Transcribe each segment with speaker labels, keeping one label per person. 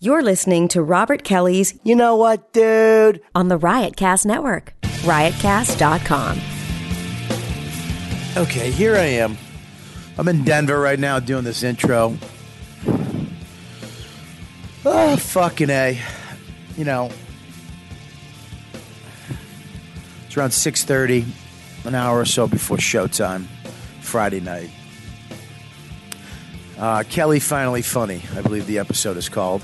Speaker 1: You're listening to Robert Kelly's
Speaker 2: You know what, dude?
Speaker 1: on the Riotcast Network, riotcast.com.
Speaker 2: Okay, here I am. I'm in Denver right now doing this intro. Oh, fucking A. You know, it's around 6.30, an hour or so before showtime, Friday night. Uh, Kelly Finally Funny, I believe the episode is called.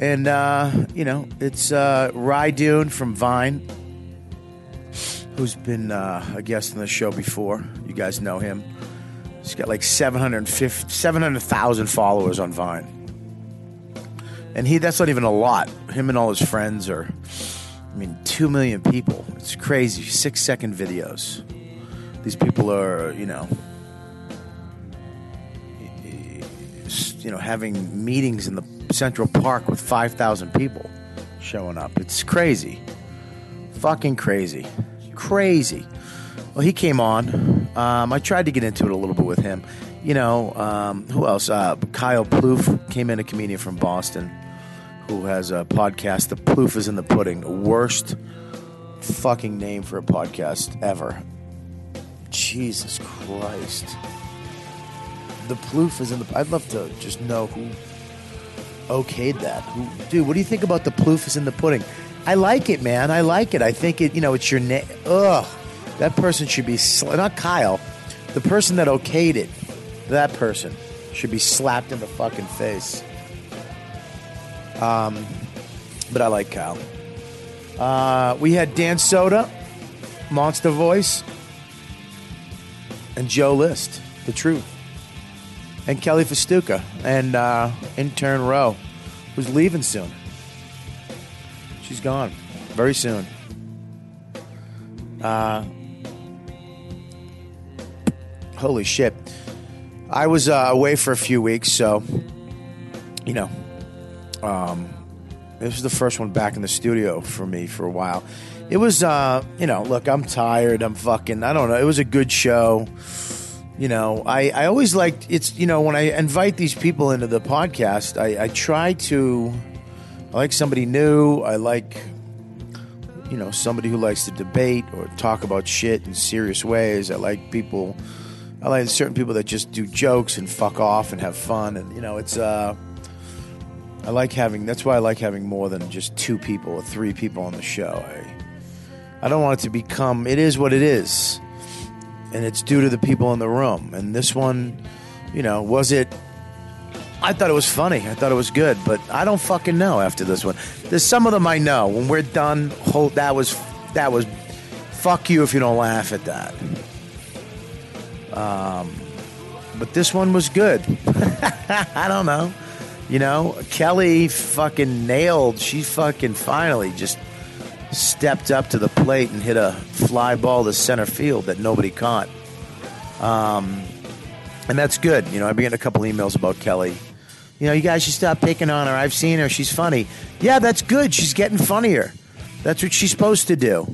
Speaker 2: And, uh, you know, it's uh, Rydune from Vine who's been uh, a guest on the show before. You guys know him. He's got like 750 700,000 followers on Vine. And he that's not even a lot. Him and all his friends are, I mean, 2 million people. It's crazy. Six second videos. These people are, you know, you know, having meetings in the Central Park with 5,000 people showing up. It's crazy fucking crazy, crazy. Well, he came on. Um, I tried to get into it a little bit with him. You know, um, who else? Uh, Kyle Plouffe came in, a comedian from Boston, who has a podcast. The Plouffe is in the pudding. Worst fucking name for a podcast ever. Jesus Christ. The Plouffe is in the. I'd love to just know who okayed that. Who, dude, what do you think about the ploof is in the pudding? I like it, man. I like it. I think it. You know, it's your name. Ugh, that person should be sl- not Kyle. The person that okayed it, that person should be slapped in the fucking face. Um, but I like Kyle. Uh, we had Dan Soda, Monster Voice, and Joe List. The truth and Kelly Festuca and uh, intern Rowe, who's leaving soon. She's gone very soon. Uh, holy shit. I was uh, away for a few weeks, so, you know, um, this was the first one back in the studio for me for a while. It was, uh, you know, look, I'm tired. I'm fucking, I don't know. It was a good show. You know, I, I always liked it's, you know, when I invite these people into the podcast, I, I try to, I like somebody new. I like, you know, somebody who likes to debate or talk about shit in serious ways. I like people, I like certain people that just do jokes and fuck off and have fun. And, you know, it's, uh, I like having. That's why I like having more than just two people or three people on the show. I, I don't want it to become. It is what it is, and it's due to the people in the room. And this one, you know, was it? I thought it was funny. I thought it was good, but I don't fucking know after this one. There's some of them I know. When we're done, hold that was that was. Fuck you if you don't laugh at that. Um, but this one was good. I don't know. You know, Kelly fucking nailed. She fucking finally just stepped up to the plate and hit a fly ball to center field that nobody caught. Um, and that's good. You know, I've been getting a couple emails about Kelly. You know, you guys should stop picking on her. I've seen her. She's funny. Yeah, that's good. She's getting funnier. That's what she's supposed to do.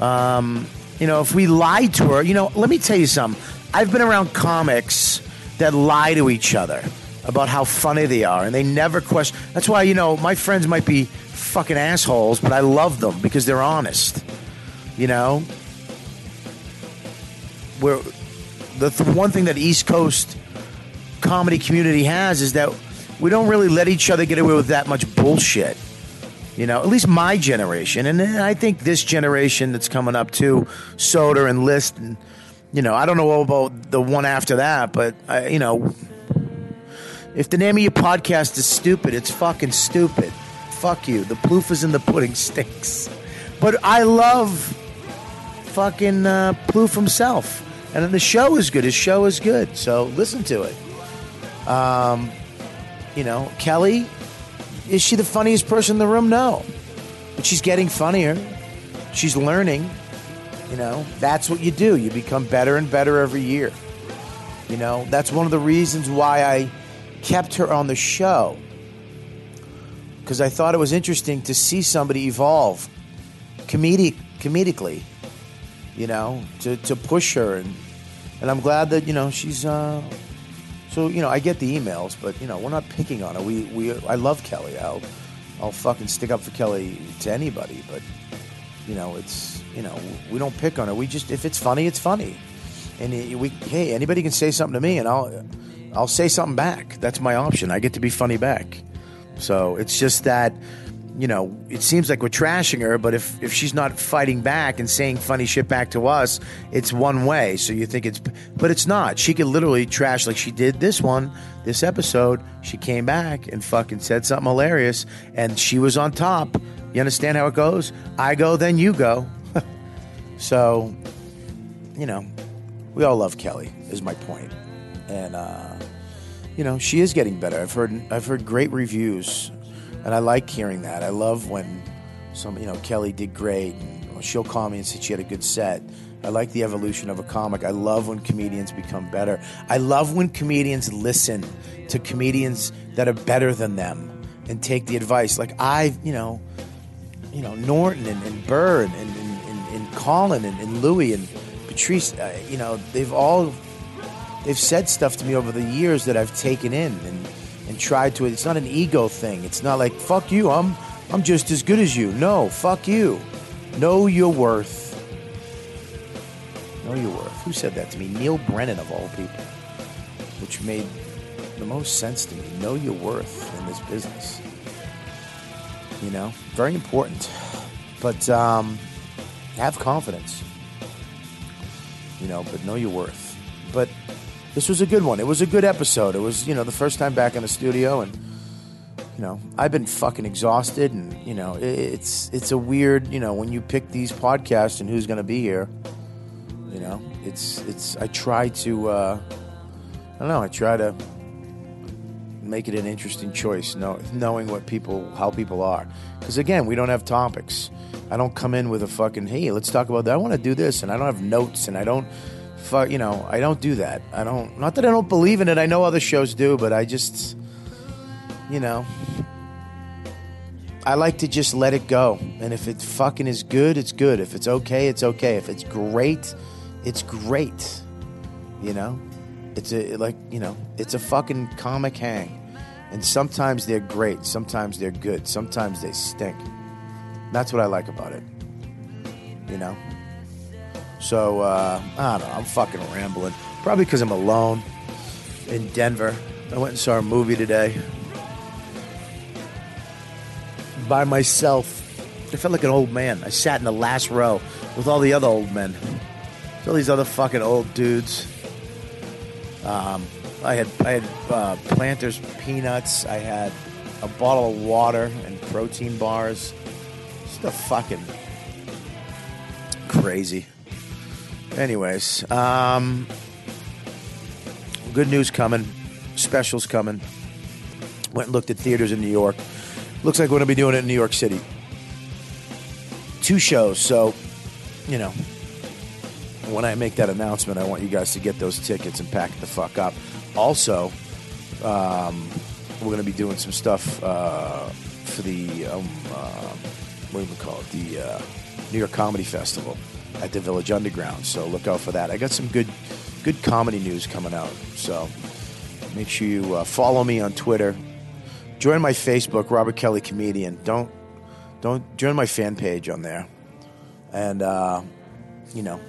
Speaker 2: Um, You know, if we lied to her, you know, let me tell you something. I've been around comics that lie to each other about how funny they are, and they never question. That's why, you know, my friends might be fucking assholes, but I love them because they're honest. You know? Where the th- one thing that East Coast comedy community has is that we don't really let each other get away with that much bullshit you know, at least my generation, and I think this generation that's coming up too, Soda and List, and you know, I don't know about the one after that, but I, you know, if the name of your podcast is stupid, it's fucking stupid. Fuck you. The proof is in the pudding stinks. But I love fucking uh, Plouffe himself, and then the show is good. His show is good, so listen to it. Um, you know, Kelly, is she the funniest person in the room? No. But she's getting funnier. She's learning. You know, that's what you do. You become better and better every year. You know, that's one of the reasons why I kept her on the show. Because I thought it was interesting to see somebody evolve comedic, comedically, you know, to, to push her. And, and I'm glad that, you know, she's, uh, So you know, I get the emails, but you know, we're not picking on her. We we I love Kelly. I'll I'll fucking stick up for Kelly to anybody, but you know, it's you know, we don't pick on her. We just if it's funny, it's funny. And it- we hey, anybody can say something to me, and I'll I'll say something back. That's my option. I get to be funny back. So it's just that you know, it seems like we're trashing her, but if if she's not fighting back and saying funny shit back to us, it's one way. So you think it's but it's not. She could literally trash like she did this one, this episode. She came back and fucking said something hilarious and she was on top. You understand how it goes? I go, then you go. so, you know, we all love Kelly is my point. And uh you know, she is getting better. I've heard I've heard great reviews, and I like hearing that. I love when some you know Kelly did great. And she'll call me and say she had a good set. I like the evolution of a comic. I love when comedians become better. I love when comedians listen to comedians that are better than them and take the advice. Like I, you know, you know Norton and, and Burr and, and, and, and Colin and, and Louis and Patrice. Uh, you know, they've all they've said stuff to me over the years that I've taken in and, and tried to. It's not an ego thing. It's not like fuck you. I'm I'm just as good as you. No, fuck you. Know your worth. Know your worth. Who said that to me? Neil Brennan of all people, which made the most sense to me. Know your worth in this business. You know, very important. But um, have confidence you know, but know your worth. But this was a good one. It was a good episode. It was, you know, the first time back in the studio, and you know, I've been fucking exhausted, and you know, i it's it's a weird, you know, when you pick these podcasts and who's going to be here, you know, it's it's I try to, uh, I don't know, I try to make it an interesting choice, know, knowing what people, how people are. Because again, we don't have topics. I don't come in with a fucking, hey, let's talk about that. I want to do this, and I don't have notes, and I don't, fuck, you know, I don't do that. I don't, not that I don't believe in it. I know other shows do, but I just, you know, I like to just let it go. And if it fucking is good, it's good. If it's okay, it's okay. If it's great, it's great. You know, it's a like you know, it's a fucking comic hang. And sometimes they're great, sometimes they're good, sometimes they stink. That's what I like about it. You know. So uh, I don't know. I'm fucking rambling. Probably because I'm alone in Denver. I went and saw a movie today by myself. I felt like an old man. I sat in the last row with all the other old men. All these other fucking old dudes. Um, I had I had uh, Planters peanuts. I had a bottle of water and protein bars. Just a fucking crazy. Anyways, um, good news coming. Specials coming. Went and looked at theaters in New York. Looks like we're gonna be doing it in New York City. Two shows, so you know when I make that announcement, I want you guys to get those tickets and pack the fuck up. Also, um, we're going to be doing some stuff uh, for the um, uh, what do we call it? The uh, New York Comedy Festival at the Village Underground. So look out for that. I got some good good comedy news coming out. So make sure you uh, follow me on Twitter. Join my Facebook, Robert Kelly Comedian. Don't don't join my fan page on there, and uh, you know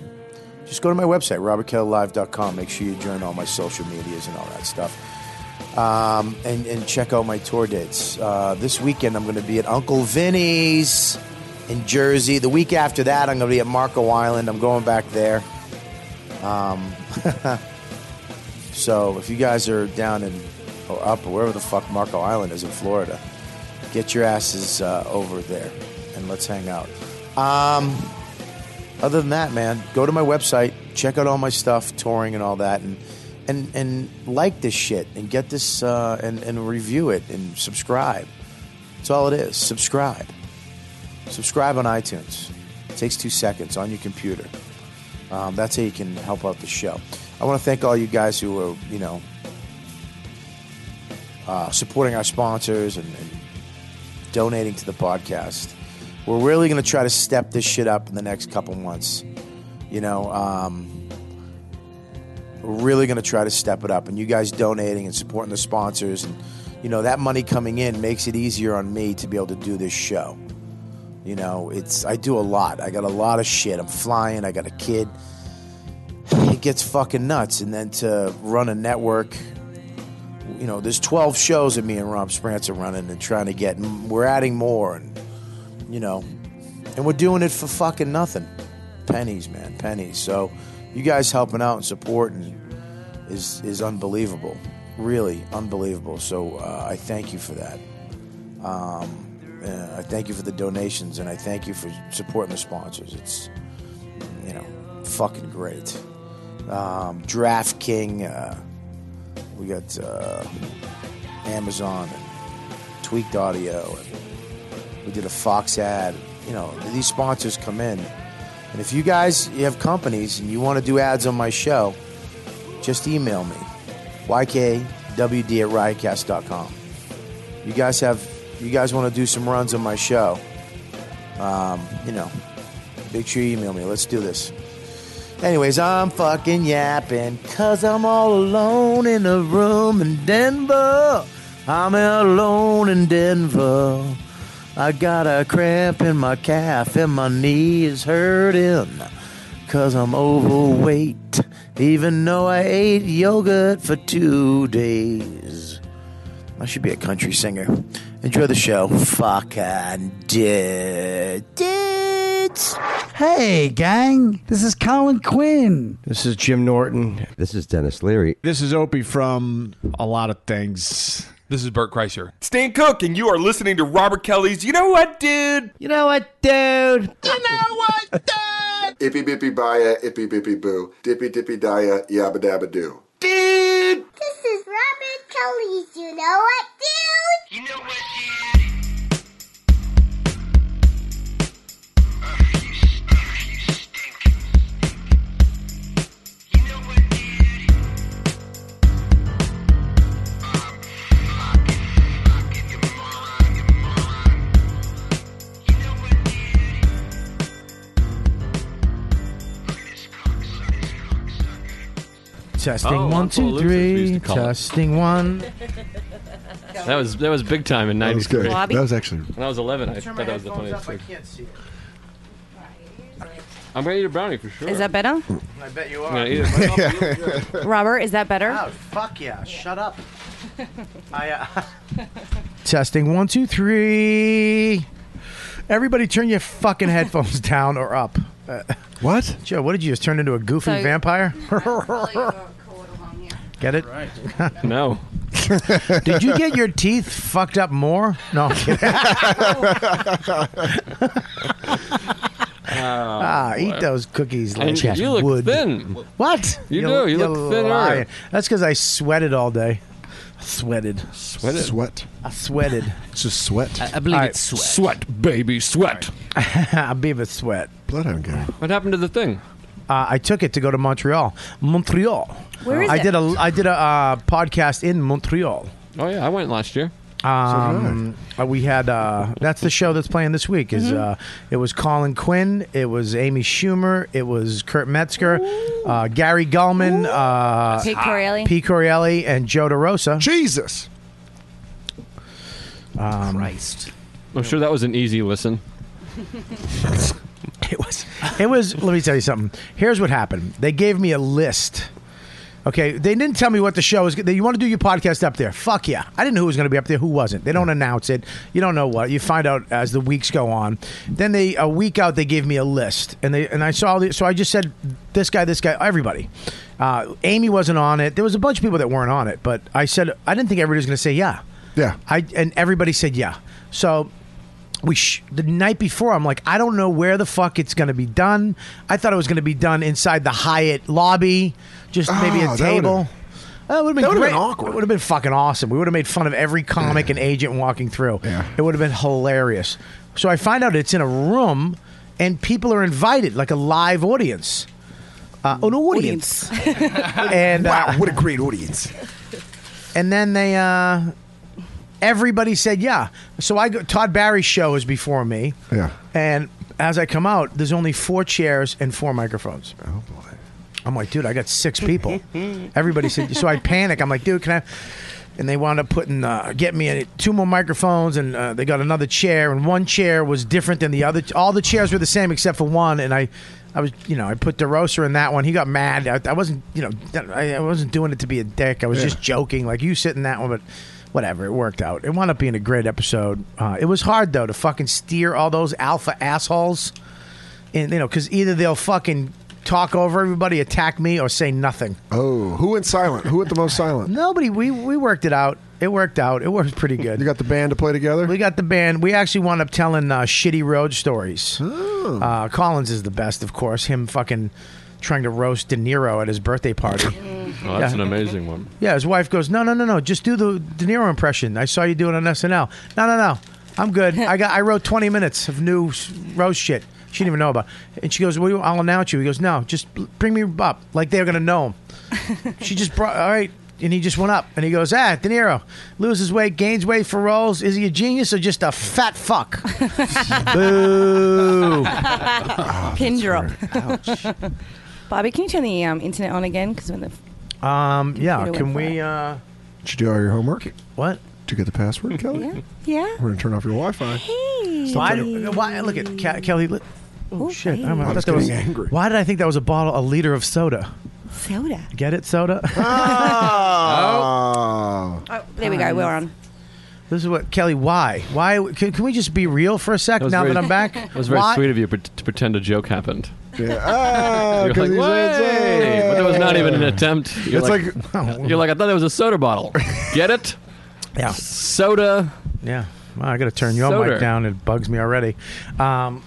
Speaker 2: just go to my website, robertkellylive.com. Make sure you join all my social medias and all that stuff. Um, and, and check out my tour dates. Uh, this weekend, I'm going to be at Uncle Vinny's in Jersey. The week after that, I'm going to be at Marco Island. I'm going back there. Um, so if you guys are down in or up or wherever the fuck Marco Island is in Florida, get your asses uh, over there and let's hang out Um, other than that, man, go to my website, check out all my stuff, touring and all that, and and and like this shit and get this uh, and and review it and subscribe. That's all it is. Subscribe. Subscribe on iTunes. It takes two seconds on your computer. Um, that's how you can help out the show. I want to thank all you guys who are you know uh, supporting our sponsors and, and donating to the podcast. We're really going to try to step this shit up in the next couple months. You know, um, We're really going to try to step it up. And you guys donating and supporting the sponsors and, you know, that money coming in makes it easier on me to be able to do this show. You know, it's I do a lot. I got a lot of shit. I'm flying. I got a kid. It gets fucking nuts. And then to run a network, you know, there's 12 shows that me and Rob Sprance are running and trying to get. And we're adding more, and you know, and we're doing it for fucking nothing, pennies, man, pennies. So you guys helping out and supporting is is unbelievable, really unbelievable. So uh, I thank you for that. Uh, I thank you for the donations, and I thank you for supporting the sponsors. It's, you know, fucking great. Um, DraftKing, uh, we got uh, Amazon, and Tweaked Audio, and we did a Fox ad. You know, these sponsors come in, and if you guys you have companies and you want to do ads on my show, just email me, ykwd at riotcast.com you guys have you guys want to do some runs on my show um, you know make sure you email me let's do this anyways i'm fucking yapping cause i'm all alone in a room in denver i'm alone in denver i got a cramp in my calf and my knee is hurting cause i'm overweight even though i ate yogurt for two days I should be a country singer. Enjoy the show. Fucking dudes.
Speaker 3: Hey, gang, this is Colin Quinn.
Speaker 4: This is Jim Norton.
Speaker 5: This is Dennis Leary.
Speaker 6: This is Opie from a lot of things.
Speaker 7: This is Bert Kreischer.
Speaker 8: Stan Cook, and you are listening to Robert Kelly's You Know What, Dude?
Speaker 4: You know what, dude?
Speaker 9: Ippy bippy baya, ippy bippy boo, dippy dippy dia, yabba dabba doo.
Speaker 10: This is Robert Kelly's You Know What Dude? You know what,
Speaker 2: Testing
Speaker 7: Oh,
Speaker 2: one, two,
Speaker 7: Uncle Lucas, we used
Speaker 2: three.
Speaker 7: to call it.
Speaker 2: Testing one.
Speaker 7: That was that was big time in
Speaker 6: That was good.
Speaker 7: '93. When
Speaker 6: That was actually.
Speaker 7: I was 11, I thought that was the funniest thing.
Speaker 2: can't see it.
Speaker 7: I'm gonna eat a brownie for sure.
Speaker 11: Is that better?
Speaker 2: I bet you
Speaker 7: I'm gonna eat it.
Speaker 11: Robert, is that better?
Speaker 2: Oh, fuck yeah. Shut up. I, uh, Testing one, two, three. Everybody turn your fucking headphones down or up. Uh,
Speaker 6: What?
Speaker 2: Joe, what did you just turn into a goofy
Speaker 11: So-
Speaker 2: vampire? Get it?
Speaker 7: no.
Speaker 2: Did you get your teeth fucked up more? No. I'm kidding. ah, eat those cookies
Speaker 7: Oh, And
Speaker 2: like
Speaker 7: you look
Speaker 2: wood.
Speaker 7: thin.
Speaker 2: What?
Speaker 7: You do, you look thinner.
Speaker 2: lying. That's because I sweated all day. Sweated.
Speaker 7: What is-
Speaker 6: Sweat.
Speaker 2: I sweated.
Speaker 6: It's just sweat.
Speaker 4: I believe
Speaker 2: Alright,
Speaker 4: it's sweat.
Speaker 7: Sweat, baby, sweat.
Speaker 2: I beaver sweat.
Speaker 6: Bloodhound gang.
Speaker 7: What happened to the thing?
Speaker 2: Uh, I took it to go to Montreal. Montreal.
Speaker 11: Where is
Speaker 2: I
Speaker 11: it?
Speaker 2: did a I did a uh, podcast in Montreal.
Speaker 7: Oh yeah, I went last year.
Speaker 2: Um, uh, we had uh, that's the show that's playing this week. Is uh, it was Colin Quinn, it was Amy Schumer, it was Kurt Metzger, uh, Gary Gulman, uh,
Speaker 11: Hey, Corelli.
Speaker 2: P. Corielli, and Joe DeRosa.
Speaker 6: Jesus.
Speaker 2: Um,
Speaker 4: Christ.
Speaker 7: I'm sure that was an easy listen.
Speaker 2: It was. It was. let me tell you something. Here's what happened. They gave me a list. Okay, they didn't tell me what the show was. They, you want to do your podcast up there? Fuck yeah! I didn't know who was going to be up there, who wasn't. They don't announce it. You don't know what. You find out as the weeks go on. Then they a week out, they gave me a list, and they and I saw the. So I just said, this guy, this guy, everybody. Uh, Amy wasn't on it. There was a bunch of people that weren't on it, but I said I didn't think everybody was going to say yeah.
Speaker 6: Yeah.
Speaker 2: I and everybody said yeah. So we sh- the night before I'm like I don't know where the fuck it's going to be done. I thought it was going to be done inside the Hyatt lobby, just maybe
Speaker 6: Ah, that
Speaker 2: a table. That would have been
Speaker 6: that would've
Speaker 2: great.
Speaker 6: been awkward.
Speaker 2: It would have been fucking awesome. We would have made fun of every comic and agent walking through.
Speaker 6: Yeah.
Speaker 2: It would have been hilarious. So I find out it's in a room and people are invited like a live audience. Uh, an audience. and uh,
Speaker 6: Wow, what a great audience.
Speaker 2: and then they uh everybody said yeah so i go todd barry's show is before me
Speaker 6: Yeah.
Speaker 2: and as i come out there's only four chairs and four microphones
Speaker 6: Oh boy.
Speaker 2: I'm like, dude, I got six people.
Speaker 12: Oh,
Speaker 2: Everybody said, so I panic. I'm like, dude, can I? And they wound up putting, uh, get me a, two more microphones, and uh, they got another chair, and one chair was different than the other. All the chairs were the same except for one, and I, I was, you know, I put DeRosa in that one. He got mad. I, I wasn't, you know, I, I wasn't doing it to be a dick. I was just joking, like you sit in that one, but whatever. It worked out. It wound up being a great episode. Uh, it was hard though to fucking steer all those alpha assholes and you know, because either they'll fucking talk over everybody, attack me, or say nothing.
Speaker 5: Oh, who went silent? Who went the most silent?
Speaker 2: Nobody. We we worked it out. It worked out. It worked pretty good. You
Speaker 5: got the band to play together.
Speaker 2: We got the band. We actually wound up telling uh, shitty road stories.
Speaker 5: Oh.
Speaker 2: Uh, Collins is the best, of course. Him fucking trying to roast De Niro at his birthday party.
Speaker 7: Oh, that's
Speaker 2: Yeah.
Speaker 7: an amazing one.
Speaker 2: Yeah, his wife goes, "No, no, no, no, just do the De Niro impression. I saw you do it on SNL. No, no, no, I'm good. I got. I wrote 20 minutes of new s- roast shit. She didn't even know about. it. And she goes, "Well, I'll announce you." He goes, "No, just bl- bring me up. Like they're gonna know him." she just brought. All right. And he just went up and he goes, ah, De Niro loses weight, gains weight for roles. Is he a genius or just a fat fuck? Boo.
Speaker 13: Pin drop. Bobby, can you turn the um, internet on again? Because when the
Speaker 2: Um, yeah,
Speaker 13: Computer
Speaker 2: can
Speaker 13: went
Speaker 2: we? Uh,
Speaker 5: Did you do all your homework?
Speaker 2: What?
Speaker 5: Did you get the password, Kelly?
Speaker 13: yeah.
Speaker 5: We're gonna turn off your Wi-Fi.
Speaker 2: Why, do- why? Look at Ke- Kelly. li- Oh shit! I'm, I
Speaker 5: I was
Speaker 2: thought that was,
Speaker 5: getting angry.
Speaker 2: Why did I think that was a bottle, a liter of soda?
Speaker 13: Soda.
Speaker 2: Get it, soda.
Speaker 5: Oh.
Speaker 13: Oh, there we go. We're on.
Speaker 2: This is what Kelly. Why? Why? Can, can we just be real for a sec
Speaker 7: was
Speaker 2: now
Speaker 7: very-
Speaker 2: that I'm back?
Speaker 7: That was very
Speaker 2: why?
Speaker 7: sweet of you pre- to pretend a joke happened.
Speaker 5: Yeah. Ah,
Speaker 7: You're
Speaker 5: 'cause
Speaker 7: like,
Speaker 5: he's
Speaker 7: "Way!" but that was not even an attempt. You're
Speaker 5: It's
Speaker 7: like,
Speaker 5: like,
Speaker 7: you're like, I thought that was a soda bottle. Get it?
Speaker 2: Yeah.
Speaker 7: Soda.
Speaker 2: Yeah. Wow, I got to turn your mic
Speaker 7: Soda.
Speaker 2: down. It bugs me already. Um,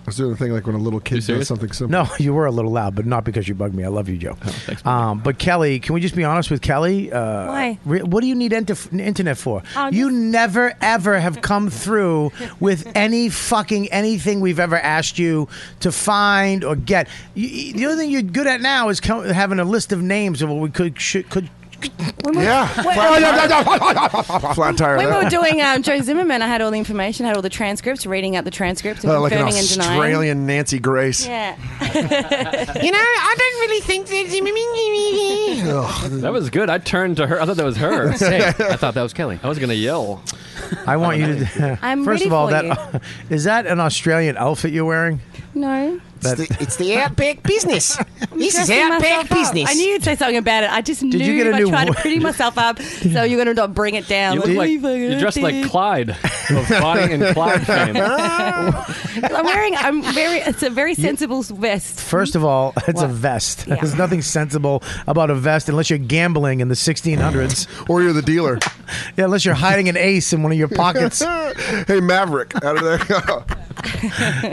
Speaker 5: I was doing the thing like when a little kid does
Speaker 7: serious?
Speaker 5: something simple.
Speaker 2: no, you were a little loud, but not because you bugged me. I love you, Joe.
Speaker 7: Oh,
Speaker 2: um, but Kelly, can we just be honest with Kelly? Uh,
Speaker 13: Why?
Speaker 2: re- what do you need inter- internet for?
Speaker 14: Um,
Speaker 13: Oh,
Speaker 2: you never ever have come through with any fucking anything we've ever asked you to find or get. You, you- the only thing you're good at now is co- having a list of names of what we could should, could.
Speaker 5: Yeah. Flat tire.
Speaker 13: When we
Speaker 5: that.
Speaker 13: were doing um, Joe Zimmerman, I had all the information, had all the transcripts, reading out the transcripts and
Speaker 5: Uh, like an
Speaker 13: confirming and denying.
Speaker 5: Australian Nancy Grace.
Speaker 13: Yeah.
Speaker 12: You know, I don't really think that.
Speaker 5: Ugh.
Speaker 7: That was good. I turned to her. I thought that was her.
Speaker 12: I thought that was Kelly.
Speaker 7: I was gonna yell.
Speaker 2: I want you to.
Speaker 13: I'm
Speaker 2: first
Speaker 13: ready
Speaker 2: of all,
Speaker 13: for
Speaker 2: that is
Speaker 13: you.
Speaker 2: that an Australian outfit you're wearing?
Speaker 13: No.
Speaker 2: That,
Speaker 12: It's the Outback business. This is
Speaker 13: Dressing
Speaker 12: Outback
Speaker 13: myself up.
Speaker 12: business.
Speaker 13: I knew you'd say something about it. I just knew
Speaker 2: you get a
Speaker 13: I
Speaker 2: new
Speaker 13: tried to
Speaker 2: wo-
Speaker 13: pretty myself up, so you're going to bring it down.
Speaker 7: You look like
Speaker 13: "Oh, fucking
Speaker 7: you dressed like
Speaker 13: dick."
Speaker 7: Clyde of Bonnie and Clyde fame.
Speaker 13: I'm wearing. I'm very. It's a very sensible vest.
Speaker 2: First of all, it's a
Speaker 13: What?
Speaker 2: vest.
Speaker 13: Yeah.
Speaker 2: There's nothing sensible about a vest unless you're gambling in the 1600s.
Speaker 5: Or you're the dealer.
Speaker 2: yeah, unless you're hiding an ace in one of your pockets.
Speaker 5: hey, Maverick, out of there.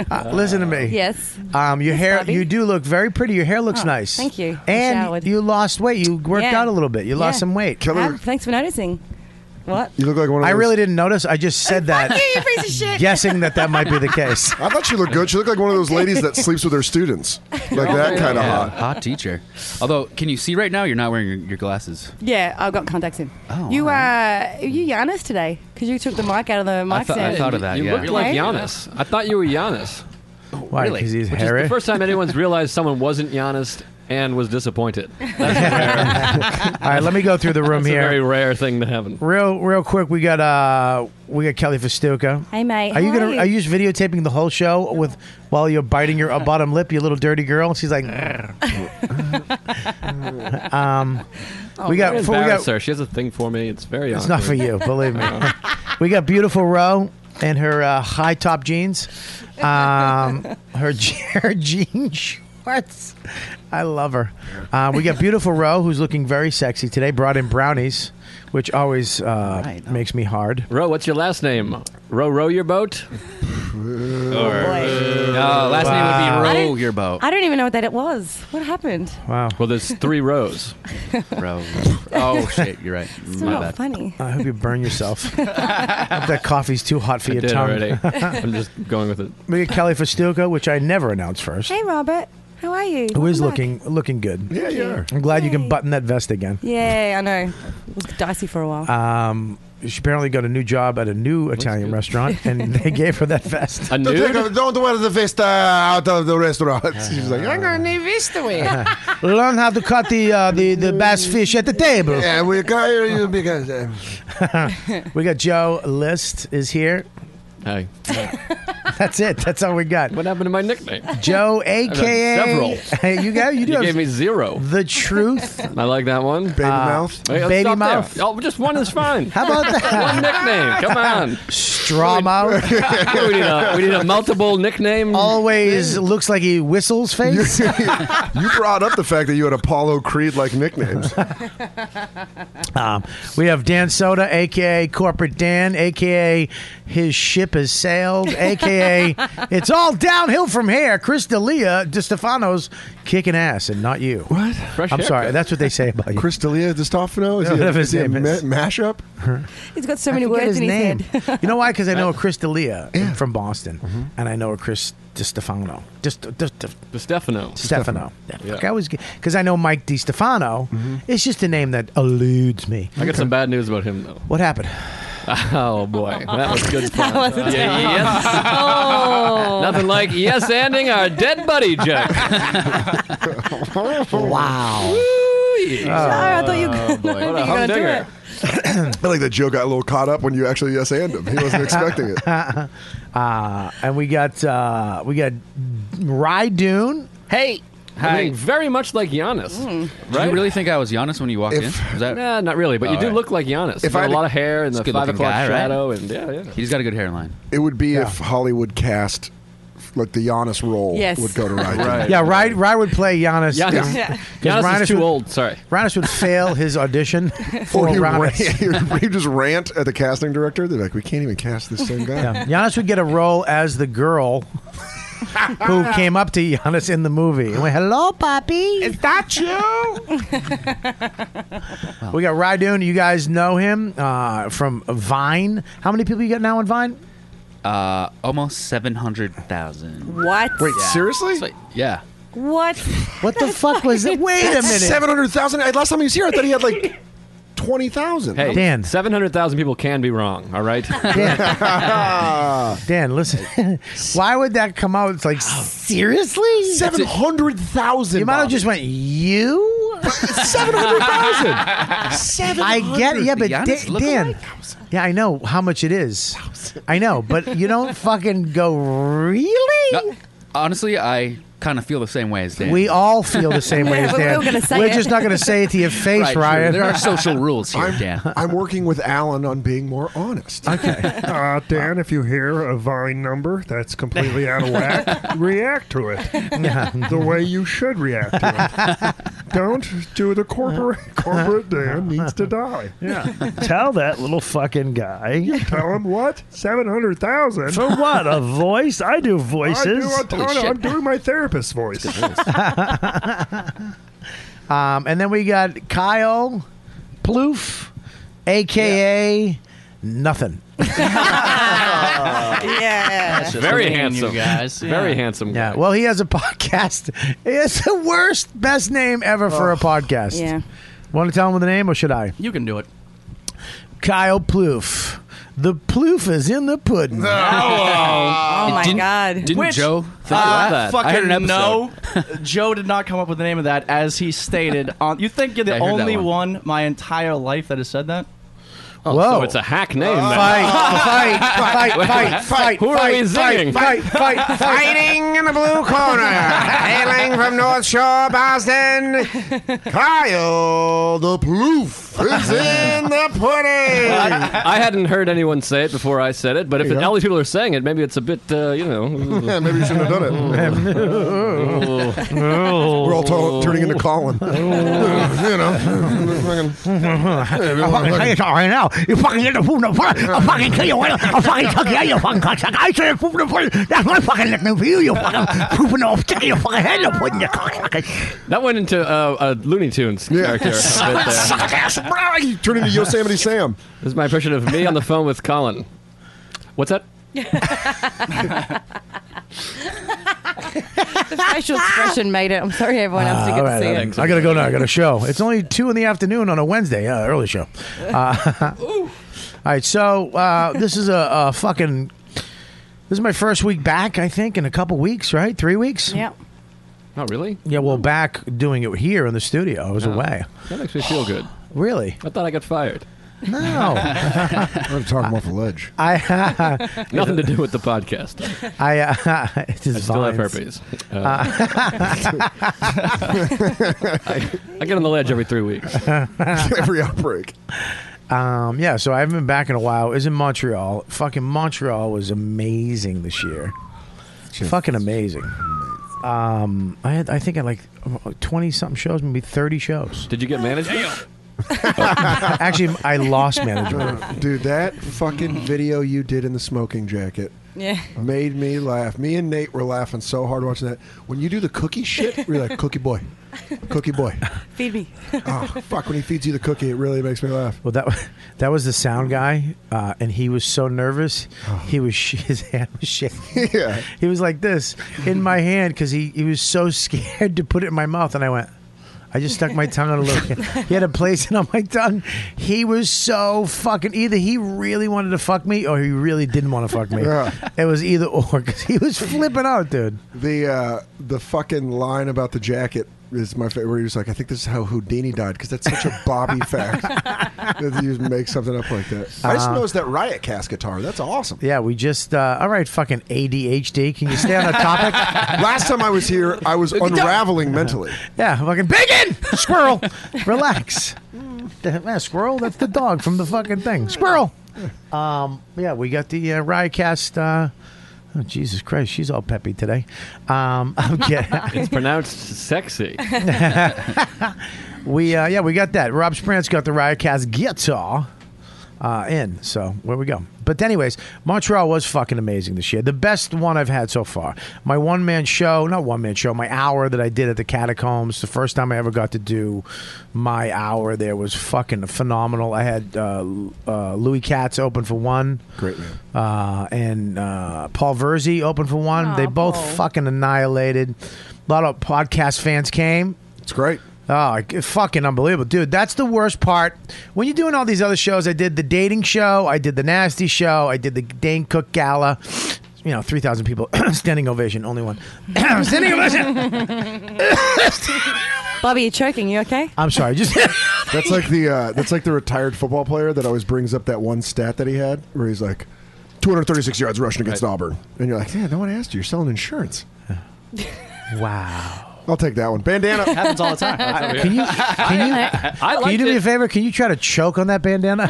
Speaker 2: Uh, Listen to me.
Speaker 13: Yes.
Speaker 2: Um, your hair,
Speaker 13: Bobby.
Speaker 2: you do look very pretty. Your hair looks
Speaker 13: Oh,
Speaker 2: nice.
Speaker 13: thank you. I
Speaker 2: And
Speaker 13: showered.
Speaker 2: you lost weight. You worked
Speaker 13: Yeah.
Speaker 2: out a little bit. You lost
Speaker 13: Yeah.
Speaker 2: some weight.
Speaker 5: Kelly,
Speaker 13: Ah, thanks for noticing. What?
Speaker 5: you look like one of
Speaker 2: I
Speaker 5: those-
Speaker 2: really didn't notice. I just said that,
Speaker 13: you piece of shit.
Speaker 2: guessing that that might be the case.
Speaker 5: I thought she looked good. She looked like one of those ladies that sleeps with her students, like
Speaker 11: Oh,
Speaker 5: that kind of
Speaker 12: Yeah,
Speaker 5: hot.
Speaker 12: hot teacher. Although, can you see right now? You're not wearing your, your glasses.
Speaker 13: Yeah, I got contacts in.
Speaker 12: Oh,
Speaker 13: you uh, you Giannis today because you took the mic out of the mic
Speaker 12: I, thought I
Speaker 13: stand.
Speaker 12: thought of that.
Speaker 7: You
Speaker 12: yeah.
Speaker 7: looked like
Speaker 13: Okay.
Speaker 7: Giannis. I thought you were Giannis.
Speaker 2: Why?
Speaker 12: Really?
Speaker 2: Because he's
Speaker 7: Which is the
Speaker 2: hairy.
Speaker 7: first time anyone's realized someone wasn't Giannis and was disappointed.
Speaker 2: All right, let me go through the room
Speaker 7: It's a
Speaker 2: here.
Speaker 7: very rare thing to happen.
Speaker 2: Real, real quick, we got uh, we got Kelly Festuca.
Speaker 13: Hey, mate.
Speaker 2: Are you
Speaker 13: How
Speaker 2: gonna?
Speaker 13: are you?
Speaker 2: Are you just videotaping the whole show with while you're biting your uh, bottom lip, you little dirty girl? She's like, um, we got,
Speaker 7: I
Speaker 2: we
Speaker 7: embarrass
Speaker 2: got.
Speaker 7: her. She has a thing for me. It's very
Speaker 2: It's not for
Speaker 7: awkward.
Speaker 2: you, believe me. we got beautiful Roe and her uh, high top jeans, um, her, je- her jean shorts. I love her. Uh, we got beautiful Roe, who's looking very sexy today. Brought in brownies, which always uh,
Speaker 13: oh.
Speaker 12: Right.
Speaker 2: makes me hard.
Speaker 7: Row, what's your last name? Row, row your boat.
Speaker 13: Boy.
Speaker 12: No, last
Speaker 2: Wow.
Speaker 12: name would be
Speaker 13: I
Speaker 12: Row
Speaker 13: don't-
Speaker 12: your
Speaker 7: oh.
Speaker 12: boat.
Speaker 13: I don't even know what that it was. What happened?
Speaker 2: Wow.
Speaker 7: Well, there's three rows.
Speaker 12: Row. Oh shit, you're right.
Speaker 13: It's
Speaker 12: My
Speaker 13: not
Speaker 12: bad.
Speaker 13: funny.
Speaker 2: I hope you burn yourself. Hope that coffee's too hot for
Speaker 7: I
Speaker 2: your
Speaker 7: did
Speaker 2: tongue.
Speaker 7: already. I'm just going with it.
Speaker 2: We got Kelly Festuca, which I never announced first.
Speaker 13: Hey, Robert. How are you?
Speaker 2: Who is
Speaker 13: Welcome back.
Speaker 2: looking looking good?
Speaker 5: Yeah, you are.
Speaker 2: I'm glad you can
Speaker 13: Yay.
Speaker 2: button that vest again.
Speaker 13: Yeah, I know. It was dicey for a while.
Speaker 2: Um, she apparently got a new job at a new Italian restaurant, and they gave her that vest.
Speaker 7: A
Speaker 5: Don't, take,
Speaker 7: nude?
Speaker 5: don't wear the vest uh, out of the restaurant. She's like, "I got-
Speaker 4: new vista wear.
Speaker 2: Learn how to cut the uh, the the bass fish at the table.
Speaker 5: yeah, we got you because uh,
Speaker 2: We got Joe List is here.
Speaker 7: Hey,
Speaker 2: That's it. That's all we got.
Speaker 7: what happened to my nickname?
Speaker 2: Joe, aka
Speaker 7: several.
Speaker 2: Hey, you got you do
Speaker 7: You
Speaker 2: have
Speaker 7: gave me zero.
Speaker 2: the truth.
Speaker 7: I like that one. Uh,
Speaker 5: baby mouth.
Speaker 7: Hey, let's
Speaker 2: baby
Speaker 7: stop there.
Speaker 2: mouth.
Speaker 7: Oh, just one is fine.
Speaker 2: How about that?
Speaker 7: one nickname. Come on.
Speaker 2: Straw mouth.
Speaker 7: we, need a, we need a multiple nickname.
Speaker 2: Always looks like he whistles face.
Speaker 5: you brought up the fact that you had Apollo Creed like nicknames.
Speaker 2: Um, We have Dan Soda, aka Corporate Dan, aka his ship has sailed, aka it's all downhill from here. Chris D'Elia, DeStefano's kicking ass and not you. What?
Speaker 7: Fresh
Speaker 2: I'm sorry.
Speaker 7: haircut.
Speaker 2: That's what they say about you.
Speaker 5: Chris D'Elia Distofano? Oh, Is he,
Speaker 2: Whatever
Speaker 5: a-
Speaker 2: his
Speaker 5: is he a
Speaker 2: name
Speaker 5: ma-
Speaker 2: is.
Speaker 5: mashup?
Speaker 11: He's got so
Speaker 2: I
Speaker 11: many
Speaker 2: forget
Speaker 11: words
Speaker 2: his
Speaker 11: in his
Speaker 2: name.
Speaker 11: head.
Speaker 2: you know why? Because I know a Chris D'Elia from Boston,
Speaker 5: Mm-hmm.
Speaker 2: and I know a Chris DiStefano. Just, just,
Speaker 7: Stefano.
Speaker 2: Stefano. I always because I know Mike DiStefano.
Speaker 5: Mm-hmm.
Speaker 2: It's just a name that eludes me.
Speaker 7: I got some bad news about him, though.
Speaker 2: What happened?
Speaker 7: Oh, boy. That was good fun. yeah, yes. Nothing like yes ending our dead buddy joke.
Speaker 3: Wow.
Speaker 5: Oh,
Speaker 11: Sorry, I thought you were
Speaker 7: boy. What a
Speaker 11: going to do it.
Speaker 7: humdinger.
Speaker 5: I like that joke got a little caught up when you actually yes and him. He wasn't expecting it.
Speaker 2: Uh, and we got uh, we got Rydoon.
Speaker 12: Hey,
Speaker 7: I
Speaker 12: hi.
Speaker 7: mean, very much like Giannis.
Speaker 12: Do you really think I was Giannis when you walked
Speaker 5: If-
Speaker 12: in? Was that,
Speaker 7: Nah, not really, but you
Speaker 12: All
Speaker 7: do
Speaker 12: right.
Speaker 7: look like Giannis.
Speaker 5: If
Speaker 7: If I
Speaker 5: I
Speaker 7: had a
Speaker 5: had-
Speaker 7: lot of hair and the
Speaker 12: He's a
Speaker 7: five
Speaker 12: good-looking
Speaker 7: o'clock
Speaker 12: guy, right?
Speaker 7: shadow, and yeah, yeah.
Speaker 12: He's got a good hairline.
Speaker 5: It would be if Hollywood cast like the Giannis role
Speaker 11: Yes.
Speaker 5: would go to Ryan.
Speaker 2: Yeah, Ry, Ry would play Giannis.
Speaker 7: Giannis,
Speaker 11: Yeah.
Speaker 7: Giannis
Speaker 2: Rhinus
Speaker 7: is too
Speaker 2: would-
Speaker 7: old. Sorry.
Speaker 2: Rhinus would fail his audition for
Speaker 5: Or he ran,
Speaker 2: Rhinus.
Speaker 5: he'd just rant at the casting director. They're like, we can't even cast this same guy.
Speaker 2: Yeah. Giannis would get a role as the girl who
Speaker 7: Ah.
Speaker 2: came up to Giannis in the movie and went, "Hello, Poppy."
Speaker 4: Is that you?
Speaker 2: We got Rydoon. You guys know him uh, from Vine. How many people you got now on Vine?
Speaker 12: Uh, almost 700,000.
Speaker 11: What?
Speaker 5: Wait, seriously?
Speaker 12: Sweet. Yeah.
Speaker 11: What?
Speaker 2: What the fuck was it? Wait a minute.
Speaker 5: Seven hundred thousand. Last time he was here, I thought he had like twenty thousand.
Speaker 7: Hey,
Speaker 2: Dan.
Speaker 7: 700,000 people can be wrong, all right?
Speaker 2: Dan, Dan listen. Why would that come out? It's like seriously.
Speaker 5: seven hundred thousand.
Speaker 2: You might have just went you.
Speaker 5: seven hundred thousand. Seven.
Speaker 2: I get it. Yeah, but
Speaker 12: Giannis
Speaker 2: Dan,
Speaker 12: look
Speaker 2: Dan
Speaker 12: alike?
Speaker 2: yeah, I know how much it is. I know, but you don't fucking go really.
Speaker 12: No, honestly, I kind of feel the same way as Dan.
Speaker 2: We all feel the same way as
Speaker 11: Yeah, we
Speaker 2: Dan.
Speaker 11: were gonna say
Speaker 2: We're
Speaker 11: it.
Speaker 2: just not going to say it to your face,
Speaker 12: right, sure.
Speaker 2: Ryan.
Speaker 12: There are social rules here, Dan.
Speaker 5: I'm working with Alan on being more honest.
Speaker 15: Uh, Dan, if you hear a Vine number that's completely out of whack, react to it the way you should react to it. Don't do the corporate.
Speaker 5: Uh-huh.
Speaker 15: Corporate Dan needs to die. Yeah.
Speaker 2: Tell that little fucking guy.
Speaker 15: Tell him what? 700,000?
Speaker 6: For what? A voice? I do
Speaker 15: I do
Speaker 6: voices.
Speaker 15: a ton of,
Speaker 12: shit.
Speaker 15: I'm doing my therapist voice.
Speaker 2: Um, and then we got Kyle Plouf, aka nothing.
Speaker 11: Yeah.
Speaker 12: Oh. Just
Speaker 7: Very
Speaker 12: me and
Speaker 7: handsome.
Speaker 12: You guys. Yeah.
Speaker 7: Very handsome guy.
Speaker 2: Yeah. Well, he has a podcast. It's the worst, best name ever for a podcast.
Speaker 11: Yeah.
Speaker 2: Want to tell him the name, or should I?
Speaker 12: You can do it.
Speaker 2: Kyle Plouf. The Plouf is in the pudding.
Speaker 11: Oh my
Speaker 12: didn't-
Speaker 11: God.
Speaker 12: Didn't Joe think of that? I heard an episode.
Speaker 4: uh, no, Joe did not come up with the name of that, as he stated. On you think you're
Speaker 12: Yeah,
Speaker 4: the
Speaker 12: I heard that
Speaker 4: only
Speaker 12: one. Oh,
Speaker 4: one. my entire life that has said that?
Speaker 2: Whoa.
Speaker 7: So it's a hack name. then.
Speaker 2: Fight, fight, fight, fight, fight,
Speaker 7: Who are
Speaker 2: fight,
Speaker 7: we
Speaker 2: fight,
Speaker 7: singing?
Speaker 2: fight, fight, fight.
Speaker 4: Fighting in the blue corner, hailing from North Shore, Boston.
Speaker 5: Kyle the Ploof is in the pudding.
Speaker 7: I hadn't heard anyone say it before I said it, but if it, all these people are saying it, maybe it's a bit, uh, you know.
Speaker 5: Yeah, maybe you shouldn't have done it. We're all t- turning into Colin. you know, fucking-
Speaker 2: Hey, it's all right now. You fucking get the food in the pudding. I'll fucking kill you. I'll fucking tuck you out, you fucking cocksucker. I said poop in the pudding. That's my fucking nickname for you, you fucking pooping off, sticking your fucking head in the pudding, you cocksucker.
Speaker 7: that went into uh, a Looney Tunes character. a bit there.
Speaker 2: Suck ass.
Speaker 5: You turn into Yosemite Sam.
Speaker 7: This is my impression of me on the phone with Colin. What's that?
Speaker 11: the facial expression made it. I'm sorry, everyone else
Speaker 2: Ah,
Speaker 11: didn't get to see it.
Speaker 2: I gotta go now. I got a show. It's only two in the afternoon on a Wednesday. Yeah, early show. Uh, All right, so uh, this is a, a fucking. This is my first week back, I think, in a couple weeks, right? Three weeks?
Speaker 11: Yeah.
Speaker 7: Oh, really?
Speaker 2: Yeah, well, back doing it here in the studio. I was
Speaker 7: Oh.
Speaker 2: away.
Speaker 7: That makes me feel good.
Speaker 2: Really?
Speaker 7: I thought I got fired. Oh.
Speaker 2: No.
Speaker 5: I'm going to talk him off the ledge.
Speaker 2: I
Speaker 7: Nothing to do with the podcast.
Speaker 2: I uh, it is
Speaker 7: I still have
Speaker 2: vines.
Speaker 7: herpes. Uh,
Speaker 2: Uh,
Speaker 7: I, I get on the ledge every three weeks.
Speaker 5: Every outbreak.
Speaker 2: Um, yeah, so I haven't been back in a while. It was in Montreal. Fucking Montreal was amazing this year. Fucking amazing. Um, I had, I think I had like twenty something shows, maybe thirty shows.
Speaker 7: Did you get management?
Speaker 2: Actually, I lost management.
Speaker 5: Uh, Dude, that fucking video you did in the smoking jacket
Speaker 11: Yeah.
Speaker 5: made me laugh. Me and Nate were laughing so hard watching that. When you do the cookie shit, we're like, cookie boy, cookie boy.
Speaker 11: Feed me.
Speaker 5: Oh,
Speaker 2: Ah,
Speaker 5: fuck, when he feeds you the cookie, it really makes me laugh.
Speaker 2: Well, that that was the sound guy, uh, and he was so nervous.
Speaker 5: Oh.
Speaker 2: He was sh- his hand was shaking.
Speaker 5: Yeah.
Speaker 2: he was like this in my hand because he he was so scared to put it in my mouth, and I went. I just stuck my tongue on a little. He had to place it on my tongue. He was so fucking. Either he really wanted to fuck me, or he really didn't want to fuck me.
Speaker 5: Yeah.
Speaker 2: It was either or because he was flipping out, dude.
Speaker 5: The uh, the fucking line about the jacket is my favorite. Where he was like, "I think this is how Houdini died," because that's such a Bobby fact that you make something up like that. I just
Speaker 2: Uh,
Speaker 5: noticed that riot cast guitar. That's awesome.
Speaker 2: Yeah, we just. Uh, all right, fucking ADHD. Can you stay on the topic?
Speaker 5: Last time I was here, I was unraveling mentally.
Speaker 2: Yeah, fucking bacon, squirrel, relax. The- yeah, squirrel, that's the dog from the fucking thing. Squirrel. Um, yeah, we got the uh, Riotcast. Uh, oh, Jesus Christ, she's all peppy today. Um, I'm kidding.
Speaker 7: It's pronounced sexy.
Speaker 2: we uh, yeah, we got that. Rob Sprance got the Riotcast guitar. Uh, in so where we go, but anyways, Montreal was fucking amazing this year. The best one I've had so far. My one man show, not one man show, my hour that I did at the Catacombs. The first time I ever got to do my hour there was fucking phenomenal. I had uh, uh, Louis Katz open for one,
Speaker 5: Great man.
Speaker 2: uh, and uh, Paul Verzi open for one.
Speaker 11: Aw,
Speaker 2: they both
Speaker 11: Paul.
Speaker 2: fucking annihilated. A lot of podcast fans came.
Speaker 5: It's great.
Speaker 2: Oh, g- fucking unbelievable, dude! That's the worst part. When you're doing all these other shows, I did the dating show, I did the nasty show, I did the Dane Cook gala. You know, three thousand people, standing ovation, only one. standing ovation.
Speaker 11: Bobby, you're choking. You okay?
Speaker 2: I'm sorry, just
Speaker 5: That's like the uh, that's like the retired football player that always brings up that one stat that he had, where he's like, 236 yards rushing against Auburn, and you're like, yeah, no one asked you. You're selling insurance.
Speaker 2: wow.
Speaker 5: I'll take that one. Bandana
Speaker 13: Happens all the time.
Speaker 2: Can you can you
Speaker 7: I
Speaker 2: can you
Speaker 7: liked
Speaker 2: do me a
Speaker 7: it.
Speaker 2: favor? Can you try to choke on that bandana?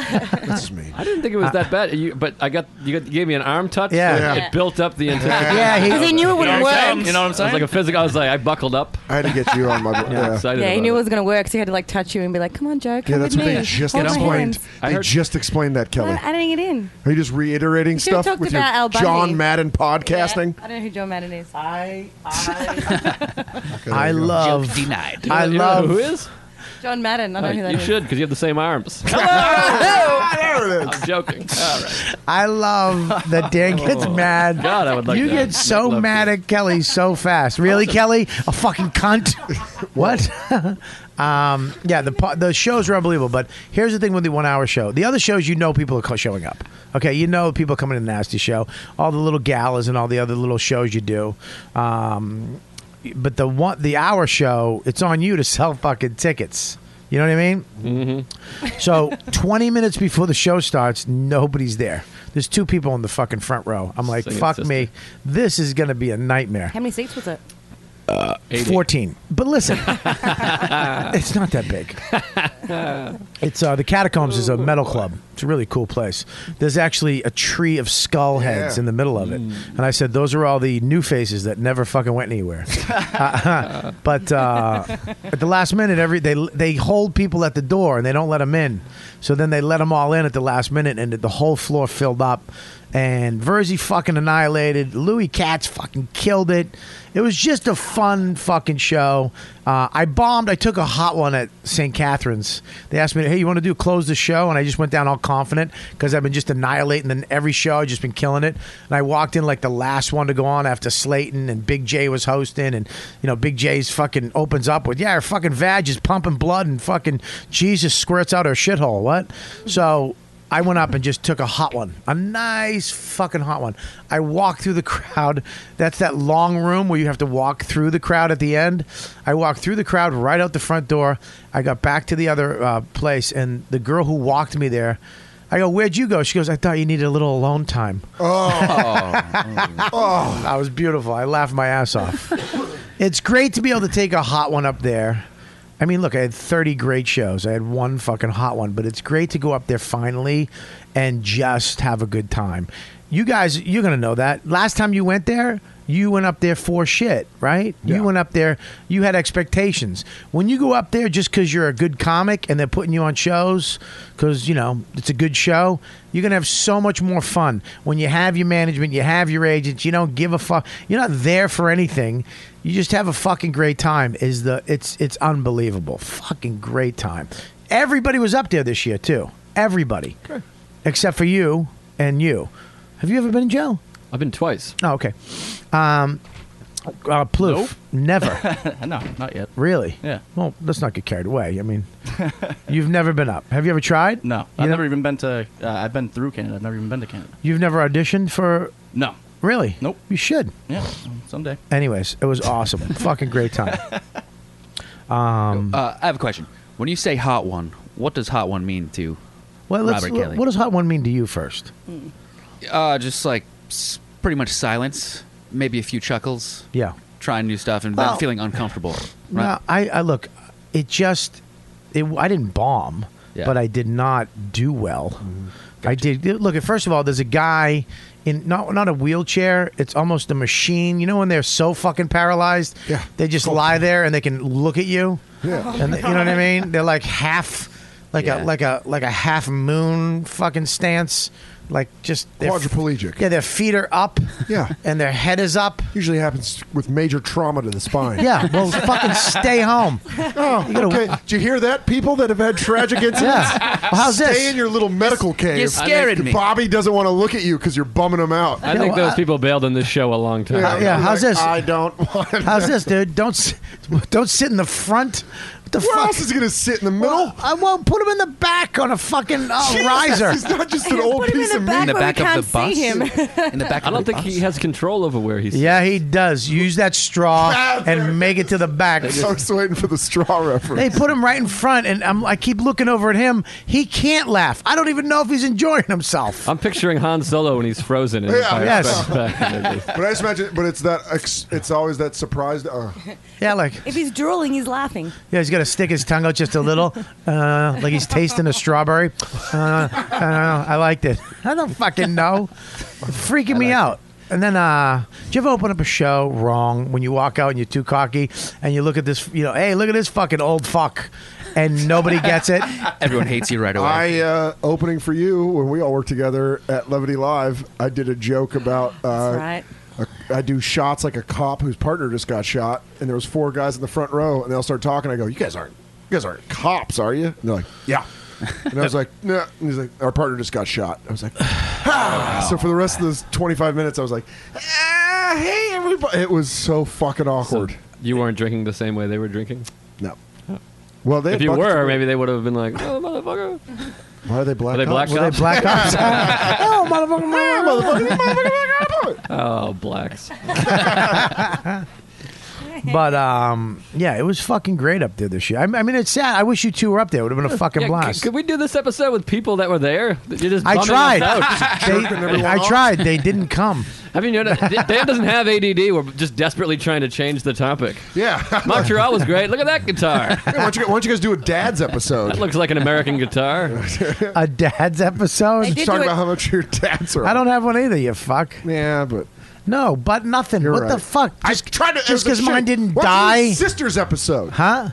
Speaker 5: That's me.
Speaker 7: I didn't think it was that bad, you, but I got you, got you gave me an arm touch.
Speaker 2: Uh,
Speaker 7: so
Speaker 2: Yeah.
Speaker 7: it-
Speaker 2: Yeah.
Speaker 7: it built up the intensity.
Speaker 2: Yeah, he- 'Cause he knew
Speaker 7: You know
Speaker 2: it wouldn't
Speaker 7: what I'm
Speaker 2: work.
Speaker 7: saying? You know what I'm saying? It was like a physical. I was like, I buckled up.
Speaker 5: I had to get you on my. Yeah,
Speaker 7: excited
Speaker 11: Yeah, he
Speaker 7: about
Speaker 11: knew
Speaker 7: it.
Speaker 11: it was going to work, so he had to like touch you and be like, "Come on, Joe, come
Speaker 5: Yeah, that's
Speaker 11: with
Speaker 5: what
Speaker 11: me.
Speaker 5: they just
Speaker 11: Hold my
Speaker 5: explained.
Speaker 11: hands."
Speaker 5: They just explained that, Kelly.
Speaker 11: I'm adding it in.
Speaker 5: Are you just reiterating
Speaker 11: You should've
Speaker 5: stuff
Speaker 11: talked
Speaker 5: with your
Speaker 11: about Al Bundy.
Speaker 5: John Madden podcasting?
Speaker 11: Yeah, I don't know who Joe Madden is.
Speaker 2: I,
Speaker 5: there
Speaker 2: I
Speaker 5: you go.
Speaker 2: love.
Speaker 12: Joke denied.
Speaker 2: I
Speaker 7: You know
Speaker 2: love.
Speaker 7: who is?
Speaker 11: John Madden. I don't know who that
Speaker 7: you
Speaker 11: is.
Speaker 7: should because you have the same arms.
Speaker 2: Oh,
Speaker 7: I'm joking. All right.
Speaker 2: I love that Dan
Speaker 5: Oh.
Speaker 2: gets mad.
Speaker 7: God, I would like
Speaker 2: you
Speaker 7: that.
Speaker 2: get so
Speaker 7: I'd love
Speaker 2: mad at Kelly so fast. Really, Kelly, a fucking cunt. what? um, yeah, the po- the shows are unbelievable. But here's the thing with the one hour show. The other shows, you know, people are co- showing up. Okay, you know, people are coming to the nasty show. All the little galas and all the other little shows you do. Um, but the one the hour show, it's on you to sell fucking tickets. You know what I mean? Mm-hmm. So 20 minutes before the show starts, nobody's there. There's two people in the fucking front row. I'm like,
Speaker 7: Singing
Speaker 2: fuck
Speaker 7: sister.
Speaker 2: me. This is going to be a nightmare.
Speaker 11: How many seats was it?
Speaker 2: 14. But listen, Uh, it's not that big. It's uh, the Catacombs is a metal club. It's a really cool place. There's actually a tree of skull heads
Speaker 5: Yeah.
Speaker 2: in the middle of it, and I said those are all the new faces that never fucking went anywhere. Uh, but uh, at the last minute, every they they hold people at the door and they don't let them in. So then they let them all in at the last minute, and the whole floor filled up. And Verzi fucking annihilated. Louis Katz fucking killed it. It was just a fun fucking show. Uh, I bombed. I took a hot one at St. Catherine's. They asked me, "Hey, you want to do close the show?" And I just went down all confident because I've been just annihilating then every show. I've just been killing it. And I walked in like the last one to go on after Slayton and Big J was hosting, and you know Big J's fucking opens up with, "Yeah, her fucking vag is pumping blood and fucking Jesus squirts out her shithole." What? So I went up and just took a hot one, a nice fucking hot one. I walked through the crowd. That's that long room where you have to walk through the crowd at the end. I walked through the crowd right out the front door. I got back to the other uh, place, and the girl who walked me there, I go, "Where'd you go?" She goes, "I thought you needed a little alone time."
Speaker 10: Oh.
Speaker 2: oh, that was beautiful. I laughed my ass off. it's great to be able to take a hot one up there. I mean, look, I had 30 great shows. I had one fucking hot one, but it's great to go up there finally and just have a good time. You guys, you're going to know that. Last time you went there, you went up there for shit, right? You went up there, you had expectations. When you go up there just because you're a good comic and they're putting you on shows because, you know, it's a good show, you're going to have so much more fun. When you have your management, you have your agents, you don't give a fuck. You're not there for anything. You just have a fucking great time is the it's it's unbelievable. Fucking great time. Everybody was up there this year too. Everybody. Except for you and you. Have you ever been in jail?
Speaker 7: I've been twice.
Speaker 2: Oh, okay. Um uh, Plouf, never.
Speaker 12: no, not yet.
Speaker 2: Really?
Speaker 12: Yeah.
Speaker 2: Well, let's not get carried away. I mean, you've never been up. Have you ever tried?
Speaker 12: No, I've never even been to. Uh, I've been through Canada. I've never even been to Canada.
Speaker 2: You've never auditioned for?
Speaker 12: No.
Speaker 2: Really? Nope. You should.
Speaker 12: Yeah, um, someday.
Speaker 2: Anyways, it was awesome. Fucking great time. Um,
Speaker 12: Uh, I have a question. When you say hot one, what does hot one mean to
Speaker 2: well, let's,
Speaker 12: Robert Kelly?
Speaker 2: what does hot one mean to you first?
Speaker 12: Uh, just like s- pretty much silence, maybe a few chuckles.
Speaker 2: Yeah.
Speaker 12: Trying new stuff and
Speaker 2: Well-
Speaker 12: then feeling uncomfortable.
Speaker 2: No, I, I look. It just, it, I didn't bomb,
Speaker 12: Yeah.
Speaker 2: but I did not do well. I did look. First of all, there's a guy in not not a wheelchair. It's almost a machine. You know when they're so fucking paralyzed, yeah. they just lie there and they can look at you.
Speaker 10: Yeah.
Speaker 2: and they- you know what I mean. They're like half, like
Speaker 10: Yeah.
Speaker 2: a like a like a half moon fucking stance. Like just their f-
Speaker 5: Quadriplegic.
Speaker 2: Yeah, their feet are up.
Speaker 5: Yeah.
Speaker 2: and their head is up.
Speaker 5: Usually happens with major trauma to the spine.
Speaker 2: Yeah, well, fucking stay home.
Speaker 5: Oh, okay. Did you hear that? People that have had tragic incidents.
Speaker 2: Yeah. Well, how's
Speaker 5: stay
Speaker 2: this?
Speaker 5: in your little medical cave.
Speaker 2: you're scaring me.
Speaker 5: Bobby doesn't want to look at you because you're bumming him out.
Speaker 7: I think those people bailed on this show a long time.
Speaker 2: Yeah, yeah, how's this?
Speaker 5: I don't want.
Speaker 2: How's this, dude? Don't s- don't sit in the front. What the
Speaker 5: Where
Speaker 2: fuck?
Speaker 5: else is he gonna sit in the middle?
Speaker 2: I won't put him in the back on a fucking uh,
Speaker 5: Jesus,
Speaker 2: riser.
Speaker 5: he's not just an old piece of meat.
Speaker 7: In the back of the bus.
Speaker 12: In the back.
Speaker 7: I don't think he has control over where he's.
Speaker 2: Yeah, he does. Use that straw and make it to the back.
Speaker 5: I was waiting for the straw reference.
Speaker 2: They put him right in front, and I'm, I keep looking over at him. He can't laugh. I don't even know if he's enjoying himself.
Speaker 7: I'm picturing Han Solo when he's frozen. In
Speaker 5: Yeah.
Speaker 2: Yes.
Speaker 5: but I just imagine. But it's that. Ex, it's always that surprised. Uh,
Speaker 2: Yeah, like
Speaker 11: If he's drooling, he's laughing.
Speaker 2: yeah, he's got to stick his tongue out just a little, uh, like he's tasting a strawberry. Uh, I don't know. I liked it. I don't fucking know. Freaking me out. And then, uh, do you ever open up a show wrong when you walk out and you're too cocky and you look at this, you know, hey, look at this fucking old fuck, and nobody gets it?
Speaker 12: Everyone hates you right away.
Speaker 5: I uh, opening for you when we all worked together at Levity Live. I did a joke about. Uh,
Speaker 11: right.
Speaker 5: a- I do shots like a cop whose partner just got shot, and there was four guys in the front row, and they all started talking. I go, "You guys aren't, you guys aren't cops, are you?" And they're like, "Yeah." And I was like, "No." And he's like, "Our partner just got shot." I was like, "Ah." "So for the rest of those 25 minutes, I was like, ah, hey everybody." It was so fucking awkward.
Speaker 7: You weren't drinking the same way they were drinking. Oh.
Speaker 5: No. Well, they
Speaker 7: if you
Speaker 5: buckets
Speaker 7: were,
Speaker 5: of-
Speaker 7: maybe they would have been like, "Oh,
Speaker 10: motherfucker.
Speaker 5: Why are they black?
Speaker 7: Are they black
Speaker 5: cops?
Speaker 7: cops? Were they black cops?
Speaker 10: Oh,
Speaker 5: motherfucker, motherfucker, motherfucker,
Speaker 7: oh, blacks."
Speaker 2: But um, yeah, it was fucking great up there this year. I, I mean, it's sad. I wish you two were up there. It would have been a fucking
Speaker 7: Yeah, c-
Speaker 2: blast.
Speaker 7: could we do this episode with people that were there? You're just
Speaker 2: I
Speaker 7: bumming us
Speaker 2: tried.
Speaker 7: out.
Speaker 2: They- I tried. They didn't come.
Speaker 7: I mean, you know, Dan doesn't have ADD. We're just desperately trying to change the topic.
Speaker 5: Yeah.
Speaker 7: Montreal was great. Look at that guitar.
Speaker 5: why, don't you, why don't you guys do a dad's episode?
Speaker 7: That looks like an American guitar.
Speaker 2: A dad's episode.
Speaker 5: They did Talk do about it- how much your dads are.
Speaker 2: I don't have one either. You fuck.
Speaker 5: Yeah, but
Speaker 2: no, but nothing. What the
Speaker 5: right.
Speaker 2: fuck?
Speaker 5: I tried to
Speaker 2: just
Speaker 5: it was
Speaker 2: 'cause mine
Speaker 5: shitty.
Speaker 2: didn't
Speaker 5: Why don't you
Speaker 2: die?
Speaker 5: do Sisters episode,
Speaker 2: huh?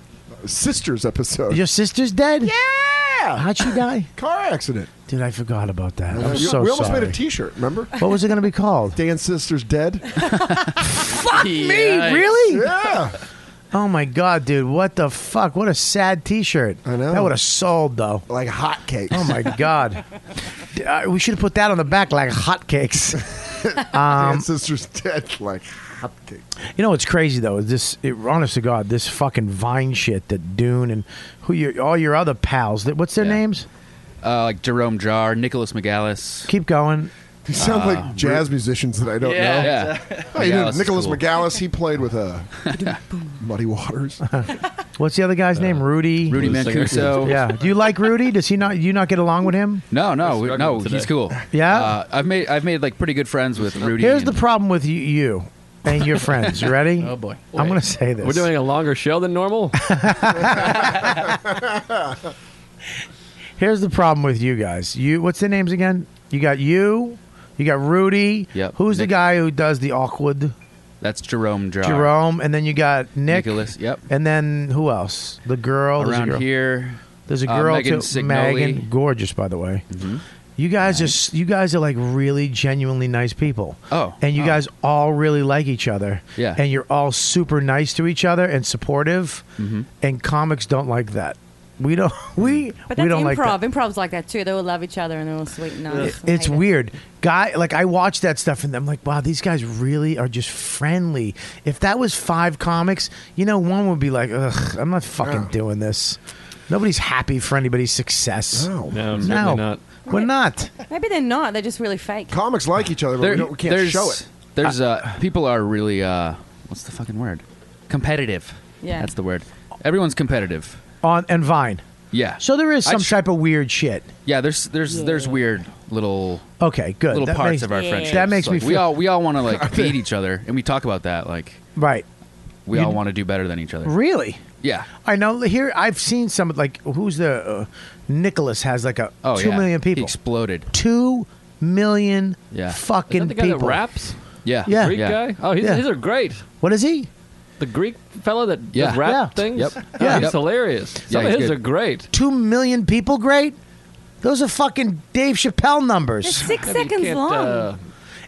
Speaker 5: Sisters episode.
Speaker 2: Your sister's dead.
Speaker 5: Yeah.
Speaker 2: How'd she die?
Speaker 5: Car accident.
Speaker 2: Dude, I forgot about that.
Speaker 5: Uh,
Speaker 2: I'm
Speaker 5: you-
Speaker 2: so
Speaker 5: we almost
Speaker 2: sorry.
Speaker 5: made a T-shirt. Remember?
Speaker 2: What was it going to be called?
Speaker 5: Dan's sister's dead.
Speaker 2: Fuck me, really?
Speaker 5: Yeah.
Speaker 2: Oh my god, dude! What the fuck? What a sad T-shirt. I know. That would have sold though.
Speaker 5: Like hotcakes.
Speaker 2: Oh my god. D- uh, we should have put that on the back like hotcakes. Um,
Speaker 5: Dan's sister's dead. Like hotcakes.
Speaker 2: You know what's crazy though is this. It, honest to God, this fucking Vine shit that Dune and who your all your other pals. That what's their names?
Speaker 12: uh, like Jerome Jarre, Nicholas Megalis.
Speaker 2: Keep going.
Speaker 5: He sounds like jazz musicians that I don't know.
Speaker 12: Uh, Yeah.
Speaker 5: Oh, you know,
Speaker 12: Megalis is
Speaker 5: Nicholas
Speaker 12: cool.
Speaker 5: Megalis, he played with uh, Muddy Waters.
Speaker 2: What's the other guy's name? Rudy.
Speaker 12: Rudy The singer. Mancuso.
Speaker 2: Yeah. Do you like Rudy? Does he not? Do you not get along with him?
Speaker 12: No, no, we- no.
Speaker 2: today.
Speaker 12: He's cool.
Speaker 2: Yeah?
Speaker 12: uh, I've made I've made like pretty good friends with Rudy.
Speaker 2: Here's
Speaker 12: and-
Speaker 2: the problem with you, you and your friends. You ready?
Speaker 12: Oh, boy.
Speaker 2: I'm going to say this.
Speaker 7: We're doing a longer show than normal.
Speaker 2: Here's the problem with you guys. You. What's the names again? You got you. You got Rudy.
Speaker 12: Yep.
Speaker 2: Who's the
Speaker 12: Nick.
Speaker 2: guy who does the awkward?
Speaker 12: that's Jerome Jarre.
Speaker 2: Jerome, and then you got Nick.
Speaker 12: Nicholas. Yep.
Speaker 2: And then who else? The girl. There's a
Speaker 12: Around
Speaker 2: girl.
Speaker 12: here.
Speaker 2: There's a
Speaker 12: uh,
Speaker 2: girl
Speaker 12: Megan
Speaker 2: too.
Speaker 12: Signoli. Mm-hmm.
Speaker 2: Megan, gorgeous by the way. You guys are you guys are like really genuinely nice people.
Speaker 12: Oh,
Speaker 2: and you guys all really like each other.
Speaker 12: Yeah.
Speaker 2: and you're all super nice to each other and supportive.
Speaker 12: Mhm.
Speaker 2: And comics don't like that. We don't. We
Speaker 13: But
Speaker 2: we
Speaker 13: that's
Speaker 2: don't
Speaker 13: improv.
Speaker 2: like that.
Speaker 13: Improv's like that too. They will love each other and they will sweet and nice.
Speaker 2: It- it's weird. Guy, like I watch that stuff and I'm like, wow, these guys really are just friendly. If that was five comics, you know, one would be like, ugh, I'm not fucking doing this. Nobody's happy for anybody's success. No,
Speaker 7: No, certainly not.
Speaker 2: We're not.
Speaker 13: Maybe they're not. They're just really fake.
Speaker 5: Comics like each other, but
Speaker 12: There-
Speaker 5: we, don't, we can't
Speaker 12: there's-
Speaker 5: show it.
Speaker 12: There's uh, people are really uh, what's the fucking word? Competitive.
Speaker 2: Yeah.
Speaker 12: That's the word. Everyone's competitive.
Speaker 2: On and Vine.
Speaker 12: Yeah.
Speaker 2: So there is
Speaker 12: I
Speaker 2: some
Speaker 12: tr-
Speaker 2: type of weird shit.
Speaker 12: Yeah, there's there's there's weird little
Speaker 2: Okay, good.
Speaker 12: little
Speaker 2: That
Speaker 12: parts
Speaker 2: makes-
Speaker 12: of our friendship.
Speaker 2: That makes me
Speaker 12: we
Speaker 2: feel-
Speaker 12: all we all want to like beat each other, and we talk about that. Like
Speaker 2: Right.
Speaker 12: we
Speaker 2: You-
Speaker 12: all want to do better than each other.
Speaker 2: Really?
Speaker 12: Yeah.
Speaker 2: I know. Here, I've seen some like who's the uh, Nicholas has like a two
Speaker 12: Oh
Speaker 2: million
Speaker 12: yeah. He
Speaker 2: people.
Speaker 12: exploded.
Speaker 2: two million
Speaker 12: Yeah.
Speaker 2: fucking
Speaker 7: Is that the guy
Speaker 2: people.
Speaker 7: that raps?
Speaker 12: Yeah.
Speaker 2: Yeah.
Speaker 7: Greek
Speaker 2: Yeah.
Speaker 7: guy? Oh, he's,
Speaker 2: Yeah.
Speaker 7: his are great.
Speaker 2: What is he?
Speaker 7: The Greek fella that does
Speaker 12: Yeah.
Speaker 7: rap
Speaker 12: Yeah.
Speaker 7: things?
Speaker 12: Yep.
Speaker 7: Oh,
Speaker 12: Yeah.
Speaker 7: he's
Speaker 12: Yep.
Speaker 7: hilarious. Some
Speaker 12: Yeah,
Speaker 7: of
Speaker 12: he's
Speaker 7: his
Speaker 12: good.
Speaker 7: are great.
Speaker 2: Two million people great? Those are fucking Dave Chappelle numbers.
Speaker 13: It's six Yeah, but you seconds can't, long. uh,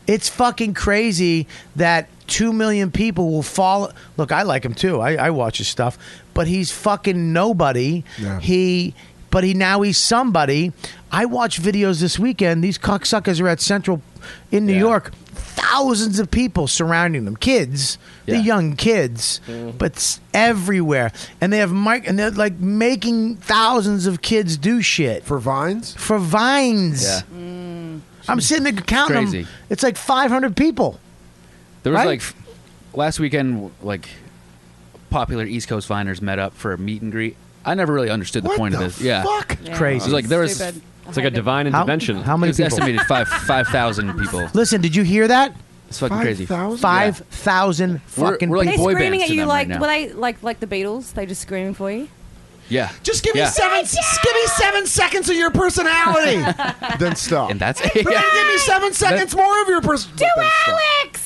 Speaker 2: It's fucking crazy that two million people will follow. Look, I like him too. I, I watch his stuff, but he's fucking nobody.
Speaker 5: Yeah.
Speaker 2: He. But he now he's somebody. I watch videos this weekend. These cocksuckers are at Central in New York. Thousands of people surrounding them, kids, the young kids,
Speaker 5: Mm-hmm.
Speaker 2: but s- everywhere, and they have mic, and they're like making thousands of kids do shit
Speaker 5: for vines.
Speaker 2: For vines,
Speaker 12: Yeah.
Speaker 2: I'm sitting there counting
Speaker 12: Crazy.
Speaker 2: them. It's like 500 people.
Speaker 12: There was
Speaker 2: Right?
Speaker 12: like f- last weekend, like popular East Coast viners met up for a meet and greet. I never really understood the
Speaker 7: What
Speaker 12: point
Speaker 7: the
Speaker 12: of this. Yeah,
Speaker 7: fuck? It's
Speaker 12: It
Speaker 2: crazy.
Speaker 12: was like there was.
Speaker 7: Stupid. It's like a divine
Speaker 2: How-
Speaker 7: intervention.
Speaker 2: how many
Speaker 12: it was
Speaker 2: people?
Speaker 12: Estimated five five thousand people.
Speaker 2: Listen, did you hear that?
Speaker 12: It's fucking crazy. 5,000?
Speaker 2: Five thousand
Speaker 12: We're-
Speaker 2: fucking
Speaker 12: we're like
Speaker 13: They're
Speaker 2: people.
Speaker 12: boy bands
Speaker 13: screaming at
Speaker 12: to
Speaker 13: you
Speaker 12: them
Speaker 13: like
Speaker 12: right now.
Speaker 13: were they like like the Beatles? They just screaming for you.
Speaker 12: Yeah,
Speaker 16: Just give
Speaker 12: Yeah.
Speaker 16: me seven. s- Give me seven seconds of your personality.
Speaker 5: then stop.
Speaker 12: And that's
Speaker 16: Give me seven seconds more of your personality. Do
Speaker 13: Alex.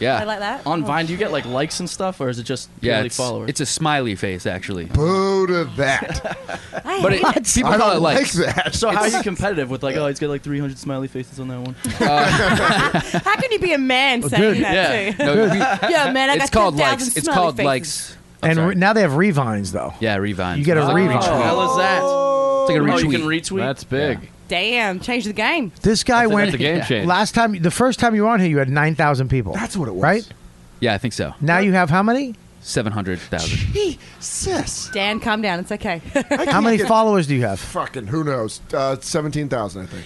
Speaker 12: Yeah.
Speaker 13: I like that. Oh,
Speaker 17: On Vine, do you get like likes and stuff, or is it just
Speaker 12: yeah,
Speaker 17: purely
Speaker 12: it's,
Speaker 17: followers?
Speaker 12: it's a smiley face actually.
Speaker 5: Boo to that.
Speaker 12: but it,
Speaker 17: What?
Speaker 12: people
Speaker 17: I
Speaker 12: call
Speaker 17: don't
Speaker 12: it
Speaker 17: like
Speaker 12: likes.
Speaker 5: that.
Speaker 17: So how are
Speaker 12: It's-
Speaker 17: you competitive with like, oh, he's got like 300 smiley faces on that one?
Speaker 12: Uh,
Speaker 13: How can you be a man
Speaker 2: Oh,
Speaker 17: Well,
Speaker 13: saying
Speaker 17: dude,
Speaker 13: that
Speaker 17: yeah.
Speaker 13: too?
Speaker 17: No,
Speaker 13: yeah, man. I
Speaker 12: it's
Speaker 13: got
Speaker 12: called
Speaker 13: 10,000
Speaker 12: likes. It's
Speaker 13: smiley
Speaker 12: called
Speaker 13: faces.
Speaker 12: likes.
Speaker 2: And re- now they have revines though.
Speaker 12: Yeah, revines.
Speaker 2: You get a
Speaker 12: It's like oh,
Speaker 2: revine.
Speaker 12: retweet.
Speaker 17: How is that?
Speaker 12: It's like a
Speaker 17: Oh,
Speaker 12: retweet.
Speaker 17: you can retweet.
Speaker 7: That's big.
Speaker 13: Damn, change the game.
Speaker 2: This guy
Speaker 12: That's a-
Speaker 2: went
Speaker 12: that's a game change.
Speaker 2: last time. The first time you were on here, you had 9,000 people. That's what it was. Right
Speaker 12: Yeah, I think so.
Speaker 2: now you have how many?
Speaker 12: Seven hundred thousand.
Speaker 13: He sis. Dan, calm down. It's okay.
Speaker 2: How many followers do you have?
Speaker 5: Fucking who knows? Uh, Seventeen thousand, I think.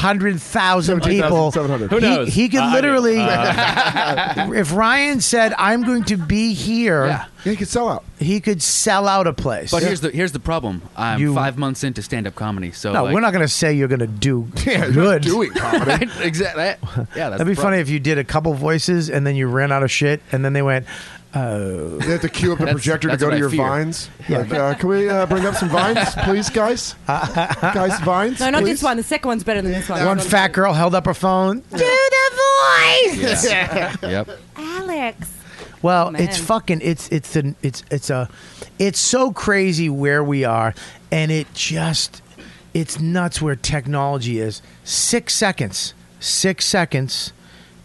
Speaker 2: 700,000 people.
Speaker 5: 700,000.
Speaker 2: He-
Speaker 5: Who knows?
Speaker 2: He, could
Speaker 5: I do.
Speaker 2: literally,
Speaker 5: Uh.
Speaker 2: if Ryan said, I'm going to be here,
Speaker 5: he could sell out.
Speaker 2: He could sell out a place.
Speaker 12: But here's the here's the problem. I'm
Speaker 2: You-
Speaker 12: five months into stand up comedy, so
Speaker 2: no,
Speaker 12: like,
Speaker 2: we're not going to say you're going to do
Speaker 12: Yeah,
Speaker 2: good.
Speaker 12: doing comedy. exactly. Yeah, that's
Speaker 2: That'd
Speaker 12: the
Speaker 2: be funny
Speaker 12: problem.
Speaker 2: if you did a couple voices and then you ran out of shit and then they went, oh.
Speaker 5: They have to queue up the projector to go to your vines.
Speaker 2: Yeah.
Speaker 5: Like, uh, can we uh, bring up some vines, please, guys? guys, vines.
Speaker 13: No, not
Speaker 5: please?
Speaker 13: this one. The second one's better than this one.
Speaker 2: One fat girl held up her phone.
Speaker 13: Do the voice.
Speaker 2: Yeah.
Speaker 12: Yep.
Speaker 13: Alex.
Speaker 2: Well,
Speaker 13: Oh, man.
Speaker 2: it's fucking it's it's an it's it's a it's so crazy where we are, and it just it's nuts where technology is. Six seconds, six seconds,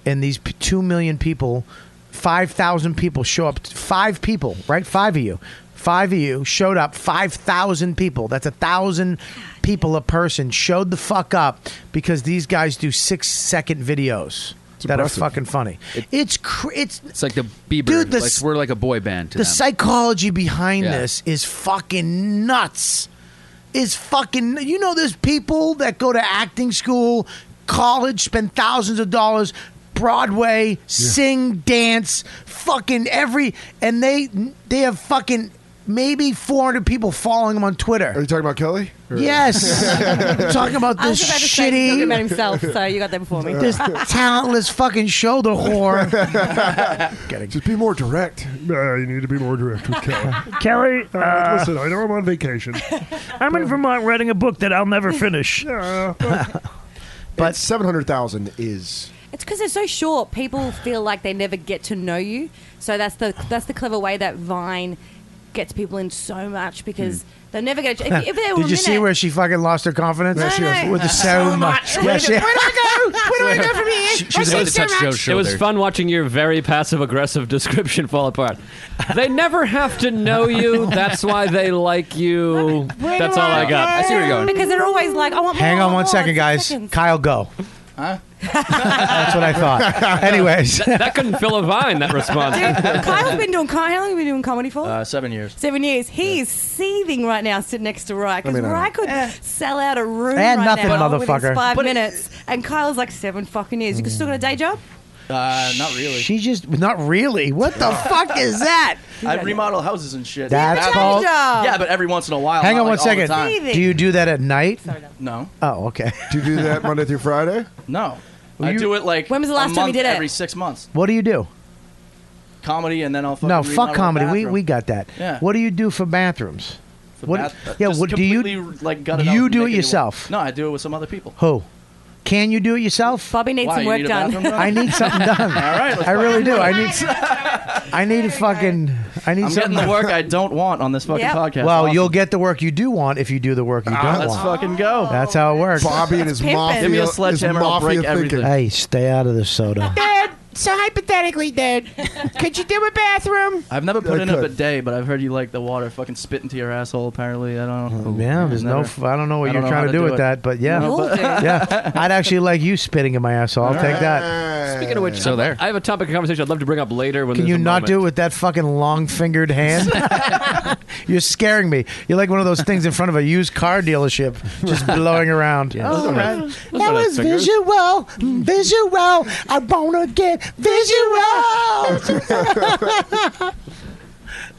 Speaker 2: and these p- two million people, five thousand people show up. Five people, right? Five of you, five of you showed up. Five thousand people. That's a thousand people a person showed the fuck up because these guys do six second videos. that
Speaker 12: impressive.
Speaker 2: are fucking funny. it's cr- it's
Speaker 12: It's like the Bieber.
Speaker 2: Dude, the
Speaker 12: like,
Speaker 2: s-
Speaker 12: we're like a boy band. To
Speaker 2: the
Speaker 12: them.
Speaker 2: psychology behind
Speaker 12: Yeah.
Speaker 2: this is fucking nuts. is fucking. You know, there's people that go to acting school, college, spend thousands of dollars. Broadway, sing, dance, fucking every, and they they have fucking maybe 400 people following him on Twitter. Are
Speaker 5: you talking about Kelly?
Speaker 2: Yes, I'm talking about
Speaker 13: I was
Speaker 2: this
Speaker 13: about to say, he's
Speaker 2: shitty.
Speaker 13: talking about himself, so you got that before me.
Speaker 2: This talentless fucking shoulder whore.
Speaker 5: Just be more direct.
Speaker 15: Uh, you need to be more direct with Kelly.
Speaker 18: Kelly,
Speaker 15: Uh,
Speaker 18: uh,
Speaker 15: listen, I know I'm on vacation.
Speaker 18: I'm in Vermont writing a book that I'll never finish.
Speaker 5: But seven hundred thousand is
Speaker 13: It's because they're so short. People feel like they never get to know you. So that's the that's the clever way that Vine gets people in so much because they never get. A, if, if they were
Speaker 2: Hmm. Did
Speaker 13: a
Speaker 2: you see
Speaker 13: minute-
Speaker 2: where she fucking lost her confidence?
Speaker 13: No, no.
Speaker 2: With the so, much. Yeah, she-
Speaker 13: I go? Where do I go from here?
Speaker 7: She was about to touch Joe's It was
Speaker 12: shoulder.
Speaker 7: fun watching your very passive aggressive description fall apart. They never have to know you. That's why they like you. That's all I got.
Speaker 13: Because they're always like, I want more.
Speaker 2: Hang on one second, guys. Kyle, go. That's what I thought. Anyways,
Speaker 7: that, that couldn't fill a vine. That response.
Speaker 13: Kyle's been doing. co- How long have you been doing comedy for?
Speaker 17: Uh, seven years.
Speaker 13: Seven years. He is seething right now, sitting next to Rye, because
Speaker 17: I mean, I-
Speaker 13: Rye could sell out a room
Speaker 17: And
Speaker 13: right
Speaker 17: nothing,
Speaker 13: now within
Speaker 17: motherfucker.
Speaker 13: five
Speaker 17: But it-
Speaker 13: minutes. and Kyle's like seven fucking years. You still got a day job?
Speaker 17: Uh, not really.
Speaker 2: She just not really. What the fuck is that?
Speaker 17: I remodel houses and shit.
Speaker 2: That's That's called- called-
Speaker 17: Yeah, but every once in a while.
Speaker 2: Hang
Speaker 17: not
Speaker 2: on one
Speaker 17: like all the
Speaker 2: second.
Speaker 17: time.
Speaker 2: Do you do that at night?
Speaker 17: No.
Speaker 2: Oh, okay.
Speaker 5: Do you do that Monday through Friday?
Speaker 17: No.
Speaker 2: Well,
Speaker 17: I
Speaker 2: you-
Speaker 17: do it like
Speaker 13: When was the
Speaker 17: a
Speaker 13: last time you
Speaker 17: month
Speaker 13: did it?
Speaker 17: Every six months.
Speaker 2: What do you do?
Speaker 17: Comedy and then I'll fucking
Speaker 2: No,
Speaker 17: remodel
Speaker 2: fuck
Speaker 17: the
Speaker 2: comedy. We
Speaker 17: bathroom.
Speaker 2: we got that.
Speaker 17: Yeah.
Speaker 2: What do you do for bathrooms? what?
Speaker 17: bath-
Speaker 2: yeah.
Speaker 17: just
Speaker 2: What do you?
Speaker 17: completely, like gut it
Speaker 2: you
Speaker 17: out and
Speaker 2: do
Speaker 17: make
Speaker 2: it
Speaker 17: new one.
Speaker 2: yourself?
Speaker 17: No, I do it with some other people.
Speaker 2: Who? Can you do it yourself?
Speaker 13: Bobby needs
Speaker 17: Why, some you work need a done. bathroom done?
Speaker 2: I need something done.
Speaker 17: All right, let's
Speaker 2: I
Speaker 17: fucking
Speaker 2: really do.
Speaker 17: do it.
Speaker 2: I need. s- I need a fucking. I need
Speaker 17: I'm
Speaker 2: something.
Speaker 17: getting the work I don't want on this fucking
Speaker 2: Yep.
Speaker 17: podcast.
Speaker 2: Well,
Speaker 17: Awesome.
Speaker 2: you'll get the work you do want if you do the work you
Speaker 17: Ah,
Speaker 2: don't
Speaker 17: let's
Speaker 2: want.
Speaker 17: fucking go.
Speaker 2: That's how it works.
Speaker 5: Bobby and his That's pimping. mafia- Give me a his sledgehammer, I'll mafia break thinking. everything.
Speaker 2: Hey, stay out of the soda.
Speaker 16: Dad, so hypothetically, Dad, could you do a bathroom?
Speaker 17: I've never put
Speaker 2: I
Speaker 17: in a
Speaker 2: could.
Speaker 17: bidet, but I've heard you like the water fucking spit into your asshole. Apparently, I don't.
Speaker 2: Uh, Yeah, there's no.
Speaker 17: Never.
Speaker 2: F- I don't know what
Speaker 17: I
Speaker 2: you're
Speaker 17: don't
Speaker 2: trying
Speaker 17: how
Speaker 2: to do with
Speaker 17: it.
Speaker 2: that, but yeah,
Speaker 17: No, but-
Speaker 2: yeah. I'd actually like you spitting in my ass, so I'll take that.
Speaker 7: Speaking of which, so there. I have a topic of conversation I'd love to bring up later. When
Speaker 2: Can you not do it with that fucking long-fingered hand? You're scaring me. You're like one of those things in front of a used car dealership, just blowing around.
Speaker 16: those
Speaker 2: All
Speaker 16: don't
Speaker 2: right.
Speaker 16: have- those
Speaker 2: Oh, That
Speaker 16: don't have
Speaker 2: was
Speaker 16: fingers.
Speaker 2: visual, visual. I wanna get visual.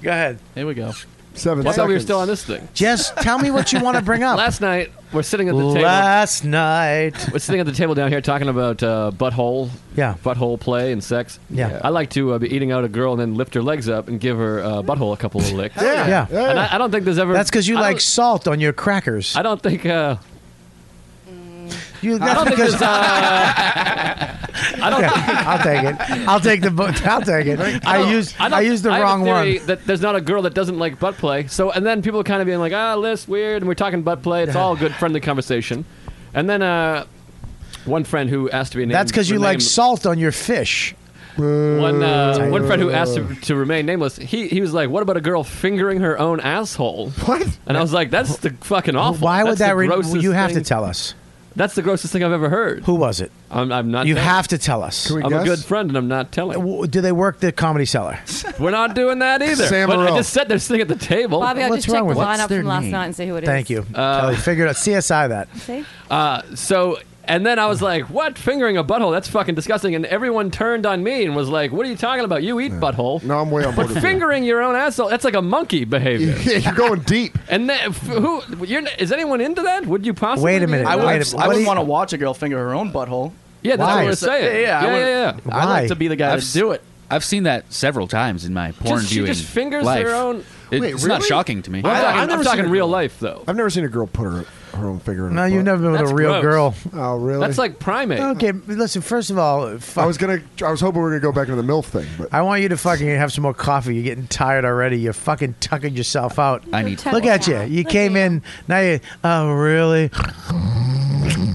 Speaker 2: Go ahead.
Speaker 7: Here we go.
Speaker 5: Seven.
Speaker 7: I thought we were
Speaker 2: seconds.
Speaker 7: still on this thing.
Speaker 2: Just tell me what you want to bring up.
Speaker 7: Last night we're sitting at the table.
Speaker 2: Last night
Speaker 7: we're sitting at the table down here talking about uh, butthole.
Speaker 2: Yeah.
Speaker 7: Butthole play and sex.
Speaker 2: Yeah.
Speaker 7: I like to uh, be eating out a girl and then lift her legs up and give her uh, butthole a couple of licks.
Speaker 2: Yeah. Yeah. Yeah.
Speaker 7: And I, I don't think there's ever.
Speaker 2: That's because you
Speaker 7: I
Speaker 2: like
Speaker 7: don't-
Speaker 2: salt on your crackers.
Speaker 7: I don't think. Uh,
Speaker 2: You,
Speaker 7: I don't
Speaker 2: that's
Speaker 7: think
Speaker 2: because
Speaker 7: there's. Uh, I don't.
Speaker 2: Okay, I'll take it. I'll take the book. I'll take it. I used I, used the
Speaker 7: I have a
Speaker 2: wrong
Speaker 7: theory
Speaker 2: one.
Speaker 7: That there's not a girl that doesn't like butt play. So and then people kind of being like, ah, Liz, weird, and we're talking butt play. It's all good, friendly conversation. And then uh, one friend who asked to be named.
Speaker 2: That's because you like
Speaker 7: renamed-
Speaker 2: salt on your fish.
Speaker 7: One uh, one friend who asked to, to remain nameless. He he was like, what about a girl fingering her own asshole? What? And I was like, that's the fucking awful.
Speaker 2: Why would
Speaker 7: That's
Speaker 2: that?
Speaker 7: The
Speaker 2: Re-
Speaker 7: grossest
Speaker 2: you have
Speaker 7: thing.
Speaker 2: to tell us.
Speaker 7: That's the grossest thing I've ever heard.
Speaker 2: Who was it?
Speaker 7: I'm, I'm not.
Speaker 2: You
Speaker 7: telling.
Speaker 2: have to tell us.
Speaker 7: I'm a good friend, and I'm not telling.
Speaker 2: W- Do they work the comedy cellar?
Speaker 7: We're not doing that either.
Speaker 2: Sam
Speaker 7: but
Speaker 2: Morril.
Speaker 7: I just said they're sitting at the table.
Speaker 13: Bobby, I'll
Speaker 2: Oh, What's
Speaker 13: just check
Speaker 2: wrong
Speaker 13: the
Speaker 2: with it?
Speaker 13: lineup
Speaker 2: What's their
Speaker 13: from last
Speaker 2: name?
Speaker 13: night and see who it is.
Speaker 2: Thank you. Kelly, figure it out. CSI that.
Speaker 13: See?
Speaker 7: Uh, so, and then I was like, "What? Fingering a butthole? That's fucking disgusting!" And everyone turned on me and was like, "What are you talking about? You eat butthole." No,
Speaker 5: I'm way on
Speaker 7: But
Speaker 5: board with you.
Speaker 7: fingering your own asshole—that's like a monkey behavior.
Speaker 5: Yeah, you're going deep.
Speaker 7: And then, f- who? You're, is anyone into that? Would you possibly?
Speaker 2: Wait a
Speaker 7: be
Speaker 2: minute,
Speaker 7: into
Speaker 17: I
Speaker 7: that?
Speaker 17: would. I would want to watch a girl finger her own butthole.
Speaker 7: Yeah, that's
Speaker 12: Why?
Speaker 7: what I was saying.
Speaker 17: Yeah, yeah,
Speaker 7: yeah,
Speaker 17: I would-
Speaker 7: yeah, yeah.
Speaker 17: I like to be the guy
Speaker 12: I've
Speaker 17: to
Speaker 12: s-
Speaker 17: do it.
Speaker 12: I've seen that several times in my porn
Speaker 7: Just- she
Speaker 12: viewing.
Speaker 7: just fingers
Speaker 12: life.
Speaker 7: her own-
Speaker 12: It-
Speaker 7: Wait,
Speaker 12: it's not
Speaker 7: really?
Speaker 12: shocking to me.
Speaker 7: I'm talking- I'm talking real life though.
Speaker 5: I've never seen a girl put her, her own finger in
Speaker 2: No,
Speaker 5: her
Speaker 2: you've
Speaker 5: butt.
Speaker 2: never been with
Speaker 5: That's
Speaker 2: a real
Speaker 5: gross.
Speaker 2: girl. Oh,
Speaker 5: Oh, really?
Speaker 7: That's like primate.
Speaker 2: Okay, listen. First of all, fuck,
Speaker 5: I was gonna. I was hoping we were gonna go back into the milf thing, but
Speaker 2: I want you to fucking have some more coffee. You're getting tired already. You're fucking tucking yourself out.
Speaker 12: I need
Speaker 2: Look
Speaker 12: coffee.
Speaker 2: at you. You came in. Now you. Oh, really?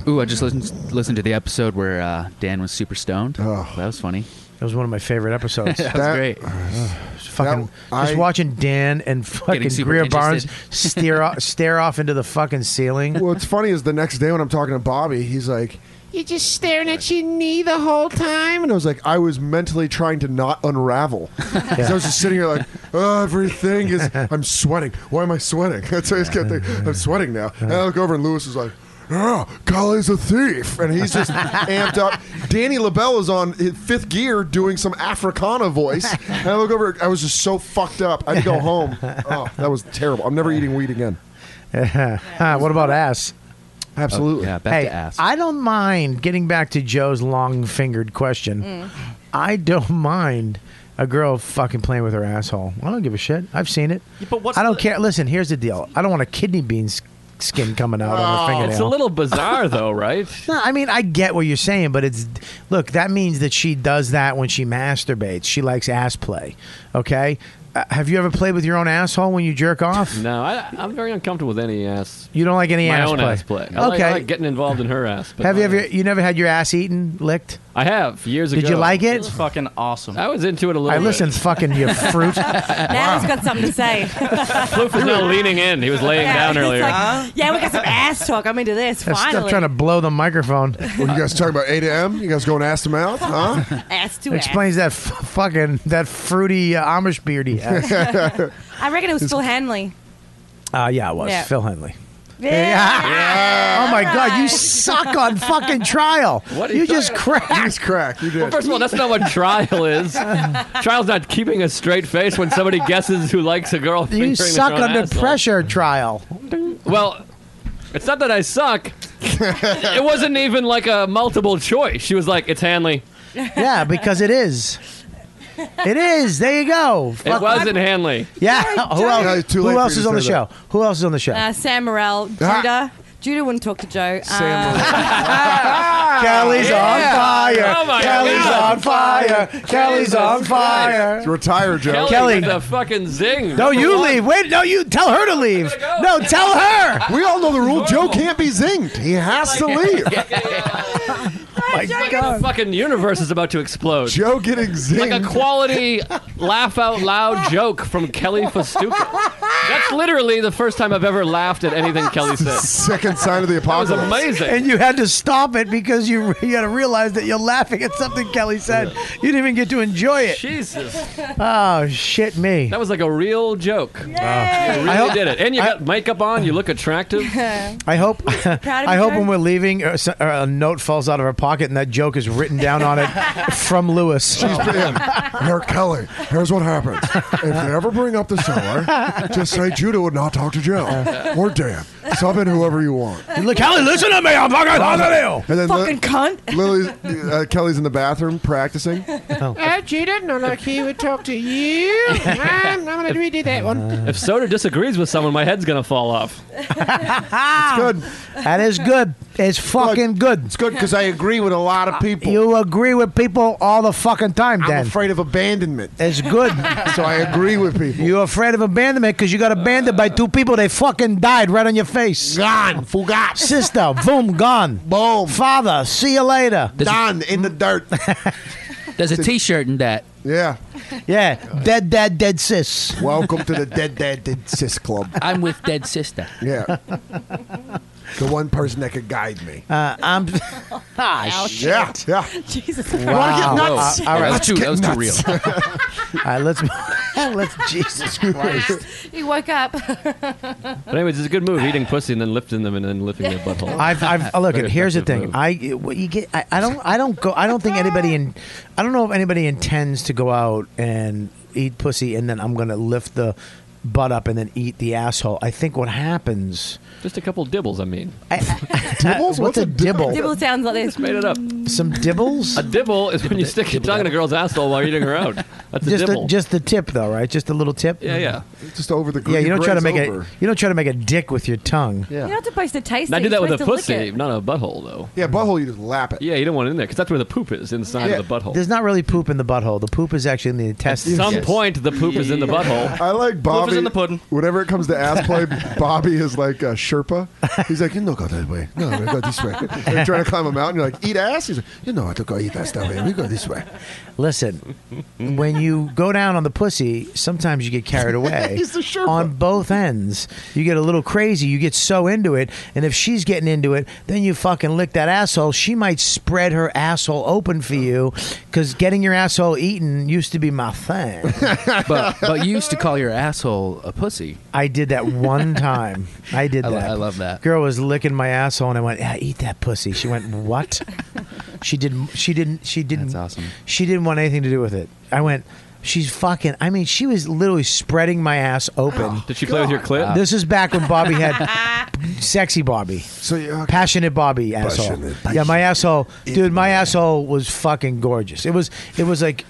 Speaker 12: Ooh, I just listened listened to the episode where
Speaker 2: Oh.
Speaker 12: uh, Dan was super stoned. That was funny.
Speaker 2: That was one of my favorite episodes.
Speaker 12: that was
Speaker 2: That-
Speaker 12: great.
Speaker 2: fucking
Speaker 5: That-
Speaker 2: just
Speaker 5: I-
Speaker 2: watching Dan and fucking
Speaker 5: super
Speaker 2: Greer Barnes
Speaker 5: interested.
Speaker 2: stare off, stare off into the fucking ceiling.
Speaker 5: What's funny is the next day when I'm talking to Bobby, he's like,
Speaker 16: You're just staring at your knee the whole time.
Speaker 5: and I was like, I was mentally trying to not unravel. 'Cause I was just sitting here like, oh, everything is, I'm sweating. Why am I sweating? That's what I just kept thinking. I'm sweating now. And I look over and Lewis is like, oh, Kali's a thief. And he's just amped up. Danny LaBelle is on his fifth gear doing some Africana voice. And I look over, I was just so fucked up. I had to go home. Oh, that was terrible. I'm never eating weed again.
Speaker 2: what about ass?
Speaker 5: Absolutely.
Speaker 12: Oh, yeah, back
Speaker 2: hey,
Speaker 12: to ass.
Speaker 2: I don't mind getting back to Joe's long-fingered question. I don't mind a girl fucking playing with her asshole. I don't give a shit. I've seen it. but what's I don't care. Listen, here's the deal. I don't want a kidney bean s- skin coming out on her fingernail.
Speaker 7: It's a little bizarre, though, right?
Speaker 2: No, I mean I get what you're saying, but it's look that means that she does that when she masturbates. She likes ass play. Okay, uh, have you ever played with your own asshole when you jerk off?
Speaker 7: No, I, I'm very uncomfortable with any ass.
Speaker 2: You don't like any
Speaker 7: my
Speaker 2: ass
Speaker 7: own
Speaker 2: play.
Speaker 7: ass play. I
Speaker 2: Okay,
Speaker 7: like- I like getting involved in her ass. But
Speaker 2: have you
Speaker 7: not-
Speaker 2: ever you never had your ass eaten licked?
Speaker 7: I have years
Speaker 2: Did
Speaker 7: ago.
Speaker 2: you like it? It was
Speaker 7: fucking awesome. I was into it a little.
Speaker 2: I
Speaker 7: bit.
Speaker 2: listened, fucking you Ah. fruit.
Speaker 13: Now he's got something to say.
Speaker 7: Floof was now leaning in. He was laying
Speaker 13: it's
Speaker 7: down earlier.
Speaker 13: like, yeah, we got some ass talk. I'm into this.
Speaker 2: I'm
Speaker 13: Finally,
Speaker 2: trying to blow the microphone.
Speaker 5: What, you guys talking about A to M? You guys going ass to mouth? Huh?
Speaker 13: ass to
Speaker 2: Explains that f- fucking that fruity uh, Amish beard he has.
Speaker 13: ass. I reckon it was Phil Hanley.
Speaker 2: uh, yeah, it was
Speaker 13: Yeah.
Speaker 2: Phil Henley.
Speaker 13: Yeah.
Speaker 2: Oh my god, you suck on fucking trial.
Speaker 7: What are
Speaker 2: you
Speaker 7: you
Speaker 2: just
Speaker 7: talking
Speaker 2: cracked. You
Speaker 5: just cracked. You did.
Speaker 7: Well, first of all, that's not what trial is. Trial's not keeping a straight face when somebody guesses who likes a girl.
Speaker 2: You
Speaker 7: fingering their
Speaker 2: suck
Speaker 7: own
Speaker 2: under
Speaker 7: asshole.
Speaker 2: pressure trial.
Speaker 7: Well, it's not that I suck. it wasn't even like a multiple choice. She was like, "It's Hanley."
Speaker 2: Yeah, because it is. It is. There you go.
Speaker 7: It
Speaker 2: Fuck-
Speaker 7: wasn't Hanley.
Speaker 2: Yeah. Who
Speaker 5: Joe. No,
Speaker 2: else?
Speaker 5: it's too late
Speaker 2: who
Speaker 5: for
Speaker 2: else
Speaker 5: you
Speaker 2: is
Speaker 5: to
Speaker 2: on the
Speaker 5: say
Speaker 2: show?
Speaker 5: that.
Speaker 2: Who else is on the show?
Speaker 13: Uh, Sam Morrell,
Speaker 2: Ah.
Speaker 13: Judah. Judah wouldn't talk to Joe. Uh,
Speaker 5: Sam
Speaker 2: Kelly's
Speaker 13: Yeah.
Speaker 2: on fire.
Speaker 13: Oh my
Speaker 2: Kelly's
Speaker 13: God.
Speaker 2: on fire. Kelly's on fire.
Speaker 5: Retire, Joe.
Speaker 2: Kelly.
Speaker 7: the fucking zing.
Speaker 2: No,
Speaker 7: Number
Speaker 2: you
Speaker 7: one.
Speaker 2: leave. Wait, no, you tell her to leave. No, tell her.
Speaker 5: We all know the rule. Joe can't be zinged. He has to leave.
Speaker 7: My God. The fucking universe is about to explode.
Speaker 5: Joe getting zinged.
Speaker 7: Like a quality laugh out loud joke from Kelly Festuca. That's literally the first time I've ever laughed at anything Kelly said.
Speaker 5: Second sign of the apocalypse.
Speaker 7: amazing.
Speaker 2: And you had to stop it because you you had to realize that you're laughing at something Kelly said. You didn't even get to enjoy it.
Speaker 7: Jesus.
Speaker 2: Oh shit, me.
Speaker 7: That was like a real joke. You really
Speaker 2: I hope-
Speaker 7: did it. And you got makeup on, you look attractive.
Speaker 2: I hope.
Speaker 7: of
Speaker 2: I
Speaker 7: you,
Speaker 2: hope
Speaker 7: Joe.
Speaker 2: when we're leaving, or so- or a note falls out of her pocket, and that joke is written down on it from Lewis.
Speaker 5: She's been Her Kelly. Here's what happens. If you ever bring up the seller, just say Judah would not talk to Joe or Dan. Sub in whoever you want.
Speaker 2: Look, Kelly, listen to me. I'm fucking talking to
Speaker 5: And then
Speaker 13: Fucking cunt.
Speaker 5: Lily's, uh, Kelly's in the bathroom practicing.
Speaker 16: Oh, Judah, not like he would talk to you. I'm, I'm going to redo that one.
Speaker 7: If Soda disagrees with someone, my head's gonna fall off.
Speaker 2: it's
Speaker 5: good.
Speaker 2: That is good. It's fucking good.
Speaker 5: It's good because I agree with a lot of people.
Speaker 2: You agree with people all the fucking time,
Speaker 5: I'm
Speaker 2: Dan.
Speaker 5: afraid of abandonment.
Speaker 2: It's good.
Speaker 5: So I agree with people.
Speaker 2: You're afraid of abandonment because you got abandoned by two people. They fucking died right on your face.
Speaker 5: Gone. Forgot.
Speaker 2: Sister, boom, gone.
Speaker 5: Boom.
Speaker 2: Father, see you later.
Speaker 5: Done in the dirt.
Speaker 12: There's a T-shirt in that.
Speaker 5: Yeah.
Speaker 2: Yeah, dead, dad, dead sis.
Speaker 5: Welcome to the Dead Dad Dead Sis Club.
Speaker 12: I'm with dead sister.
Speaker 5: Yeah. the one person that could guide me.
Speaker 2: Uh, I'm.
Speaker 13: ah,
Speaker 5: Yeah. Yeah.
Speaker 13: Jesus.
Speaker 2: Wow.
Speaker 5: nuts?
Speaker 2: Uh, all right.
Speaker 12: That was too, that was too real.
Speaker 5: Nuts.
Speaker 2: all right, uh, let's Oh, let's Jesus Christ.
Speaker 13: He woke up.
Speaker 7: But anyways, it's a good move eating pussy and then lifting them and then lifting their butthole.
Speaker 2: I've, I've oh, look.
Speaker 7: Very
Speaker 2: Here's the
Speaker 7: effective
Speaker 2: thing.
Speaker 7: move.
Speaker 2: I what you get. I, I don't. I don't go. I don't think anybody in. I don't know if anybody intends to go out and eat pussy, and then I'm gonna lift the butt up and then eat the asshole. I think what happens.
Speaker 7: Just a couple dibbles, I mean.
Speaker 2: What's, a dibble?
Speaker 13: Dibble sounds like this.
Speaker 7: Made it up.
Speaker 2: Some dibbles.
Speaker 7: A dibble is when you stick your tongue in a girl's asshole while eating her out. That's a
Speaker 2: just
Speaker 7: dibble.
Speaker 2: the, just the tip though, right? Just a little tip.
Speaker 7: yeah, yeah.
Speaker 5: Just over the.
Speaker 2: Yeah, you don't try to make
Speaker 5: it.
Speaker 2: a you don't try to make a dick with your tongue.
Speaker 13: You're
Speaker 5: Yeah.
Speaker 13: not supposed to taste
Speaker 7: And I
Speaker 13: it.
Speaker 7: do that
Speaker 13: You're
Speaker 7: with a
Speaker 13: supposed to lick
Speaker 7: pussy, not a butthole, though.
Speaker 5: Yeah, butthole, you just lap it.
Speaker 7: Yeah, you don't want it in there because that's where the poop is inside
Speaker 5: Yeah.
Speaker 7: of the butthole.
Speaker 2: There's not really poop in the butthole. The poop is actually in the
Speaker 7: At
Speaker 2: intestines.
Speaker 7: some point, the poop is in the butthole.
Speaker 5: I like Bobby.
Speaker 17: is in the pudding.
Speaker 5: Whenever it comes to ass play, Bobby is like a Sherpa. He's like, you don't go that way. No, we go this way. And you're trying to climb a mountain. You're like, eat ass. He's says, you know what, to go eat that stuff. We go this way.
Speaker 2: Listen, when you go down on the pussy, sometimes you get carried away.
Speaker 5: He's the Sherpa.
Speaker 2: On both ends, you get a little crazy. You get so into it, and if she's getting into it, then you fucking lick that asshole. She might spread her asshole open for you, because getting your asshole eaten used to be my thing.
Speaker 12: but but you used to call your asshole a pussy.
Speaker 2: I did that one time. I did
Speaker 12: I
Speaker 2: that.
Speaker 12: lo- I love that.
Speaker 2: Girl was licking my asshole, and I went, yeah, "Eat that pussy." She went, "What?" she didn't. She didn't. She didn't. That's awesome. She didn't want anything to do with it. I went. She's fucking. I mean, she was literally spreading my ass open.
Speaker 7: Did she play with your clit?
Speaker 2: This is back when Bobby had sexy Bobby, so passionate Bobby asshole.
Speaker 7: Passionate.
Speaker 2: Yeah, my asshole, dude. My asshole was fucking gorgeous. It was. It was like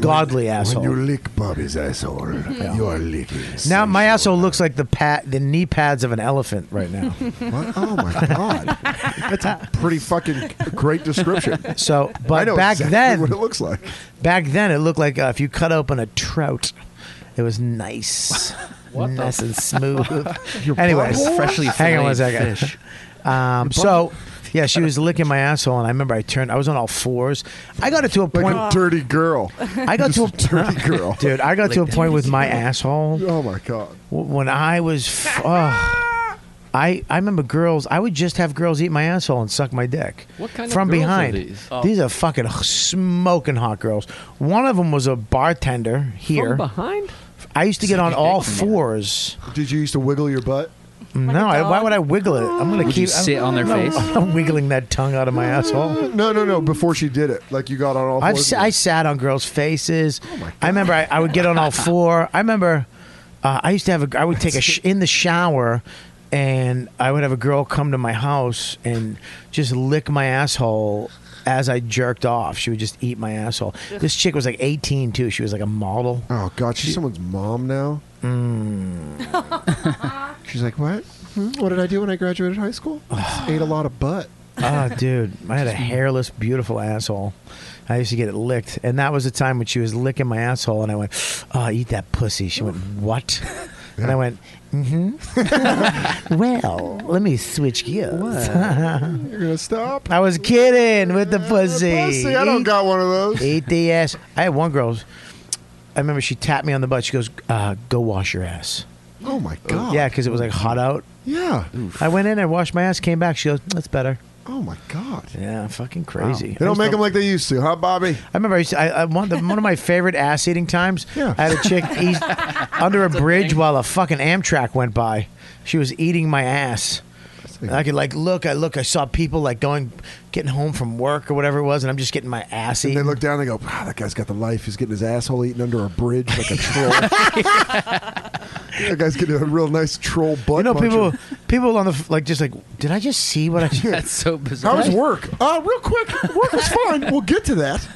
Speaker 2: godly asshole.
Speaker 5: When you lick Bobby's asshole, you are licking.
Speaker 2: Now my asshole looks like the pat the knee pads of an elephant right now.
Speaker 5: What? Oh my god, that's a pretty fucking great description.
Speaker 2: So,
Speaker 5: I
Speaker 2: but
Speaker 5: know
Speaker 2: back
Speaker 5: exactly
Speaker 2: then,
Speaker 5: what it looks like.
Speaker 2: Back then, it looked like uh, if you cut open a trout, it was nice, nice and smooth.
Speaker 12: Your
Speaker 2: Anyways,
Speaker 12: butthole? Freshly
Speaker 2: hang on one
Speaker 12: filleted
Speaker 2: second.
Speaker 12: fish.
Speaker 2: Um, so. Yeah, she was licking my asshole, and I remember I turned. I was on all fours. I got it to a
Speaker 5: Like
Speaker 2: point.
Speaker 5: a dirty girl.
Speaker 2: I got to a
Speaker 5: dirty girl.
Speaker 2: dude. I got to a
Speaker 5: Like-
Speaker 2: point with my asshole.
Speaker 5: Oh my god.
Speaker 2: W- when I was, f- oh, I I remember girls. I would just have girls eat my asshole and suck my dick.
Speaker 7: What kind of
Speaker 2: from
Speaker 7: girls are
Speaker 2: behind?
Speaker 7: these? Oh.
Speaker 2: are fucking h- smoking hot girls. One of them was a bartender here.
Speaker 7: From behind?
Speaker 2: I used to get on
Speaker 7: Suck your
Speaker 2: all
Speaker 7: dick.
Speaker 2: fours.
Speaker 5: Did you used to wiggle your butt?
Speaker 2: no, I, why would I wiggle it? I'm gonna
Speaker 12: Would
Speaker 2: keep
Speaker 12: you sit on their
Speaker 2: I'm,
Speaker 12: face?
Speaker 2: I'm wiggling that tongue out of my asshole.
Speaker 5: No, no, no. Before she did it, like you got on all.
Speaker 2: I've
Speaker 5: fours Oh
Speaker 2: s- I sat on girls' faces. I remember I, I would get on all four. I remember uh, I used to have a. I would take a sh- in the shower, and I would have a girl come to my house and just lick my asshole as I jerked off. She would just eat my asshole. This chick was like 18 too. She was like a model. Mm.
Speaker 5: Oh God, she's someone's mom now. She's like, what? Hmm? What did I do when I graduated high school? Just ate a lot of butt.
Speaker 2: Ah, dude, I had a hairless, beautiful asshole. I used to get it licked, and that was the time when she was licking my asshole, and I went, "Oh, eat that pussy." She went, "What?" And I went, "Mm-hmm." well, let me switch gears. You're
Speaker 5: gonna stop?
Speaker 2: I was kidding with the pussy.
Speaker 5: pussy, I don't got one of those.
Speaker 2: Eat the ass. I had one girl. I remember she tapped me on the butt. She goes, uh, "Go wash your ass."
Speaker 5: Oh my
Speaker 16: Uh,
Speaker 5: God.
Speaker 2: Yeah, because it was like hot out.
Speaker 5: Yeah.
Speaker 2: I went in, I washed my ass, came back. She goes, "That's better."
Speaker 5: Oh my God.
Speaker 2: Yeah, fucking crazy.
Speaker 5: They don't make them like they used to, huh, Bobby?
Speaker 2: I remember I, used to, I, I one, the, one of my favorite ass eating times. I had a chick eat under a bridge while a fucking Amtrak went by. She was eating my ass. And I could like look. I look. I saw people like going, getting home from work or whatever it was, and I'm just getting my ass
Speaker 5: And
Speaker 2: eaten.
Speaker 5: they look down. They go, "Wow, that guy's got the life. He's getting his asshole eaten under a bridge like a troll. that guy's getting a real nice troll butt.
Speaker 2: you know,
Speaker 5: punching.
Speaker 2: people, people on the f- like, just like, did I just see what I did?
Speaker 12: That's so
Speaker 5: How
Speaker 12: bizarre.
Speaker 5: was work? Uh, real quick, work was fine. We'll get to that.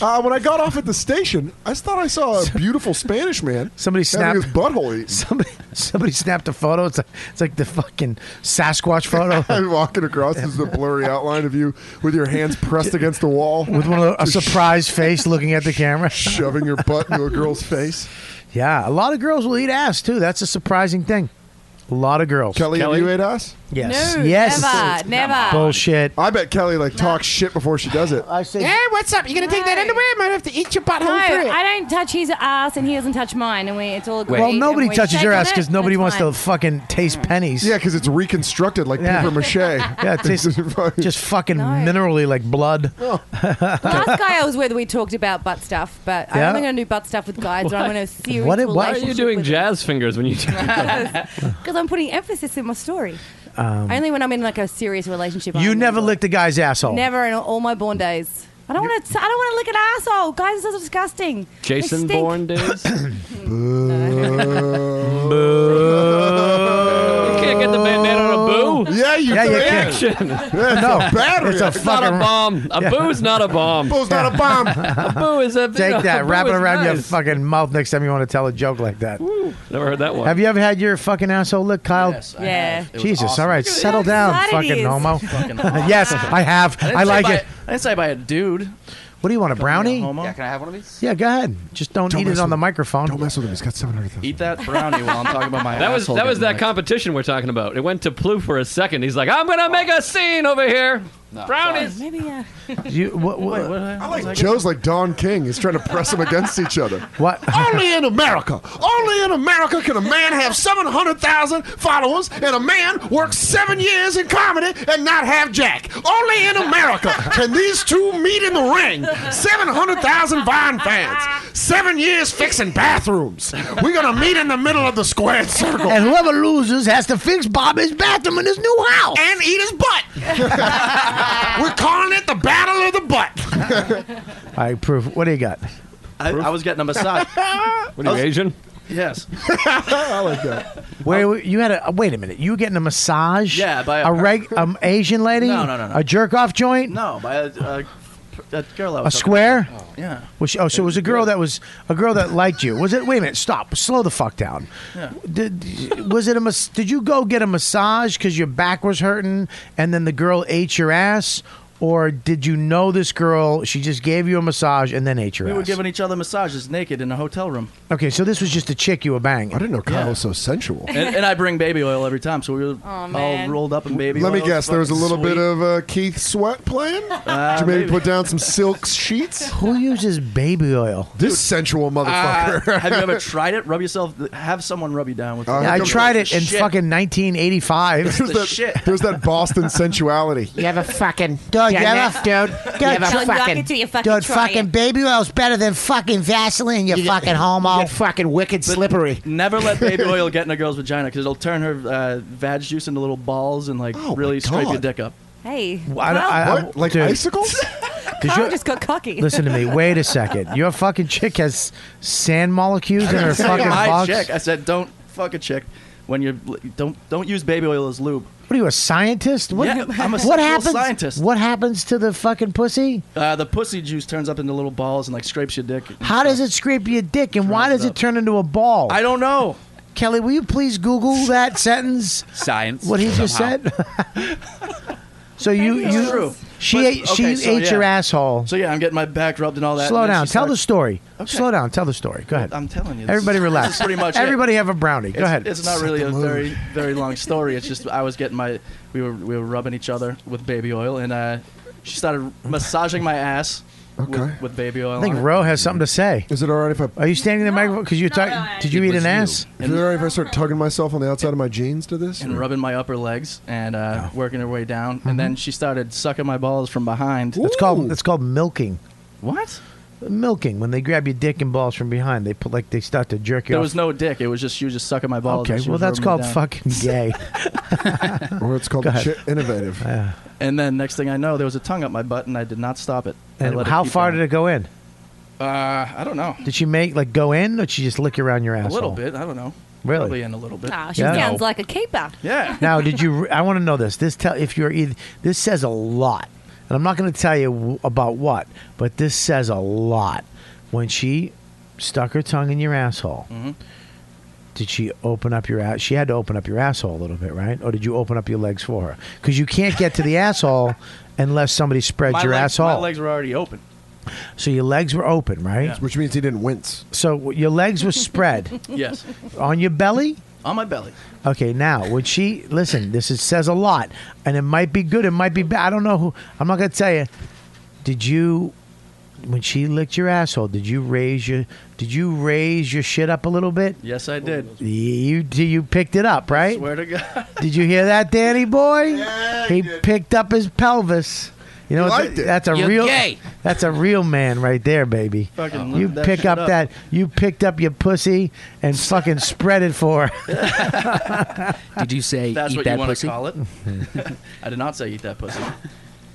Speaker 5: Uh, when I got off at the station, I thought I saw a beautiful Spanish man.
Speaker 2: Somebody
Speaker 5: having
Speaker 2: snapped
Speaker 5: his butthole eaten.
Speaker 2: Somebody, somebody snapped a photo. It's like, it's like the fucking Sasquatch photo.
Speaker 5: I'm walking across is a blurry outline of you with your hands pressed against the wall,
Speaker 2: with one of the, a
Speaker 5: Just
Speaker 2: surprised face looking at the camera,
Speaker 5: shoving your butt into a girl's face.
Speaker 2: Yeah, a lot of girls will eat ass too. That's a surprising thing. A lot of girls.
Speaker 5: Kelly, have you ate ass?
Speaker 2: Yes. yes.
Speaker 13: Never, never.
Speaker 2: Bullshit.
Speaker 5: I bet Kelly like talks shit before she does it.
Speaker 2: I say,
Speaker 16: Yeah, what's up? You gonna take that underwear? I might have to eat your
Speaker 13: No,
Speaker 16: butthole for it.
Speaker 13: I don't touch his ass, and he doesn't touch mine, and we it's all agreed.
Speaker 2: Well, nobody
Speaker 13: and we
Speaker 2: touches
Speaker 13: shake
Speaker 2: your
Speaker 13: on
Speaker 2: ass
Speaker 13: it,
Speaker 2: because nobody
Speaker 13: and
Speaker 2: wants
Speaker 13: it's
Speaker 2: to fucking taste pennies.
Speaker 5: Yeah, because it's reconstructed like
Speaker 2: Yeah.
Speaker 5: paper mache.
Speaker 2: Yeah, it tastes just fucking minerally like blood.
Speaker 5: Oh.
Speaker 2: Um,
Speaker 13: fine. Last guy I was with, we talked about butt stuff, but
Speaker 2: Yeah.
Speaker 13: I'm only going to do butt stuff with guys. Or I'm
Speaker 7: What?
Speaker 13: going to serious
Speaker 2: What- what
Speaker 7: Why are you
Speaker 13: relationship
Speaker 7: doing
Speaker 13: with
Speaker 7: jazz fingers when you do
Speaker 13: Because I'm putting emphasis in my story.
Speaker 2: Um,
Speaker 13: Only when I'm in like a serious relationship.
Speaker 2: you
Speaker 13: I'm
Speaker 2: never licked a guy's asshole.
Speaker 13: Never in all my born days. I don't want to. I don't want to lick an asshole, guys. This is disgusting. They
Speaker 7: Jason
Speaker 13: stink.
Speaker 7: Bourne days?
Speaker 5: you
Speaker 7: can't get the bandana on a boo.
Speaker 5: Yeah, you
Speaker 7: yeah,
Speaker 5: can.
Speaker 7: Action.
Speaker 5: That's
Speaker 2: No,
Speaker 5: a bad
Speaker 2: it's a
Speaker 5: reaction.
Speaker 7: Not a
Speaker 2: Fucking-
Speaker 7: bomb. A
Speaker 2: Yeah.
Speaker 7: boo's not a bomb.
Speaker 5: Boo's not a bomb.
Speaker 7: a boo is a
Speaker 2: Take that,
Speaker 7: a
Speaker 2: wrap
Speaker 7: boo
Speaker 2: it
Speaker 7: is
Speaker 2: around your
Speaker 7: nice.
Speaker 2: fucking mouth next time you want to tell a joke like that.
Speaker 7: Never heard that one.
Speaker 2: Have you ever had your fucking asshole licked, Kyle?
Speaker 12: Yes, I
Speaker 13: Yeah.
Speaker 12: have. It was
Speaker 2: Jesus,
Speaker 12: awesome.
Speaker 2: all right,
Speaker 12: Look at
Speaker 2: settle
Speaker 12: how
Speaker 2: down,
Speaker 12: excited he
Speaker 2: fucking
Speaker 12: is.
Speaker 2: homo.
Speaker 12: Fucking awesome.
Speaker 2: yes, I have.
Speaker 12: didn't
Speaker 2: I
Speaker 12: say
Speaker 2: like
Speaker 12: by-
Speaker 2: it.
Speaker 12: I didn't say by a dude.
Speaker 2: What do you want? A brownie?
Speaker 17: Yeah, can I have one of these?
Speaker 2: Yeah, go ahead. Just don't,
Speaker 17: Don't
Speaker 2: eat it
Speaker 17: mess
Speaker 2: on
Speaker 17: with
Speaker 2: the
Speaker 17: him.
Speaker 2: microphone.
Speaker 5: Don't mess with him. He's got seven hundred thousand.
Speaker 17: Eat that brownie while I'm talking about my
Speaker 7: That was
Speaker 17: asshole
Speaker 7: that was
Speaker 17: getting
Speaker 7: that competition we're talking about. It went to Plu for a second. He's like, I'm gonna make a scene over here.
Speaker 17: No,
Speaker 7: Brownies.
Speaker 11: Maybe yeah.
Speaker 2: You, what, what,
Speaker 5: I like Joe's like Don King. He's trying to press them against each other.
Speaker 2: What?
Speaker 5: Only in America. Only in America can a man have seven hundred thousand followers and a man work seven years in comedy and not have Jack. Only in America can these two meet in the ring. Seven hundred thousand Vine fans. Seven years fixing bathrooms. We're gonna meet in the middle of the squared circle.
Speaker 16: And
Speaker 2: whoever loses has to fix Bobby's bathroom in his new house
Speaker 5: and eat his butt. We're calling it the Battle of the Butt.
Speaker 2: All right, proof. What do you got?
Speaker 17: I, I was getting a massage.
Speaker 7: What are you Asian?
Speaker 17: Yes.
Speaker 5: Oh, I like that.
Speaker 2: Wait, wait, you had a uh, wait a minute. You getting a massage?
Speaker 17: Yeah, by a-
Speaker 2: a reg, um, Asian lady.
Speaker 17: No, no, no, no.
Speaker 2: A jerk off joint.
Speaker 17: No, by a, a, a girl I
Speaker 2: A
Speaker 17: was talking
Speaker 2: square.
Speaker 17: to. Yeah.
Speaker 2: Was she- oh, so it was a girl that was a girl that liked you. Was it? Wait a minute. Stop. Slow the fuck down.
Speaker 17: Yeah.
Speaker 2: Did, was it a? mas- Did you go get a massage because your back was hurting, and then the girl ate your ass, or did you know this girl? She just gave you a massage and then ate your
Speaker 17: We
Speaker 2: ass.
Speaker 17: were giving each other massages naked in a hotel room.
Speaker 2: okay, so this was just a chick you were banging. I
Speaker 5: didn't know Kyle was so sensual.
Speaker 17: And, and I bring baby oil every time, so we were all
Speaker 5: man.
Speaker 17: rolled up in baby
Speaker 5: Let
Speaker 17: oil.
Speaker 5: me guess. There was a little bit
Speaker 17: Sweet.
Speaker 5: of uh, Keith Sweat playing. Did you maybe,
Speaker 17: Uh, maybe.
Speaker 5: put down some silk sheets?
Speaker 2: Uh, Who uses baby oil?
Speaker 5: This sensual motherfucker. Uh,
Speaker 17: Uh, have you ever tried it? Rub yourself. Have someone rub you down with. it.
Speaker 2: Yeah, I tried it in
Speaker 17: Shit.
Speaker 2: fucking 1985.
Speaker 5: There's that, there's that Boston sensuality.
Speaker 16: You have a fucking
Speaker 2: Dude, you
Speaker 16: done
Speaker 2: ever-
Speaker 16: that, dude.
Speaker 2: dude,
Speaker 16: you ever
Speaker 2: John, knock
Speaker 16: fucking,
Speaker 2: it till you fucking Dude, try fucking it.
Speaker 16: baby oil's better than fucking Vaseline. You, fucking homo. You're fucking wicked slippery.
Speaker 17: Never let baby oil get in a girl's vagina because it'll turn her uh, vag juice into little balls and like
Speaker 5: Oh
Speaker 17: really scrape your
Speaker 2: God.
Speaker 17: dick up.
Speaker 13: Hey.
Speaker 2: I- I- I- What? Like dude.
Speaker 5: icicles?
Speaker 2: Did
Speaker 13: Carl
Speaker 2: you-
Speaker 13: just got cocky.
Speaker 2: Listen to me. Wait a second. Your fucking chick has sand molecules in her
Speaker 17: I said,
Speaker 2: fucking
Speaker 17: my
Speaker 2: box.
Speaker 17: chick. I said, don't fuck a chick when you're don't don't use baby oil as lube.
Speaker 2: What are you, a scientist? What,
Speaker 17: Yeah, I'm a sexual
Speaker 2: what happens?
Speaker 17: scientist.
Speaker 2: What happens to the fucking pussy?
Speaker 17: Uh, the pussy juice turns up into little balls and like scrapes your dick.
Speaker 2: How does it scrape your dick, and why does it turn into a ball? I
Speaker 17: don't know.
Speaker 2: Kelly, will you please Google that sentence?
Speaker 12: Science.
Speaker 2: What he just
Speaker 12: somehow.
Speaker 2: said. so you,
Speaker 17: It's
Speaker 2: you,
Speaker 17: true.
Speaker 2: she
Speaker 17: But-
Speaker 2: ate, she
Speaker 17: okay, so,
Speaker 2: ate your
Speaker 17: yeah.
Speaker 2: asshole.
Speaker 17: So yeah, I'm getting my back rubbed and all that.
Speaker 2: Slow
Speaker 17: and then
Speaker 2: down.
Speaker 17: she
Speaker 2: Tell the
Speaker 17: starts-
Speaker 2: story.
Speaker 17: Okay.
Speaker 2: Slow down. Tell the story. Go ahead.
Speaker 17: I'm telling you, this
Speaker 2: Everybody
Speaker 17: is- this
Speaker 2: relax.
Speaker 17: is pretty much it.
Speaker 2: Everybody have a brownie. Go
Speaker 17: it's,
Speaker 2: ahead.
Speaker 17: It's not really a very very long story. It's just I was getting my we were we were rubbing each other with baby oil and uh, she started massaging my ass
Speaker 2: Okay.
Speaker 17: with, with baby oil.
Speaker 2: I think
Speaker 17: on it.
Speaker 2: Ro has something to say.
Speaker 5: Is it all right if I?
Speaker 2: Are you standing in the microphone? Because you talk. Did you
Speaker 17: It
Speaker 2: eat
Speaker 17: was
Speaker 2: an
Speaker 17: you.
Speaker 2: ass?
Speaker 5: Is it all right if I start tugging myself on the outside of my jeans to this?
Speaker 2: Hmm.
Speaker 17: and rubbing my upper legs and uh, working her way down. And then she started sucking my balls from behind.
Speaker 2: It's Mm-hmm. called. It's called milking.
Speaker 17: What?
Speaker 2: Milking. When they grab your dick and balls from behind, they put like they start to jerk you.
Speaker 17: There
Speaker 2: off.
Speaker 17: was no dick. It was just she was just sucking my balls.
Speaker 2: Okay,
Speaker 17: and she
Speaker 2: well
Speaker 17: was
Speaker 2: that's
Speaker 17: rubbing me
Speaker 2: called
Speaker 17: down.
Speaker 2: fucking gay.
Speaker 5: or it's called
Speaker 2: Go ahead.
Speaker 5: shit innovative.
Speaker 17: And then next thing I know, there was a tongue up my butt, and I did not stop it. I
Speaker 2: and
Speaker 17: let it
Speaker 2: how
Speaker 17: keep
Speaker 2: far
Speaker 17: going.
Speaker 2: did it go in?
Speaker 17: Uh, I don't know.
Speaker 2: Did she make like go in, or did she just lick you around your
Speaker 17: A
Speaker 2: asshole?
Speaker 17: little bit. I don't know.
Speaker 2: Really?
Speaker 17: Probably in a little bit.
Speaker 16: Ah,
Speaker 13: Aw, she
Speaker 2: Yeah.
Speaker 13: sounds
Speaker 2: No.
Speaker 13: like a keeper.
Speaker 17: Yeah.
Speaker 2: now, did you? re- I want to know this. This tell if you're either this says a lot, and I'm not going to tell you w- about what, but this says a lot. When she stuck her tongue in your asshole,
Speaker 17: Mm-hmm.
Speaker 2: did she open up your ass? She had to open up your asshole a little bit, right? Or did you open up your legs for her? Because you can't get to the asshole unless somebody spreads
Speaker 17: my
Speaker 2: your
Speaker 17: legs,
Speaker 2: asshole.
Speaker 17: My legs were already open.
Speaker 2: So your legs were open, right?
Speaker 5: Which means he didn't wince.
Speaker 2: So your legs were spread
Speaker 17: Yes. Uh-huh.
Speaker 2: on your belly.
Speaker 17: On my belly.
Speaker 2: Okay, now would she listen? This is, says a lot, and it might be good, it might be bad. I don't know who. I'm not gonna tell you. Did you, when she licked your asshole, did you raise your, did you raise your shit up a little bit?
Speaker 17: Yes, I did.
Speaker 2: You you picked it up, right?
Speaker 17: Swear to God.
Speaker 2: Did you hear that, Danny boy? he picked up his pelvis. You know
Speaker 17: You
Speaker 2: what?
Speaker 17: liked it.
Speaker 2: that's a
Speaker 17: You're
Speaker 2: real
Speaker 17: gay.
Speaker 2: that's a real man right there, baby.
Speaker 17: Fucking
Speaker 2: you
Speaker 17: look that
Speaker 2: pick
Speaker 17: shit
Speaker 2: up,
Speaker 17: up.
Speaker 2: that you picked up your pussy and fucking spread it for. her.
Speaker 12: Did you say
Speaker 17: That's
Speaker 12: eat
Speaker 17: what
Speaker 12: that
Speaker 17: you want
Speaker 12: pussy?
Speaker 17: to call it. I did not say eat that pussy.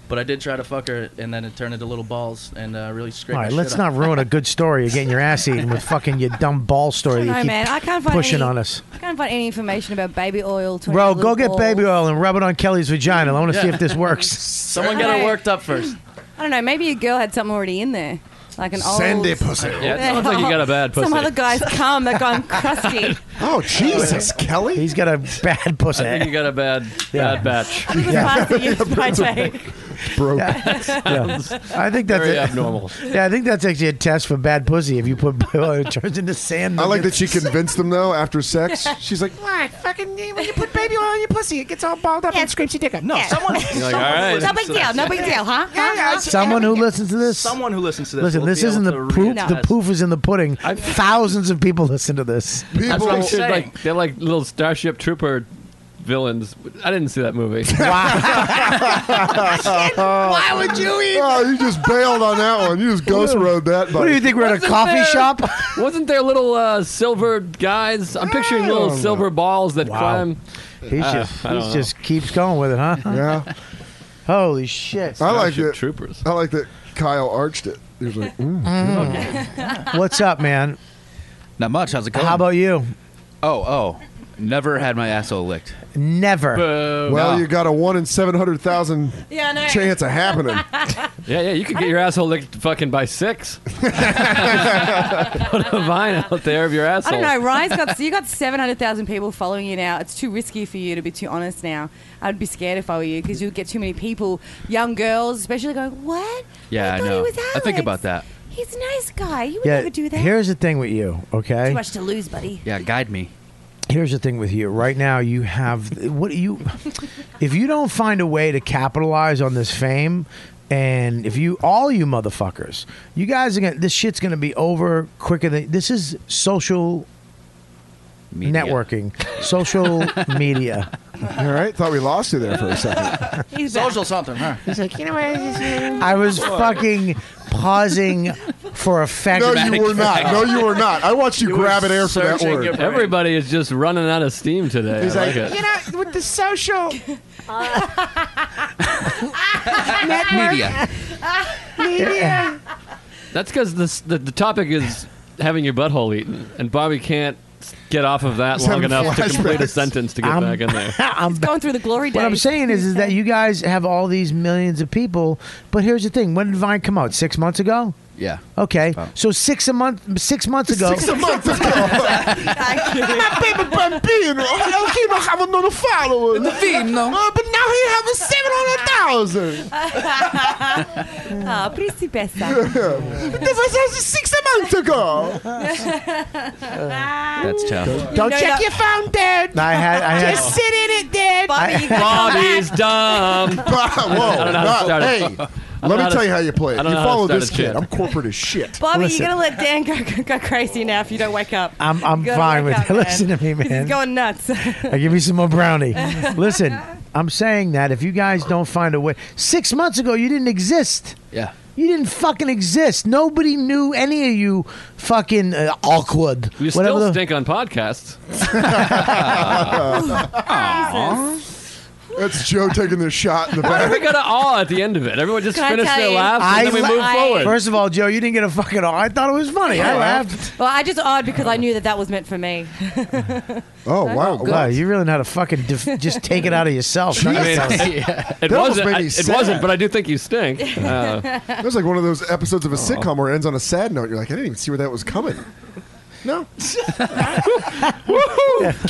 Speaker 17: But I did try to fuck her, and then it turned into little balls and uh, really
Speaker 2: All
Speaker 17: scraped my
Speaker 2: right,
Speaker 17: shit
Speaker 2: let's
Speaker 17: up.
Speaker 2: not ruin a good story. You're getting your ass eaten with fucking your dumb ball story. that you
Speaker 13: No,
Speaker 2: keep
Speaker 13: man, I can't find
Speaker 2: pushing
Speaker 13: any-
Speaker 2: on us.
Speaker 13: I can't find any information about baby oil. turning
Speaker 2: Bro,
Speaker 13: into
Speaker 2: go
Speaker 13: little
Speaker 2: get
Speaker 13: balls.
Speaker 2: baby oil and rub it on Kelly's vagina. I want to see
Speaker 17: Yeah.
Speaker 2: if this works.
Speaker 17: Someone get her worked up first.
Speaker 13: I don't know. Maybe a girl had something already in there, like an
Speaker 5: Sandy
Speaker 13: old
Speaker 5: pussy.
Speaker 7: Yeah, it sounds like you got a bad
Speaker 13: Some
Speaker 7: pussy.
Speaker 13: other guy's cum that gone crusty.
Speaker 5: Oh Jesus, Kelly!
Speaker 2: He's got a bad
Speaker 7: I think
Speaker 2: pussy.
Speaker 7: you got a bad bad batch.
Speaker 13: Pasta used by day.
Speaker 5: broke.
Speaker 2: Yeah. I think that's
Speaker 7: Very
Speaker 2: a-
Speaker 7: abnormal.
Speaker 2: Yeah, I think that's actually a test for bad pussy. If you put it turns into sand.
Speaker 5: I like that she
Speaker 2: nuggets.
Speaker 5: convinced them though after sex. She's like,
Speaker 16: Why? Fucking when you put baby oil on your pussy, it gets all balled up and scrapes your dick up. No,
Speaker 13: Yeah.
Speaker 16: someone.
Speaker 5: You're like,
Speaker 16: someone
Speaker 5: all right.
Speaker 13: No big deal. No big deal, huh?
Speaker 16: Yeah, yeah,
Speaker 13: Huh?
Speaker 2: Someone who listens to this.
Speaker 17: Someone who listens to this.
Speaker 2: Listen,
Speaker 17: will
Speaker 2: this
Speaker 17: be able
Speaker 2: isn't the
Speaker 17: to
Speaker 2: proof.
Speaker 17: read
Speaker 2: The
Speaker 17: this.
Speaker 2: proof is in the pudding. Thousands of people listen to this.
Speaker 7: That's what I'm saying.
Speaker 17: People-
Speaker 7: Like, they're like little Starship Trooper villains. I didn't see that movie.
Speaker 5: Why
Speaker 16: would you even-
Speaker 5: Oh, you just bailed on that one. You just ghost rode that. buddy.
Speaker 7: Wasn't there- Wasn't there little uh, silver guys? I'm picturing little
Speaker 5: Oh.
Speaker 7: silver balls that climb.
Speaker 2: He
Speaker 7: Uh,
Speaker 2: just
Speaker 7: I don't
Speaker 2: he
Speaker 7: know.
Speaker 2: just keeps going with it, huh?
Speaker 5: Yeah.
Speaker 2: Holy shit!
Speaker 5: I like it.
Speaker 7: Troopers.
Speaker 5: I like that Kyle arched it. He was like, mm.
Speaker 2: What's up, man?
Speaker 12: Not much. How's it going?
Speaker 2: How about you?
Speaker 12: Oh, oh. Never had my asshole licked.
Speaker 2: Never.
Speaker 5: well, you got a one in seven hundred thousand
Speaker 13: Yeah, I know.
Speaker 5: chance of happening.
Speaker 7: Yeah, yeah, you could get your asshole licked fucking by six. Put a vine out there of your
Speaker 13: I
Speaker 7: asshole.
Speaker 13: don't know. Ryan's got you got seven hundred thousand people following you now. It's too risky for you to be too honest now. I'd be scared if I were you because you'll get too many people, young girls especially, going, "What?
Speaker 12: Yeah, I,
Speaker 13: thought he
Speaker 12: know.
Speaker 13: was
Speaker 12: I think
Speaker 13: Alex.
Speaker 12: about that.
Speaker 13: He's a nice guy. You would
Speaker 2: yeah. eh?
Speaker 13: never do that.
Speaker 2: Here's the thing with you, okay?
Speaker 13: Too much to lose, buddy."
Speaker 12: Yeah, guide me.
Speaker 2: Here's the thing with you. Right now, you have what you. If you don't find a way to capitalize on this fame, and if you all you motherfuckers, you guys are gonna this shit's gonna be over quicker than this is social networking, social media.
Speaker 5: All right, thought we lost you there for a second.
Speaker 17: Social something, huh?
Speaker 16: He's like, you know what?
Speaker 2: I was fucking pausing for a fact.
Speaker 5: No, you were not. No, you were not. I watched you, grab an air for that word.
Speaker 7: Everybody is just running out of steam today.
Speaker 5: He's
Speaker 7: I
Speaker 5: like,
Speaker 7: like it.
Speaker 16: You know, with the social network
Speaker 7: Media.
Speaker 16: media.
Speaker 7: That's because the, the topic is having your butthole eaten, and Bobby can't s- get off of that
Speaker 2: He's
Speaker 7: long
Speaker 2: having
Speaker 7: enough to complete a
Speaker 2: flashbacks.
Speaker 7: sentence to get
Speaker 2: I'm-
Speaker 7: back in there.
Speaker 2: I'm
Speaker 13: going through the glory days.
Speaker 2: What I'm saying is, is that you guys have all these millions of people, but here's the thing: when did Vine come out? Six months ago.
Speaker 12: Yeah.
Speaker 2: Okay, so six a month, six months ago.
Speaker 16: Six a month ago. My baby Bambino, he don't have another follower. In the
Speaker 12: feed, no.
Speaker 16: but now he have a 700,000.
Speaker 13: Ah, principessa.
Speaker 16: This was just six months ago.
Speaker 12: That's tough.
Speaker 16: Don't check your phone, dude.
Speaker 2: I had- I had-
Speaker 16: just sit in it, dude.
Speaker 13: Bobby, you gotta come back.
Speaker 7: Bobby's dumb.
Speaker 5: Whoa,
Speaker 7: I don't know how to
Speaker 5: nah,
Speaker 7: start a-
Speaker 5: hey,
Speaker 7: I don't know
Speaker 5: let
Speaker 7: how to
Speaker 5: me tell you
Speaker 7: s-
Speaker 5: how you play
Speaker 7: I
Speaker 5: it.
Speaker 7: don't
Speaker 5: You
Speaker 7: know how to
Speaker 5: follow
Speaker 7: start
Speaker 5: this
Speaker 7: a shit.
Speaker 5: kid. I'm corporate as shit.
Speaker 13: Bobby,
Speaker 2: Listen.
Speaker 13: you're gonna let Dan go, go, go crazy now if you don't wake up.
Speaker 2: I'm I'm
Speaker 13: You gotta
Speaker 2: fine
Speaker 13: wake
Speaker 2: with
Speaker 13: up,
Speaker 2: it. Listen to me,
Speaker 13: 'Cause
Speaker 2: man.
Speaker 13: He's going nuts.
Speaker 2: I give you some more brownie. Listen, I'm saying that if you guys don't find a way, six months ago you didn't exist.
Speaker 12: Yeah.
Speaker 2: You didn't fucking exist. Nobody knew any of you. Fucking uh, awkward.
Speaker 7: You
Speaker 2: Whatever
Speaker 7: still
Speaker 2: the-
Speaker 7: stink on podcasts.
Speaker 5: That's Joe taking the shot in the
Speaker 7: Why do we
Speaker 5: back.
Speaker 7: got an awe at the end of it? Everyone just
Speaker 13: Can I
Speaker 7: finished
Speaker 13: tell
Speaker 7: their
Speaker 13: you?
Speaker 7: laughs and then we
Speaker 2: la-
Speaker 7: move forward. Oh,
Speaker 2: First of all, Joe, you didn't get a fucking. aw. I thought it was funny. I laughed. Oh.
Speaker 13: well, I just odd because I knew that that was meant for me.
Speaker 5: Oh wow,
Speaker 2: Wow, you really know how to fucking def- just take it out of
Speaker 5: Oh,
Speaker 2: yourself.
Speaker 7: I mean, it
Speaker 5: That almost
Speaker 7: wasn't.
Speaker 5: made
Speaker 7: I-
Speaker 5: me
Speaker 7: it
Speaker 5: sad.
Speaker 7: wasn't, but I do think you stink. Uh,
Speaker 5: That was like one of those episodes
Speaker 7: Oh.
Speaker 5: of a sitcom where it ends on a sad note. You're like, I didn't even see where that was coming. No.
Speaker 16: Can't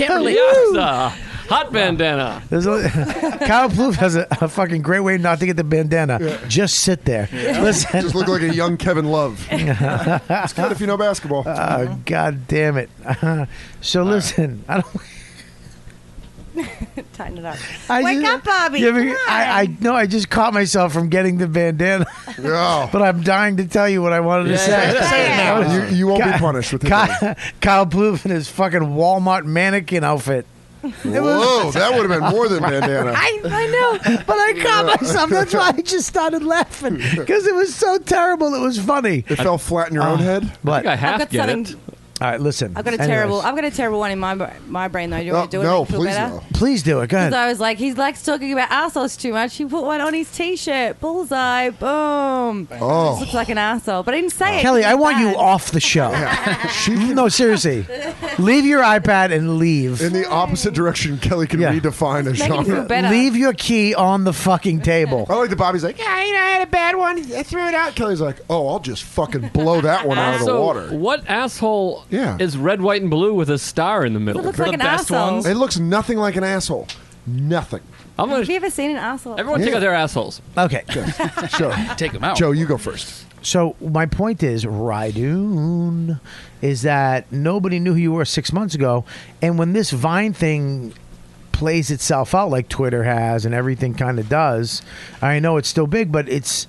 Speaker 16: believe
Speaker 7: Yaza, uh, hot bandana.
Speaker 2: There's a- Kyle Plouffe has a, a fucking great way not to get the bandana. Just sit there. Listen.
Speaker 5: Just look like a young Kevin Love. it's good if you know basketball.
Speaker 2: oh, God damn it. so listen, I don't.
Speaker 13: Tighten it up.
Speaker 2: I
Speaker 13: wake
Speaker 2: just-
Speaker 13: up, Bobby.
Speaker 2: Yeah, but
Speaker 13: Come
Speaker 2: I, I
Speaker 13: on.
Speaker 2: no, I just caught myself from getting the bandana.
Speaker 5: Yeah.
Speaker 2: but I'm dying to tell you what I wanted
Speaker 5: Yeah,
Speaker 2: to say.
Speaker 5: yeah, say it now.
Speaker 2: I was-
Speaker 5: You- you won't be
Speaker 2: Ky-
Speaker 5: punished with this
Speaker 2: Ky- Kyle Plouffe in his fucking Walmart mannequin outfit.
Speaker 5: Whoa, that would have been more than bandana.
Speaker 2: I, I know, but I caught myself. That's why I just started laughing because it was so terrible. It was funny.
Speaker 5: It fell flat in your own head.
Speaker 2: But
Speaker 7: I
Speaker 13: I've
Speaker 7: half
Speaker 13: got
Speaker 7: get it.
Speaker 13: something-
Speaker 2: all right, listen.
Speaker 13: I've got a
Speaker 2: Anyways.
Speaker 13: terrible. I've got a terrible one in my br- my brain though. Do you
Speaker 5: No,
Speaker 13: want me to do it?
Speaker 5: Oh, no,
Speaker 13: make you feel
Speaker 5: please
Speaker 13: better?
Speaker 5: no.
Speaker 2: Please do it. Go
Speaker 13: Because
Speaker 2: ahead.
Speaker 13: I was like, he likes talking about assholes too much. He put one on his t-shirt. Bullseye. Boom.
Speaker 5: Oh.
Speaker 13: Just looks like an asshole. But I didn't say it.
Speaker 2: Oh. Kelly, I want you
Speaker 13: Bad.
Speaker 2: off the show. no, seriously. Leave your iPad and leave.
Speaker 5: In the opposite direction, Kelly can
Speaker 2: Yeah.
Speaker 5: redefine a
Speaker 13: Make me feel
Speaker 5: genre.
Speaker 13: better.
Speaker 2: Leave your key on the fucking table.
Speaker 5: I like that Bobby's like,
Speaker 16: Yeah, you know, I had a bad one. I threw it out.
Speaker 5: Kelly's like, oh, I'll just fucking blow that one out of the
Speaker 7: So,
Speaker 5: water.
Speaker 7: what asshole
Speaker 5: Yeah.
Speaker 7: is red, white, and blue with a star in the middle?
Speaker 13: It looks like an
Speaker 17: best
Speaker 13: asshole.
Speaker 17: ones.
Speaker 5: It looks nothing like an asshole. Nothing.
Speaker 7: I'm gonna.
Speaker 13: Have you ever seen an asshole?
Speaker 7: Everyone take out their assholes.
Speaker 2: Okay. So,
Speaker 12: Take them out.
Speaker 2: Joe,
Speaker 5: Oh. you go first.
Speaker 2: So my point is, Rydoon, is that nobody knew who you were six months ago, and when this Vine thing plays itself out like Twitter has and everything kind of does, I know it's still big, but it's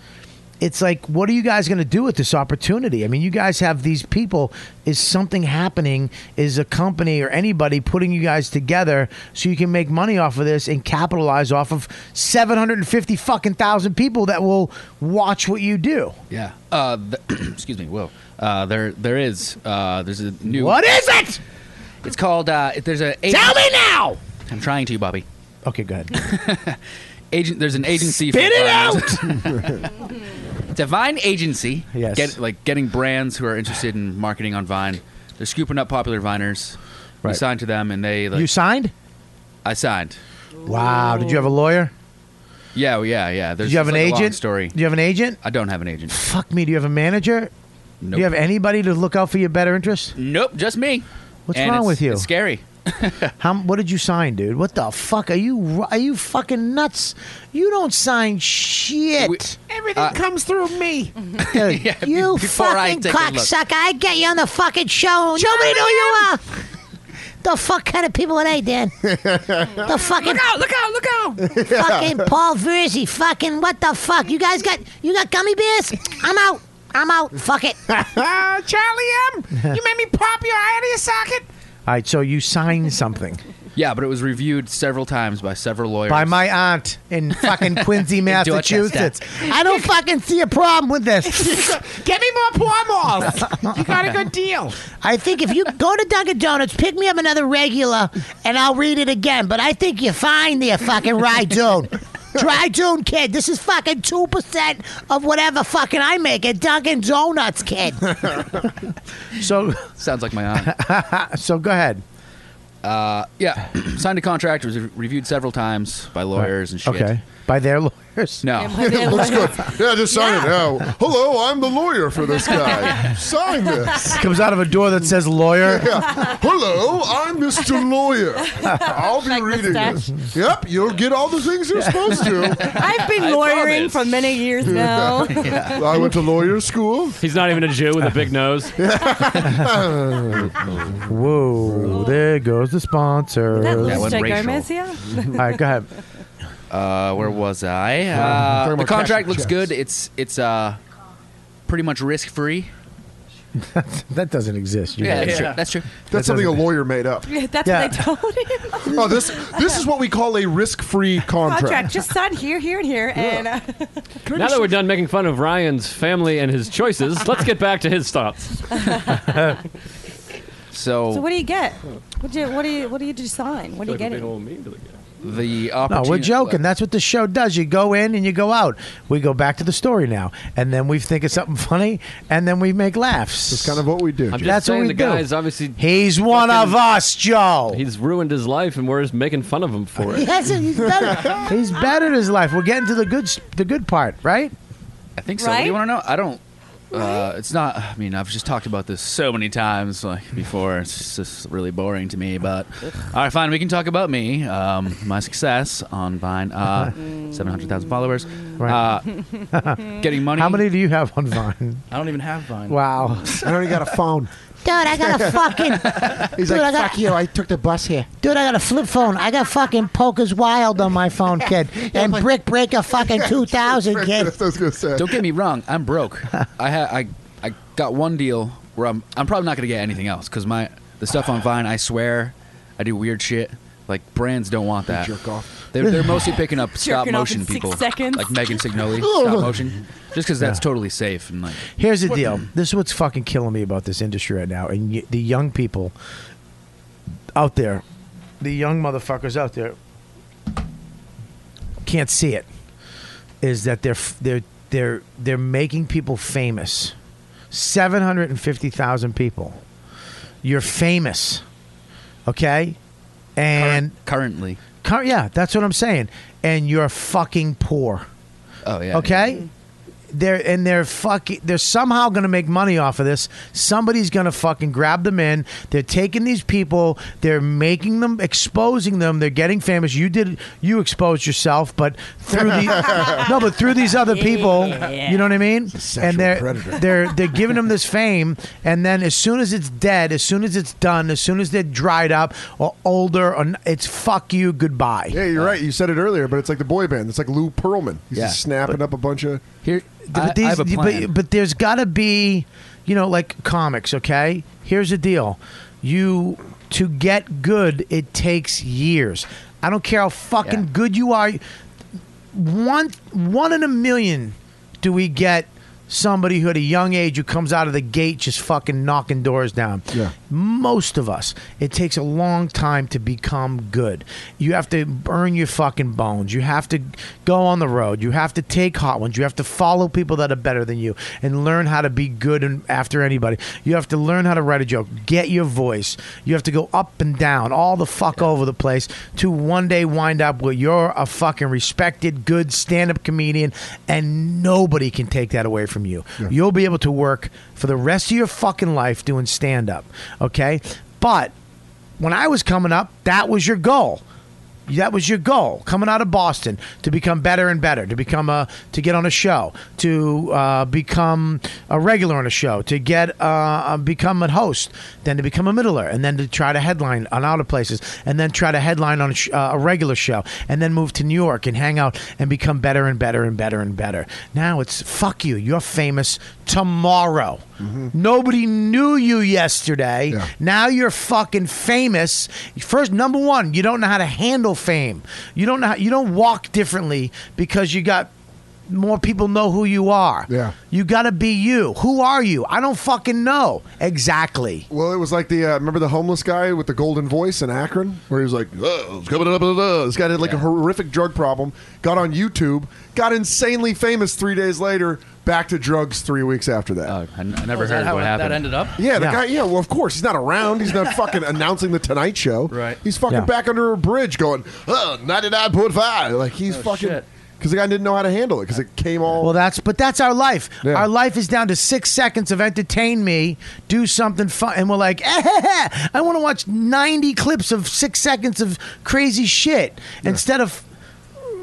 Speaker 2: it's like, what are you guys going to do with this opportunity? I mean, you guys have these people. Is something happening? Is a company or anybody putting you guys together so you can make money off of this and capitalize off of 750 fucking thousand people that will watch what you do?
Speaker 12: Yeah. Uh, th- excuse me. Whoa. Uh, there, there is. Uh, there's a new.
Speaker 2: What is it?
Speaker 12: It's called. Uh, it- there's a.
Speaker 2: Tell me now.
Speaker 12: I'm trying to, Bobby.
Speaker 2: Okay, go ahead.
Speaker 12: Agent. There's an agency.
Speaker 2: Spit it
Speaker 12: out. it's a Vine agency.
Speaker 2: Yes.
Speaker 12: Get, like getting brands who are interested in marketing on Vine. They're scooping up popular Viners. We
Speaker 2: Right.
Speaker 12: signed to them, and they. Like,
Speaker 2: you signed?
Speaker 12: I signed.
Speaker 2: Wow. Did you have a lawyer?
Speaker 12: Yeah. well, Yeah. Yeah. There's
Speaker 2: Did you have
Speaker 12: it's
Speaker 2: an
Speaker 12: like a long
Speaker 2: agent?
Speaker 12: Story.
Speaker 2: Do you have an agent?
Speaker 12: I don't have an agent.
Speaker 2: Fuck me. Do you have a manager? Do
Speaker 12: Nope.
Speaker 2: you have anybody to look out for your better interests?
Speaker 12: Nope. Just me.
Speaker 2: What's
Speaker 12: And
Speaker 2: wrong
Speaker 12: it's-
Speaker 2: with you?
Speaker 12: It's scary.
Speaker 2: How? What did you sign, dude? What the fuck are you? Are you fucking nuts? You don't sign shit.
Speaker 16: Everything comes through me.
Speaker 2: Dude, you
Speaker 16: uh, before I
Speaker 2: fucking
Speaker 16: take a look.
Speaker 2: cocksucker! I get you on the fucking show. Nobody know who you are. The fuck kind of people are they, Dan? The fucking
Speaker 16: Look out, look out, look out.
Speaker 2: fucking Paul Verzi, fucking what the fuck? You guys got you got gummy bears? I'm out. I'm out. Fuck it. All
Speaker 16: Uh, Charlie M, you made me pop your eye out of your socket.
Speaker 2: right, so you signed something
Speaker 12: Yeah, but it was reviewed several times by several lawyers.
Speaker 2: by my aunt in fucking Quincy,
Speaker 12: In Dorchester.
Speaker 2: Massachusetts. I don't fucking see a problem with this.
Speaker 16: Get me more porn malls. You got a good deal.
Speaker 2: I think if you go to Dunkin' Donuts, pick me up another regular, and I'll read it again. But I think you're fine there, fucking Rydune. Dry Dune, kid. This is fucking 2% of whatever fucking I make at Dunkin' Donuts, kid. so,
Speaker 12: Sounds like my aunt.
Speaker 2: so go ahead.
Speaker 12: Uh, yeah, signed a contract. Was reviewed several times by lawyers and shit.
Speaker 2: By their lawyers?
Speaker 12: No.
Speaker 5: Let's go. Yeah, just sign it now. Hello, I'm the lawyer for this guy. sign this.
Speaker 2: Comes out of a door that says lawyer.
Speaker 5: Yeah. Hello, I'm Mr. Lawyer. I'll be reading this. Yep, you'll get all the things you're supposed to.
Speaker 11: I've
Speaker 5: I
Speaker 11: been lawyering for many years now.
Speaker 5: I went to lawyer school.
Speaker 7: He's not even a Jew with a big nose.
Speaker 2: Whoa, there goes the sponsor.
Speaker 11: That
Speaker 12: That
Speaker 11: Luis
Speaker 12: went
Speaker 11: J.
Speaker 12: racial.
Speaker 11: Gomez here?
Speaker 2: go ahead.
Speaker 12: Uh, where was I?
Speaker 2: Yeah,
Speaker 12: Uh,
Speaker 2: talking
Speaker 12: the
Speaker 2: about cash
Speaker 12: contract
Speaker 2: and
Speaker 12: looks
Speaker 2: checks.
Speaker 12: good. It's it's uh, pretty much risk free.
Speaker 2: That doesn't exist. you
Speaker 12: Yeah, that's
Speaker 2: guys.
Speaker 12: true. That's true.
Speaker 5: That's something a lawyer made up.
Speaker 11: Yeah, that's
Speaker 5: Yeah.
Speaker 11: what I told him.
Speaker 5: Oh, this this is what we call a risk-free contract.
Speaker 11: contract. Just sign here, here, and here, and uh,
Speaker 7: Now that we're done making fun of Ryan's family and his choices, let's get back to his thoughts.
Speaker 12: so,
Speaker 11: so what do you get? What do you, what do you what do you just sign? What are you getting?
Speaker 12: the
Speaker 2: No,
Speaker 12: opportunity.
Speaker 2: we're joking. That's what the show does. You go in and you go out. We go back to the story now, and then we think of something funny, and then we make laughs. That's kind
Speaker 5: of what we do.
Speaker 7: I'm just
Speaker 2: That's
Speaker 7: saying
Speaker 2: what we
Speaker 7: the
Speaker 2: do.
Speaker 7: guy's obviously.
Speaker 2: He's one of us, Joe.
Speaker 7: He's ruined his life, and we're just making fun of him for it.
Speaker 2: Yes, he's better. he's better at his life. We're getting to the good, s- the good part, right?
Speaker 12: I think so. What do you
Speaker 2: Right?
Speaker 12: want to know? I don't. Uh, it's not. I mean, I've just talked about this so many times like before. It's just really boring to me. But all right, fine. We can talk about me. Um, my success on Vine. Uh, Seven hundred thousand followers. Right. Uh, getting money.
Speaker 2: How many do you have on Vine?
Speaker 12: I don't even have Vine.
Speaker 2: Wow.
Speaker 5: I already got a phone.
Speaker 2: Dude, I got a fucking.
Speaker 16: He's
Speaker 2: dude, I
Speaker 16: like,
Speaker 2: got,
Speaker 16: fuck you. I took the bus here.
Speaker 2: Dude, I got a flip phone. I got fucking Poker's Wild on my phone, kid, and Brick Breaker fucking 2000, kid.
Speaker 5: I was gonna say.
Speaker 12: Don't get me wrong. I'm broke. I ha- I I got one deal where I'm I'm probably not gonna get anything else because my the stuff on Vine. I swear, I do weird shit. Like brands don't want that.
Speaker 5: jerk off.
Speaker 12: They're, they're mostly picking up stop
Speaker 11: Jerking off in
Speaker 12: motion
Speaker 11: six
Speaker 12: people,
Speaker 11: seconds.
Speaker 12: like Megan Signoli, stop
Speaker 11: Ugh.
Speaker 12: motion, just because that's totally safe and like.
Speaker 2: Here's the
Speaker 12: What-
Speaker 2: deal. This is what's fucking killing me about this industry right now, and y- the young people out there, the young motherfuckers out there, can't see it. Is that they're f- they're they're they're making people famous. Seven hundred and fifty thousand people. You're famous, okay? And
Speaker 12: currently,
Speaker 2: yeah, that's what I'm saying. And you're fucking poor.
Speaker 12: Oh yeah.
Speaker 2: Okay. they're and they're fucking they're somehow going to make money off of this. Somebody's going to fucking grab them in. They're taking these people, they're making them exposing them. They're getting famous. You did you exposed yourself, but through the No, but through these other people, you know what I mean? And they're
Speaker 5: predator.
Speaker 2: they're they're giving them this fame and then as soon as it's dead, as soon as it's done, as soon as they're dried up or older or n- it's fuck you goodbye.
Speaker 5: Yeah, you're right. You said it earlier, but it's like the boy band. It's like Lou Pearlman. He's
Speaker 2: Yeah,
Speaker 5: just snapping up a bunch of
Speaker 12: here.
Speaker 2: But, these, but, but there's got to be, you know, like comics, okay? Here's the deal. You, to get good, it takes years. I don't care how fucking good you are. One, one in a million do we get somebody who at a young age who comes out of the gate just fucking knocking doors down. Yeah. Most of us, it takes a long time to become good. You have to burn your fucking bones. You have to go on the road. You have to take hot ones. You have to follow people that are better than you and learn how to be good and after anybody. You have to learn how to write a joke. Get your voice. You have to go up and down, all the fuck over the place to one day wind up where you're a fucking respected, good stand-up comedian and nobody can take that away from you. You'll be able to work for the rest of your fucking life doing stand up. Okay? But when I was coming up, that was your goal. That was your goal coming out of Boston to become better and better, to become a to get on a show, to uh, become a regular on a show, to get uh, uh, become a host, then to become a middler, and then to try to headline on out of places, and then try to headline on a, sh- uh, a regular show, and then move to New York and hang out and become better and better and better and better. Now it's fuck you, you're famous tomorrow. Nobody knew you yesterday. Now you're fucking famous. First, number one, you don't know how to handle fame. You don't know. How, you don't walk differently because you got more people know who you are. Yeah. You got to be you. Who are you? I don't fucking know exactly.
Speaker 5: Well, it was like the uh, remember the homeless guy with the golden voice in Akron, where he was like, "Oh, it's coming up, blah, blah, blah." this guy had like a horrific drug problem, got on YouTube, got insanely famous three days later, back to drugs three weeks after that.
Speaker 12: I never
Speaker 17: Oh, is that heard how what it- that happened. ended up?
Speaker 5: Yeah, the
Speaker 17: Yeah.
Speaker 5: guy. Yeah, well, of course he's not around. He's not fucking announcing the Tonight Show. Right. He's fucking
Speaker 17: Yeah.
Speaker 5: back under a bridge, going, "Oh, ninety nine point five. Like he's
Speaker 2: Oh,
Speaker 5: fucking
Speaker 2: shit.
Speaker 5: because the guy didn't know how to handle it because it came all.
Speaker 2: Well, that's but that's our life. Our life is down to six seconds of entertain me, do something fun, and we're like, "Eh, heh, heh, I want to watch ninety clips of six seconds of crazy shit instead of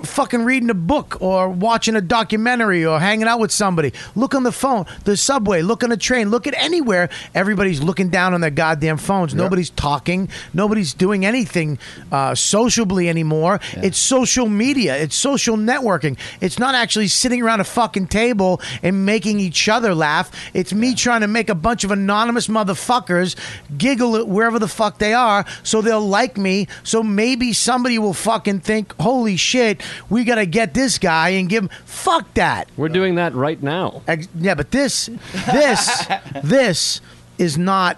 Speaker 2: fucking reading a book or watching a documentary or hanging out with somebody. Look on the phone, the subway, look on a train, look at anywhere. Everybody's looking down on their goddamn phones. Nobody's talking. Nobody's doing anything uh, sociably anymore. It's social media. It's social networking. It's not actually sitting around a fucking table and making each other laugh. It's me trying to make a bunch of anonymous motherfuckers giggle at wherever the fuck they are so they'll like me. So maybe somebody will fucking think, holy shit, we got to get this guy and give him. Fuck that.
Speaker 7: We're doing that right now.
Speaker 2: yeah, but this, this, this is not.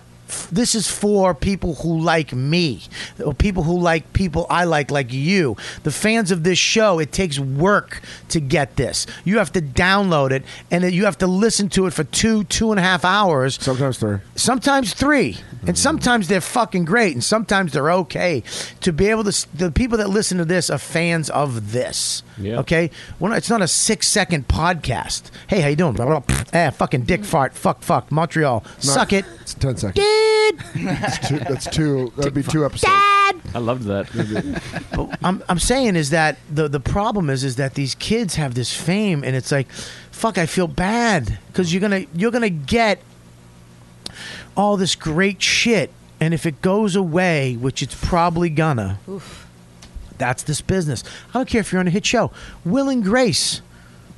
Speaker 2: This is for people who like me, or people who like people I like, like you. The fans of this show, it takes work to get this. You have to download it, and then you have to listen to it for two, two and a half hours.
Speaker 5: Sometimes three. Mm-hmm.
Speaker 2: Sometimes 3 And sometimes they're fucking great, and sometimes they're okay. To be able to, s- the people that listen to this are fans of this.
Speaker 7: Yeah.
Speaker 2: Okay, well, it's not a six-second podcast. Hey, how you doing? Blah, blah, blah. Ah, fucking dick fart. Fuck, fuck. Montreal, suck it.
Speaker 5: It's ten seconds.
Speaker 2: That's
Speaker 5: two. That's two. That'd be two episodes.
Speaker 7: I loved that.
Speaker 2: but I'm, I'm saying is that the the problem is is that these kids have this fame and it's like, fuck, I feel bad because you're gonna you're gonna get all this great shit, and if it goes away, which it's probably gonna, that's this business. I don't care if you're on a hit show, Will and Grace,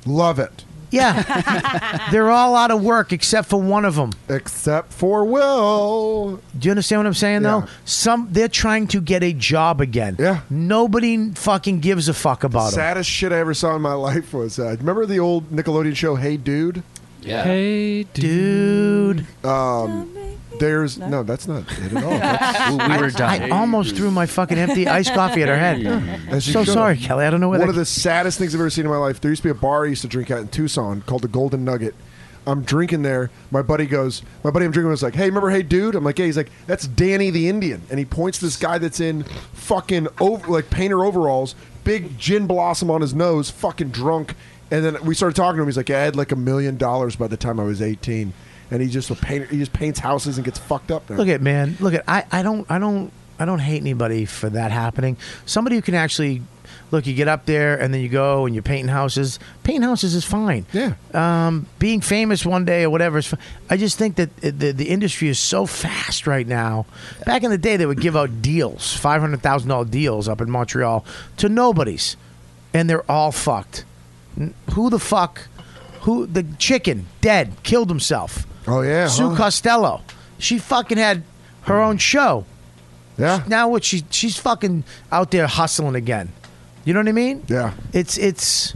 Speaker 5: love it.
Speaker 2: Yeah, they're all out of work except for one of them.
Speaker 5: Except for Will.
Speaker 2: Do you understand what I'm saying though? Some they're trying to get a job again. Yeah. Nobody fucking gives a fuck about them.
Speaker 5: Saddest shit I ever saw in my life was uh, remember the old Nickelodeon show Hey Dude?
Speaker 7: Yeah.
Speaker 2: Hey dude.
Speaker 5: Um, there's no? that's not it at all. That's-
Speaker 2: I- I, almost threw my fucking empty iced coffee at her head.
Speaker 5: As you
Speaker 2: so
Speaker 5: should.
Speaker 2: sorry, Kelly. I don't know where
Speaker 5: One
Speaker 2: that-
Speaker 5: of the saddest things I've ever seen in my life. There used to be a bar I used to drink at in Tucson called the Golden Nugget. I'm drinking there. My buddy goes. My buddy I'm drinking with was like, "Hey, remember? Hey, dude." I'm like, "Yeah." He's like, "That's Danny the Indian," and he points to this guy that's in fucking over like painter overalls, big gin blossom on his nose, fucking drunk. And then we started talking to him. He's like, yeah, I had like a million dollars by the time I was 18. And he just a painter. He just paints houses and gets fucked up. Now.
Speaker 2: Look at man. Look at I. I don't. I don't. I don't hate anybody for that happening. Somebody who can actually look. You get up there and then you go and you're painting houses. Painting houses is fine. Yeah. Um, being famous one day or whatever is. Fine. I just think that the, the the industry is so fast right now. Back in the day, they would give out deals, five hundred thousand dollar deals up in Montreal to nobodies, and they're all fucked. N- Who the fuck? Who the chicken dead killed himself?
Speaker 5: Oh yeah,
Speaker 2: Sue
Speaker 5: huh?
Speaker 2: Costello. She fucking had her own show. Yeah. Now what she she's fucking out there hustling again. You know what I mean? Yeah. It's it's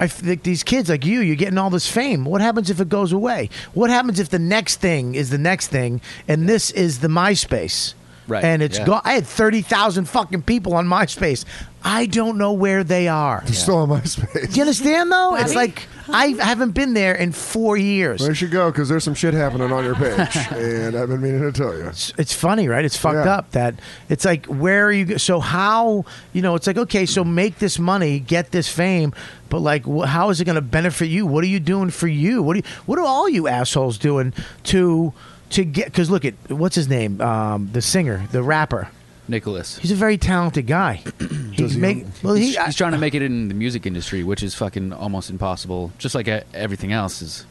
Speaker 2: I think these kids like you, you're getting all this fame. What happens if it goes away? What happens if the next thing is the next thing and this is the MySpace?
Speaker 19: Right,
Speaker 2: And it's
Speaker 19: yeah.
Speaker 2: gone. I had 30,000 fucking people on MySpace. I don't know where they are. They're
Speaker 5: still on MySpace.
Speaker 2: Do you understand though? It's
Speaker 5: Bobby?
Speaker 2: like I haven't been there in 4 years.
Speaker 5: Where you should go because there's some shit happening on your page, and I've been meaning to tell you.
Speaker 2: it's funny, right? It's fucked
Speaker 5: Yeah.
Speaker 2: up that it's like, where are you? go- So how you know? It's like okay, so make this money, get this fame, but like, wh- how is it going to benefit you? What are you doing for you? What do you, what are all you assholes doing to to get? Because look at what's his name, um, the singer, the rapper.
Speaker 12: Nicholas.
Speaker 2: He's a very talented guy. He's make, well, he,
Speaker 12: he's, he's trying to make it in the music industry, which is fucking almost impossible. Just like uh, everything else is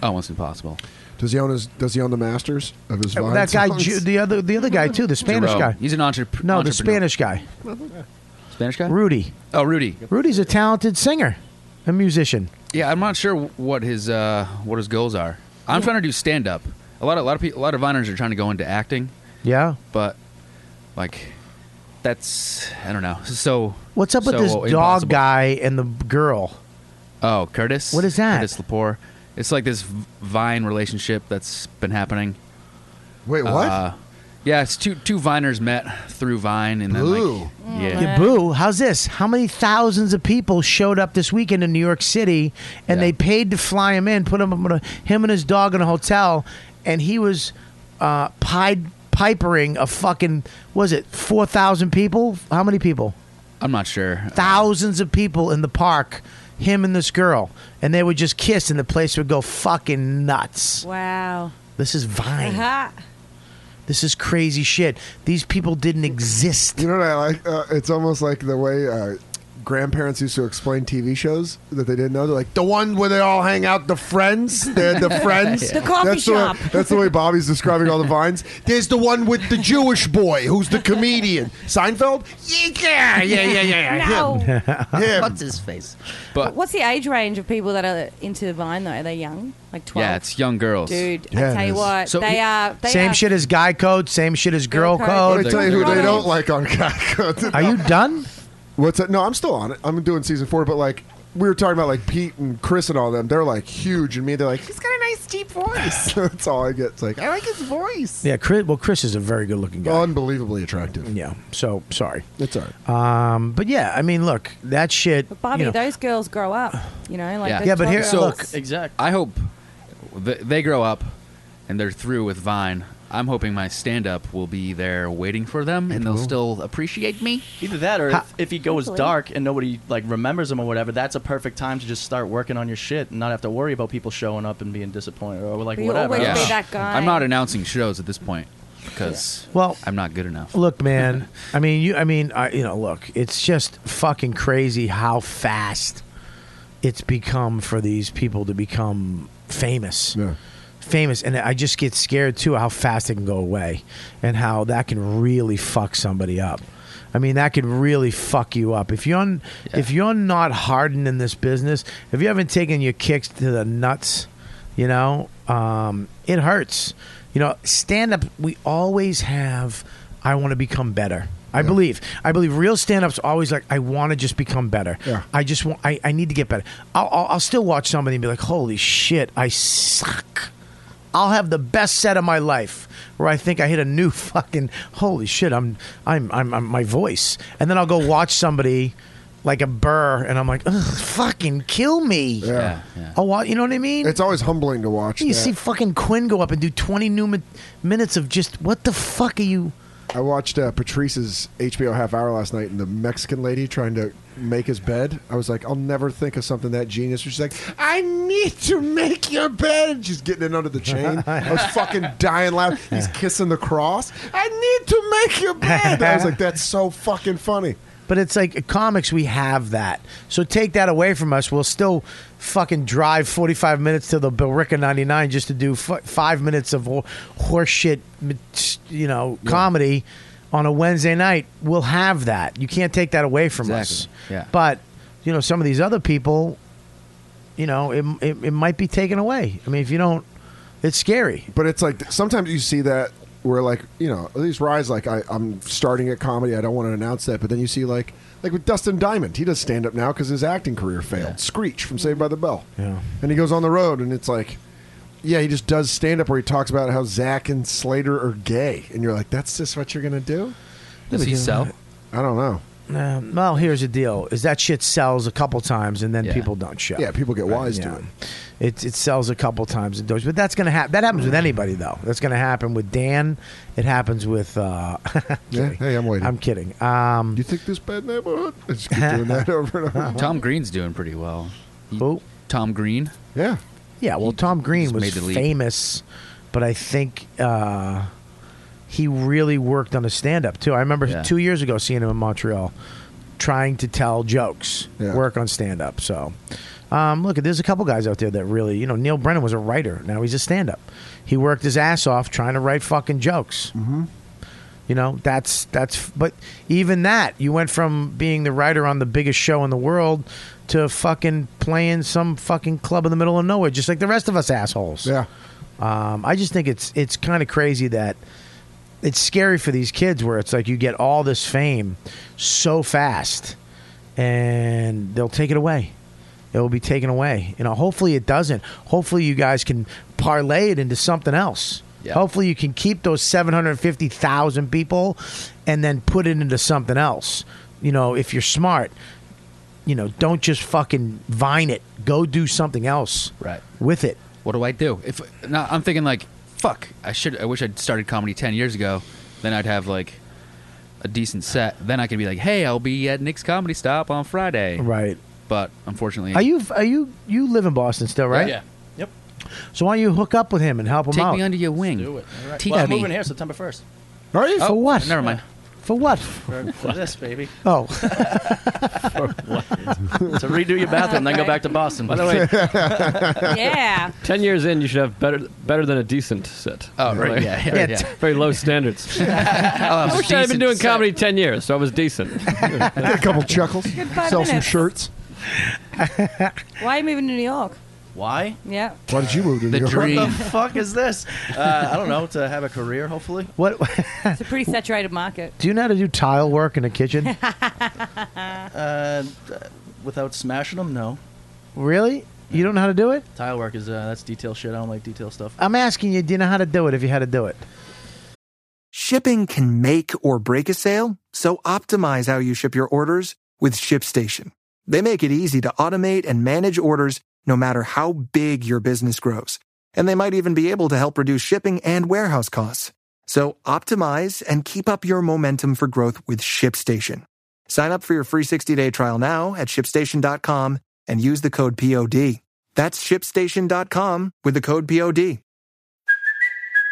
Speaker 12: almost impossible.
Speaker 5: Does he own his? Does he own the masters of his? Vine
Speaker 2: Uh, that guy,
Speaker 5: songs?
Speaker 2: Ju- the other the other guy too, the Spanish
Speaker 12: Jerome.
Speaker 2: guy.
Speaker 12: He's an entrep-
Speaker 2: No, the
Speaker 12: entrepreneur.
Speaker 2: Spanish guy.
Speaker 12: Spanish guy?
Speaker 2: Rudy.
Speaker 12: Oh, Rudy.
Speaker 2: Rudy's a talented singer, a musician.
Speaker 12: Yeah, I'm not sure what his uh, what his goals are. I'm trying to do stand up. A lot of a lot of people, a lot of viners are trying to go into acting,
Speaker 2: Yeah.
Speaker 12: but like that's I don't know. So
Speaker 2: What's up with
Speaker 12: so
Speaker 2: this dog
Speaker 12: impossible.
Speaker 2: guy and the girl?
Speaker 12: Oh, Curtis.
Speaker 2: What is that?
Speaker 12: Curtis Lepore. It's like this v- Vine relationship that's been happening.
Speaker 5: Wait, what?
Speaker 12: Uh, yeah, it's two two Viners met through Vine, and then
Speaker 2: Boo.
Speaker 12: like yeah,
Speaker 2: Yeah, boo. How's this? How many thousands of people showed up this weekend in New York City and they paid to fly him in, put him him and his dog in a hotel, and he was uh, pied pipering a fucking was it four thousand people? How many people?
Speaker 12: I'm not sure.
Speaker 2: Thousands of people in the park. Him and this girl, and they would just kiss, and the place would go fucking nuts.
Speaker 13: Wow.
Speaker 2: This is Vine.
Speaker 13: Aha.
Speaker 2: This is crazy shit. These people didn't exist.
Speaker 5: You know what I like? Uh, it's almost like the way uh, grandparents used to explain TV shows that they didn't know. They're like the one where they all hang out, the friends. They're the friends.
Speaker 16: The coffee
Speaker 5: that's
Speaker 16: shop.
Speaker 5: The way, that's the way Bobby's describing all the vines. There's the one with the Jewish boy who's the comedian. Seinfeld. Yeah, yeah, yeah, yeah, yeah.
Speaker 13: No.
Speaker 5: Him. Him.
Speaker 13: What's his face?
Speaker 12: But
Speaker 13: What's the age range of people that are into Vine though? Are they young? Like twelve?
Speaker 12: yeah, it's young girls.
Speaker 13: Dude, I tell you what,
Speaker 12: So-
Speaker 13: they are. They
Speaker 2: same
Speaker 13: are,
Speaker 2: shit as guy code, same shit as girl
Speaker 13: code.
Speaker 2: code.
Speaker 5: Let me tell you who they don't like on Geico.
Speaker 2: Are you done?
Speaker 5: What's that? No, I'm still on it. I'm doing season four, but like we were talking about, like Pete and Chris and all them. They're like huge, and me. They're like, he's got a nice deep voice. that's all I get. It's like "Ah." I like his voice.
Speaker 2: Yeah, Chris. Well, Chris is a very good-looking guy,
Speaker 5: unbelievably attractive.
Speaker 2: Yeah. So sorry.
Speaker 5: That's all right.
Speaker 2: Um, but yeah, I mean, look, that shit.
Speaker 13: Bobby,
Speaker 2: you know-
Speaker 13: those girls grow up. You know, like
Speaker 12: yeah,
Speaker 13: the 12
Speaker 12: so
Speaker 13: -year-olds.
Speaker 12: exactly. I hope th- they grow up and they're through with Vine. I'm hoping my stand up will be there waiting for them, and they'll still appreciate me.
Speaker 17: Either that, or
Speaker 12: Ha-
Speaker 17: if, if he goes
Speaker 12: Hopefully.
Speaker 17: dark and nobody like remembers him or whatever, that's a perfect time to just start working on your shit and not have to worry about people showing up and being disappointed or like
Speaker 13: But you
Speaker 17: whatever.
Speaker 13: always be that guy.
Speaker 12: I'm not announcing shows at this point because
Speaker 2: well,
Speaker 12: I'm not good enough.
Speaker 2: Look, man. I mean, you. I mean, I, you know, look. It's just fucking crazy how fast it's become for these people to become famous. Famous, and I just get scared too how fast it can go away, and how that can really fuck somebody up. I mean, that could really fuck you up if you're n- if you're not hardened in this business. If you haven't taken your kicks to the nuts, you know, um, it hurts. You know, stand up. We always have. I want to become better. I believe. I believe real stand ups always like I want to just become better. I just want. I, I need to get better. I'll, I'll I'll still watch somebody and be like, holy shit, I suck. I'll have the best set of my life where I think I hit a new fucking holy shit. I'm I'm I'm, I'm my voice, and then I'll go watch somebody like a burr, and I'm like, Ugh, fucking kill me.
Speaker 5: Yeah,
Speaker 2: Oh, wa- you know what I mean?
Speaker 5: It's always humbling to watch.
Speaker 2: You
Speaker 5: that.
Speaker 2: see fucking Quinn go up and do 20 new mi- minutes of just what the fuck are you?
Speaker 5: I watched uh, Patrice's HBO half hour last night, and the Mexican lady trying to make his bed. I was like, I'll never think of something that genius. She's like, I need to make your bed. She's getting it under the chain. I was fucking dying loud. He's kissing the cross. I need to make your bed. I was like, that's so fucking funny.
Speaker 2: But it's like comics, we have that. So take that away from us. We'll still fucking drive 45 minutes to the Billerica 99 just to do f- five minutes of ho- horseshit, you know, comedy on a Wednesday night. We'll have that. You can't take that away from us.
Speaker 12: Exactly. Yeah.
Speaker 2: But, you know, some of these other people, you know, it, it, it might be taken away. I mean, if you don't, it's scary.
Speaker 5: But it's like sometimes you see that where like you know at least rise like I, I'm starting at comedy. I don't want to announce that, but then you see like like with Dustin Diamond, he does stand up now because his acting career failed. Screech from Saved by the Bell,
Speaker 2: Yeah.
Speaker 5: and he goes on the road, and it's like. Yeah, he just does stand up where he talks about how Zach and Slater are gay, and you're like, "That's just what you're gonna do."
Speaker 12: Does he sell?
Speaker 5: I don't know.
Speaker 2: Uh, well, here's the deal: is that shit sells a couple times and then people don't show.
Speaker 5: Yeah, people get wise to it.
Speaker 2: It it sells a couple times and don't. But that's gonna happen. That happens with anybody though. That's gonna happen with Dan. It happens with. Uh, yeah,
Speaker 5: hey, I'm waiting.
Speaker 2: I'm kidding. Um,
Speaker 5: you think this bad neighborhood? I just keep doing that over and over.
Speaker 12: Tom Green's doing pretty well. He-
Speaker 2: Who?
Speaker 12: Tom Green.
Speaker 5: Yeah.
Speaker 2: Yeah. Well, Tom Green
Speaker 12: he's
Speaker 2: was
Speaker 12: made the leap.
Speaker 2: famous, but I think uh, he really worked on his stand up too. I remember
Speaker 12: Yeah.
Speaker 2: two years ago seeing him in Montreal trying to tell jokes, work on stand up. So, um, look, there's a couple guys out there that really, you know, Neil Brennan was a writer. Now he's a stand up. He worked his ass off trying to write fucking jokes. Mm-hmm. You know, that's that's but even that, you went from being the writer on the biggest show in the world to fucking playing some fucking club in the middle of nowhere, just like the rest of us assholes.
Speaker 5: Yeah.
Speaker 2: Um, I just think it's it's kind of crazy that it's scary for these kids where it's like you get all this fame so fast and they'll take it away. It will be taken away. You know, hopefully it doesn't. Hopefully you guys can parlay it into something else. Hopefully you can keep those 750,000 people and then put it into something else. You know, if you're smart, you know, don't just fucking vine it. Go do something else
Speaker 12: right.
Speaker 2: with it.
Speaker 12: What do I do? If now I'm thinking like, fuck, I should. I wish I'd started comedy ten years ago. Then I'd have like a decent set. Then I could be like, hey, I'll be at Nick's Comedy Stop on Friday.
Speaker 2: Right.
Speaker 12: But unfortunately,
Speaker 2: Are you are you you live in Boston still, right?
Speaker 12: Yeah. Yep.
Speaker 2: So why don't you hook up with him and help him
Speaker 12: Take
Speaker 2: out?
Speaker 12: me under your wing.
Speaker 17: Do it. All right.
Speaker 12: Teach
Speaker 17: well, I'm
Speaker 12: me.
Speaker 17: moving here September 1st.
Speaker 2: Are you? For
Speaker 12: Oh,
Speaker 2: what?
Speaker 12: never mind.
Speaker 2: For what?
Speaker 17: For, for this, baby.
Speaker 2: Oh.
Speaker 17: so redo your bathroom, then go back to Boston.
Speaker 7: By the way,
Speaker 13: Yeah.
Speaker 7: ten years in, you should have better better than a decent set.
Speaker 12: Oh, right,
Speaker 7: Like,
Speaker 12: yeah, yeah, Yeah, yeah. t-
Speaker 7: Very low standards. I wish I had been
Speaker 12: decent
Speaker 7: doing comedy ten years, so I was decent.
Speaker 5: a couple chuckles.
Speaker 13: Good five
Speaker 5: Sell some
Speaker 13: minutes.
Speaker 5: shirts.
Speaker 13: Why are you moving to New York?
Speaker 17: Why?
Speaker 13: Yeah.
Speaker 5: Why did you move to
Speaker 17: The
Speaker 5: New York?
Speaker 17: What the fuck is this? Uh, I don't know. To have a career, hopefully.
Speaker 2: What?
Speaker 13: It's a pretty saturated market.
Speaker 2: Do you know how to do tile work in a kitchen?
Speaker 17: Uh, without smashing them, no.
Speaker 2: really? You don't know how to do it?
Speaker 17: Tile work is uh, that's detail shit. I don't like detail stuff.
Speaker 2: I'm asking you, do you know how to do it if you had to do it?
Speaker 19: Shipping can make or break a sale, so optimize how you ship your orders with ShipStation. They make it easy to automate and manage orders no matter how big your business grows. And they might even be able to help reduce shipping and warehouse costs. So optimize and keep up your momentum for growth with ShipStation. Sign up for your free 60-day trial now at shipstation.com and use the code POD. That's shipstation.com with the code POD.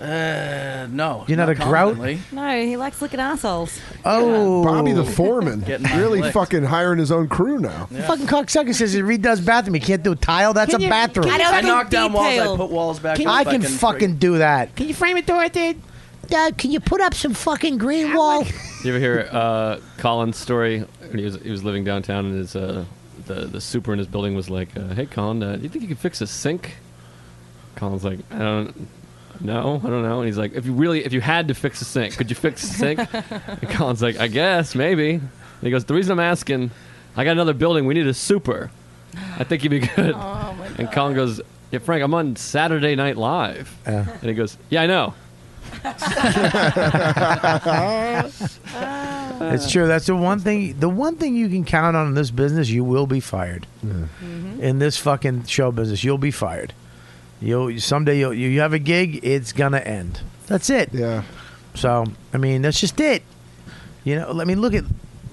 Speaker 17: Uh, no.
Speaker 2: You're not a grout?
Speaker 17: confidently.
Speaker 13: No, he likes looking assholes.
Speaker 2: Oh.
Speaker 5: Bobby the foreman
Speaker 17: Getting my
Speaker 5: really
Speaker 17: licked.
Speaker 5: fucking hiring his own crew now.
Speaker 2: Fucking cocksucker says he redoes bathroom. He can't do tile. That's
Speaker 17: Can
Speaker 2: a
Speaker 17: you-
Speaker 2: bathroom.
Speaker 17: can you I knock down walls, I detail? put walls back
Speaker 2: Can-
Speaker 17: up,
Speaker 2: I
Speaker 17: I
Speaker 2: can
Speaker 17: can
Speaker 2: fucking
Speaker 17: freak-
Speaker 2: do that.
Speaker 14: Can you frame it, Dorothy? Dad, can you put up some fucking green wall?
Speaker 7: You ever hear uh, Colin's story? When he was he was living downtown, and his uh, the the super in his building was like, uh, "Hey, Colin, uh, do you think you can fix a sink?" Colin's like, "I don't, no, I don't know. And he's like, if you really, if you had to fix the sink, could you fix the sink? and Colin's like, I guess, maybe. And he goes, the reason I'm asking, I got another building. We need a super. I think you'd be good. and Colin goes, yeah, Frank, I'm on Saturday Night Live.
Speaker 2: Yeah.
Speaker 7: And he goes, yeah, I know.
Speaker 2: It's true. That's the one thing. The one thing you can count on in this business, you will be fired.
Speaker 7: Mm-hmm.
Speaker 2: In this fucking show business, you'll be fired. You'll someday you'll, you have a gig, it's gonna end. That's it.
Speaker 5: Yeah.
Speaker 2: So I mean, that's just it. You know, I mean, look at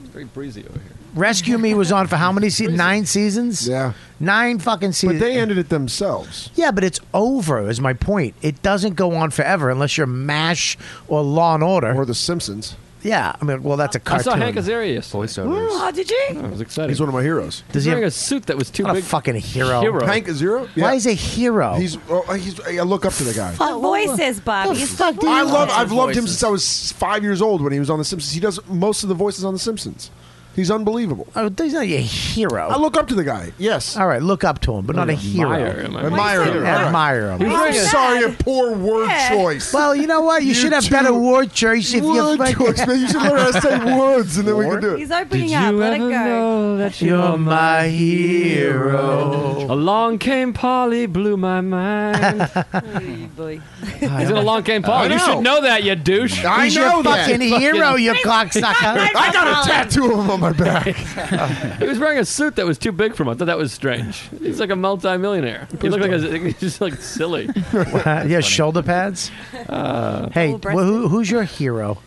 Speaker 7: It's very breezy over here.
Speaker 2: Rescue Me was on for how many seasons? Nine seasons.
Speaker 5: Yeah.
Speaker 2: Nine fucking seasons.
Speaker 5: But they ended it themselves.
Speaker 2: Yeah, but it's over. Is my point. It doesn't go on forever unless you're Mash or Law and Order
Speaker 5: or The Simpsons.
Speaker 2: Yeah, I mean, well, that's a
Speaker 7: I
Speaker 2: cartoon.
Speaker 7: saw Hank Azarius. Voiceovers.
Speaker 2: Oh,
Speaker 11: did you?
Speaker 7: I was excited.
Speaker 5: He's one of my heroes.
Speaker 2: Does he
Speaker 7: wearing
Speaker 2: have-
Speaker 7: a suit that was too
Speaker 2: Not
Speaker 7: big?
Speaker 2: a fucking hero.
Speaker 7: Hero.
Speaker 5: Hank is zero.
Speaker 2: Why is he a hero?
Speaker 5: He's. Oh, he's. I look up to the guy.
Speaker 16: oh,
Speaker 13: The voices, Bobby.
Speaker 5: I
Speaker 13: It's the
Speaker 5: love.
Speaker 13: voices.
Speaker 5: I've loved him since I was five years old when he was on The Simpsons. He does most of the voices on The Simpsons. He's unbelievable.
Speaker 2: Oh, he's not a hero.
Speaker 5: I look up to the guy. Yes.
Speaker 2: All right, look up to him, but not a hero.
Speaker 5: Admire him. Admire him.
Speaker 2: Yeah, Admire him.
Speaker 5: I'm sorry, a poor word choice.
Speaker 2: Well, you know what? You,
Speaker 5: You
Speaker 2: should have
Speaker 5: two-
Speaker 2: better word choice if you
Speaker 5: Word choice, man. You should learn how to say words, and then we can do it.
Speaker 13: He's opening up. Let it go.
Speaker 2: You're my hero.
Speaker 7: Along came Polly, blew my mind. He's in Along Came
Speaker 5: I
Speaker 7: Polly. You
Speaker 5: know.
Speaker 7: should know that, you douche.
Speaker 5: I know that. I got a tattoo of him on my back.
Speaker 7: He was wearing a suit that was too big for him. I thought that was strange. He's like a multi-millionaire. He looked like a, he's just like silly.
Speaker 2: Uh, yeah, shoulder pads.
Speaker 7: Uh,
Speaker 2: hey, wh- who, who's your hero?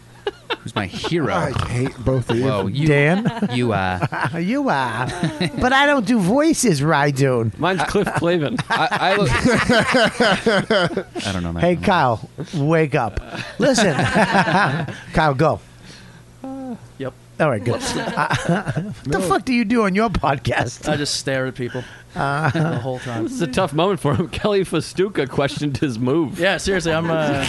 Speaker 12: Who's my hero?
Speaker 5: I hate both of you.
Speaker 12: Whoa, you,
Speaker 2: Dan?
Speaker 12: You uh,
Speaker 2: you are. but I don't do voices, Rydoon.
Speaker 7: Mine's Cliff Clavin.
Speaker 12: I, I
Speaker 2: look.
Speaker 12: I don't know that.
Speaker 2: hey, Kyle, wake up. Listen, Kyle, go.
Speaker 17: Yep.
Speaker 2: All right, good. what the fuck do you do on your podcast?
Speaker 17: I just stare at people
Speaker 2: Uh,
Speaker 17: the whole time.
Speaker 7: This is a tough moment for him. Kelly Festuca questioned his move.
Speaker 17: Yeah, seriously, I'm uh,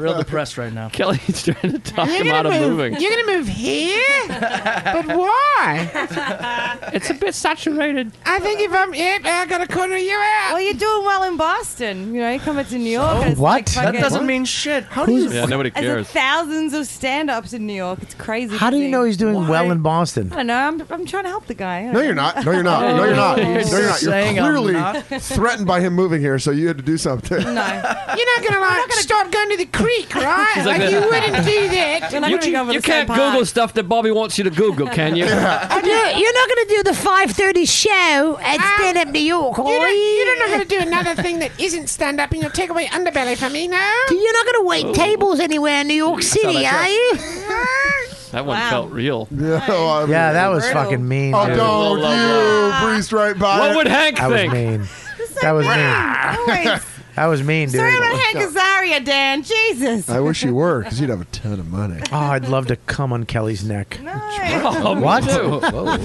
Speaker 17: real depressed right now.
Speaker 7: Kelly's trying to talk him out of moving.
Speaker 16: You're gonna move here, but why?
Speaker 7: It's a bit saturated.
Speaker 16: I think if I'm it, I gotta corner you out.
Speaker 13: Well, you're doing well in Boston. You know, you come up to New York. and it's
Speaker 2: What?
Speaker 13: Like
Speaker 2: That
Speaker 13: fucking-
Speaker 2: doesn't What?
Speaker 17: mean shit.
Speaker 2: How do you- Yeah, nobody
Speaker 13: There's
Speaker 2: cares.
Speaker 13: thousands of stand-ups in New York. It's crazy.
Speaker 2: How do you know he's doing well in Boston?
Speaker 13: I don't know. I'm, I'm trying to help the guy. I don't
Speaker 5: No, you're
Speaker 13: know.
Speaker 5: not. No, you're not. Uh,
Speaker 2: Oh,
Speaker 5: No, you're not. No,
Speaker 13: You're
Speaker 5: you're not. You're
Speaker 13: saying I'm
Speaker 5: clearly
Speaker 13: not.
Speaker 5: threatened by him moving here, so you had to do something.
Speaker 16: You're not gonna like stop going to the creek, right?
Speaker 7: She's like
Speaker 16: like
Speaker 7: that.
Speaker 16: you wouldn't do that.
Speaker 7: you you can't Google stuff that Bobby wants you to Google, can you?
Speaker 16: I do- Ah.
Speaker 14: You're not going to do the 5:30 show at Stand Up New York, are
Speaker 16: You don't,
Speaker 14: you?
Speaker 16: you don't know how to do another thing that isn't stand up, and you'll take away underbelly from me now.
Speaker 14: You're not going to
Speaker 7: Oh.
Speaker 14: wait tables anywhere in New York City, eh?
Speaker 16: that
Speaker 14: are
Speaker 16: joke.
Speaker 14: you?
Speaker 7: That one
Speaker 14: Wow.
Speaker 7: felt real.
Speaker 5: Yeah, oh, I
Speaker 2: Yeah,
Speaker 5: mean-
Speaker 2: that was fucking mean.
Speaker 5: Oh,
Speaker 2: dude.
Speaker 5: don't you breeze right by.
Speaker 7: What
Speaker 5: it.
Speaker 7: would Hank
Speaker 2: That was
Speaker 7: think?
Speaker 2: mean. That was mean.
Speaker 13: Always.
Speaker 2: That was mean, dude.
Speaker 13: Sorry about Hank Azaria, Dan. Jesus.
Speaker 5: I wish you were, because you'd have a ton of money.
Speaker 2: Oh, I'd love to come on Kelly's neck.
Speaker 7: Oh, me
Speaker 2: What?
Speaker 7: too.
Speaker 2: Whoa.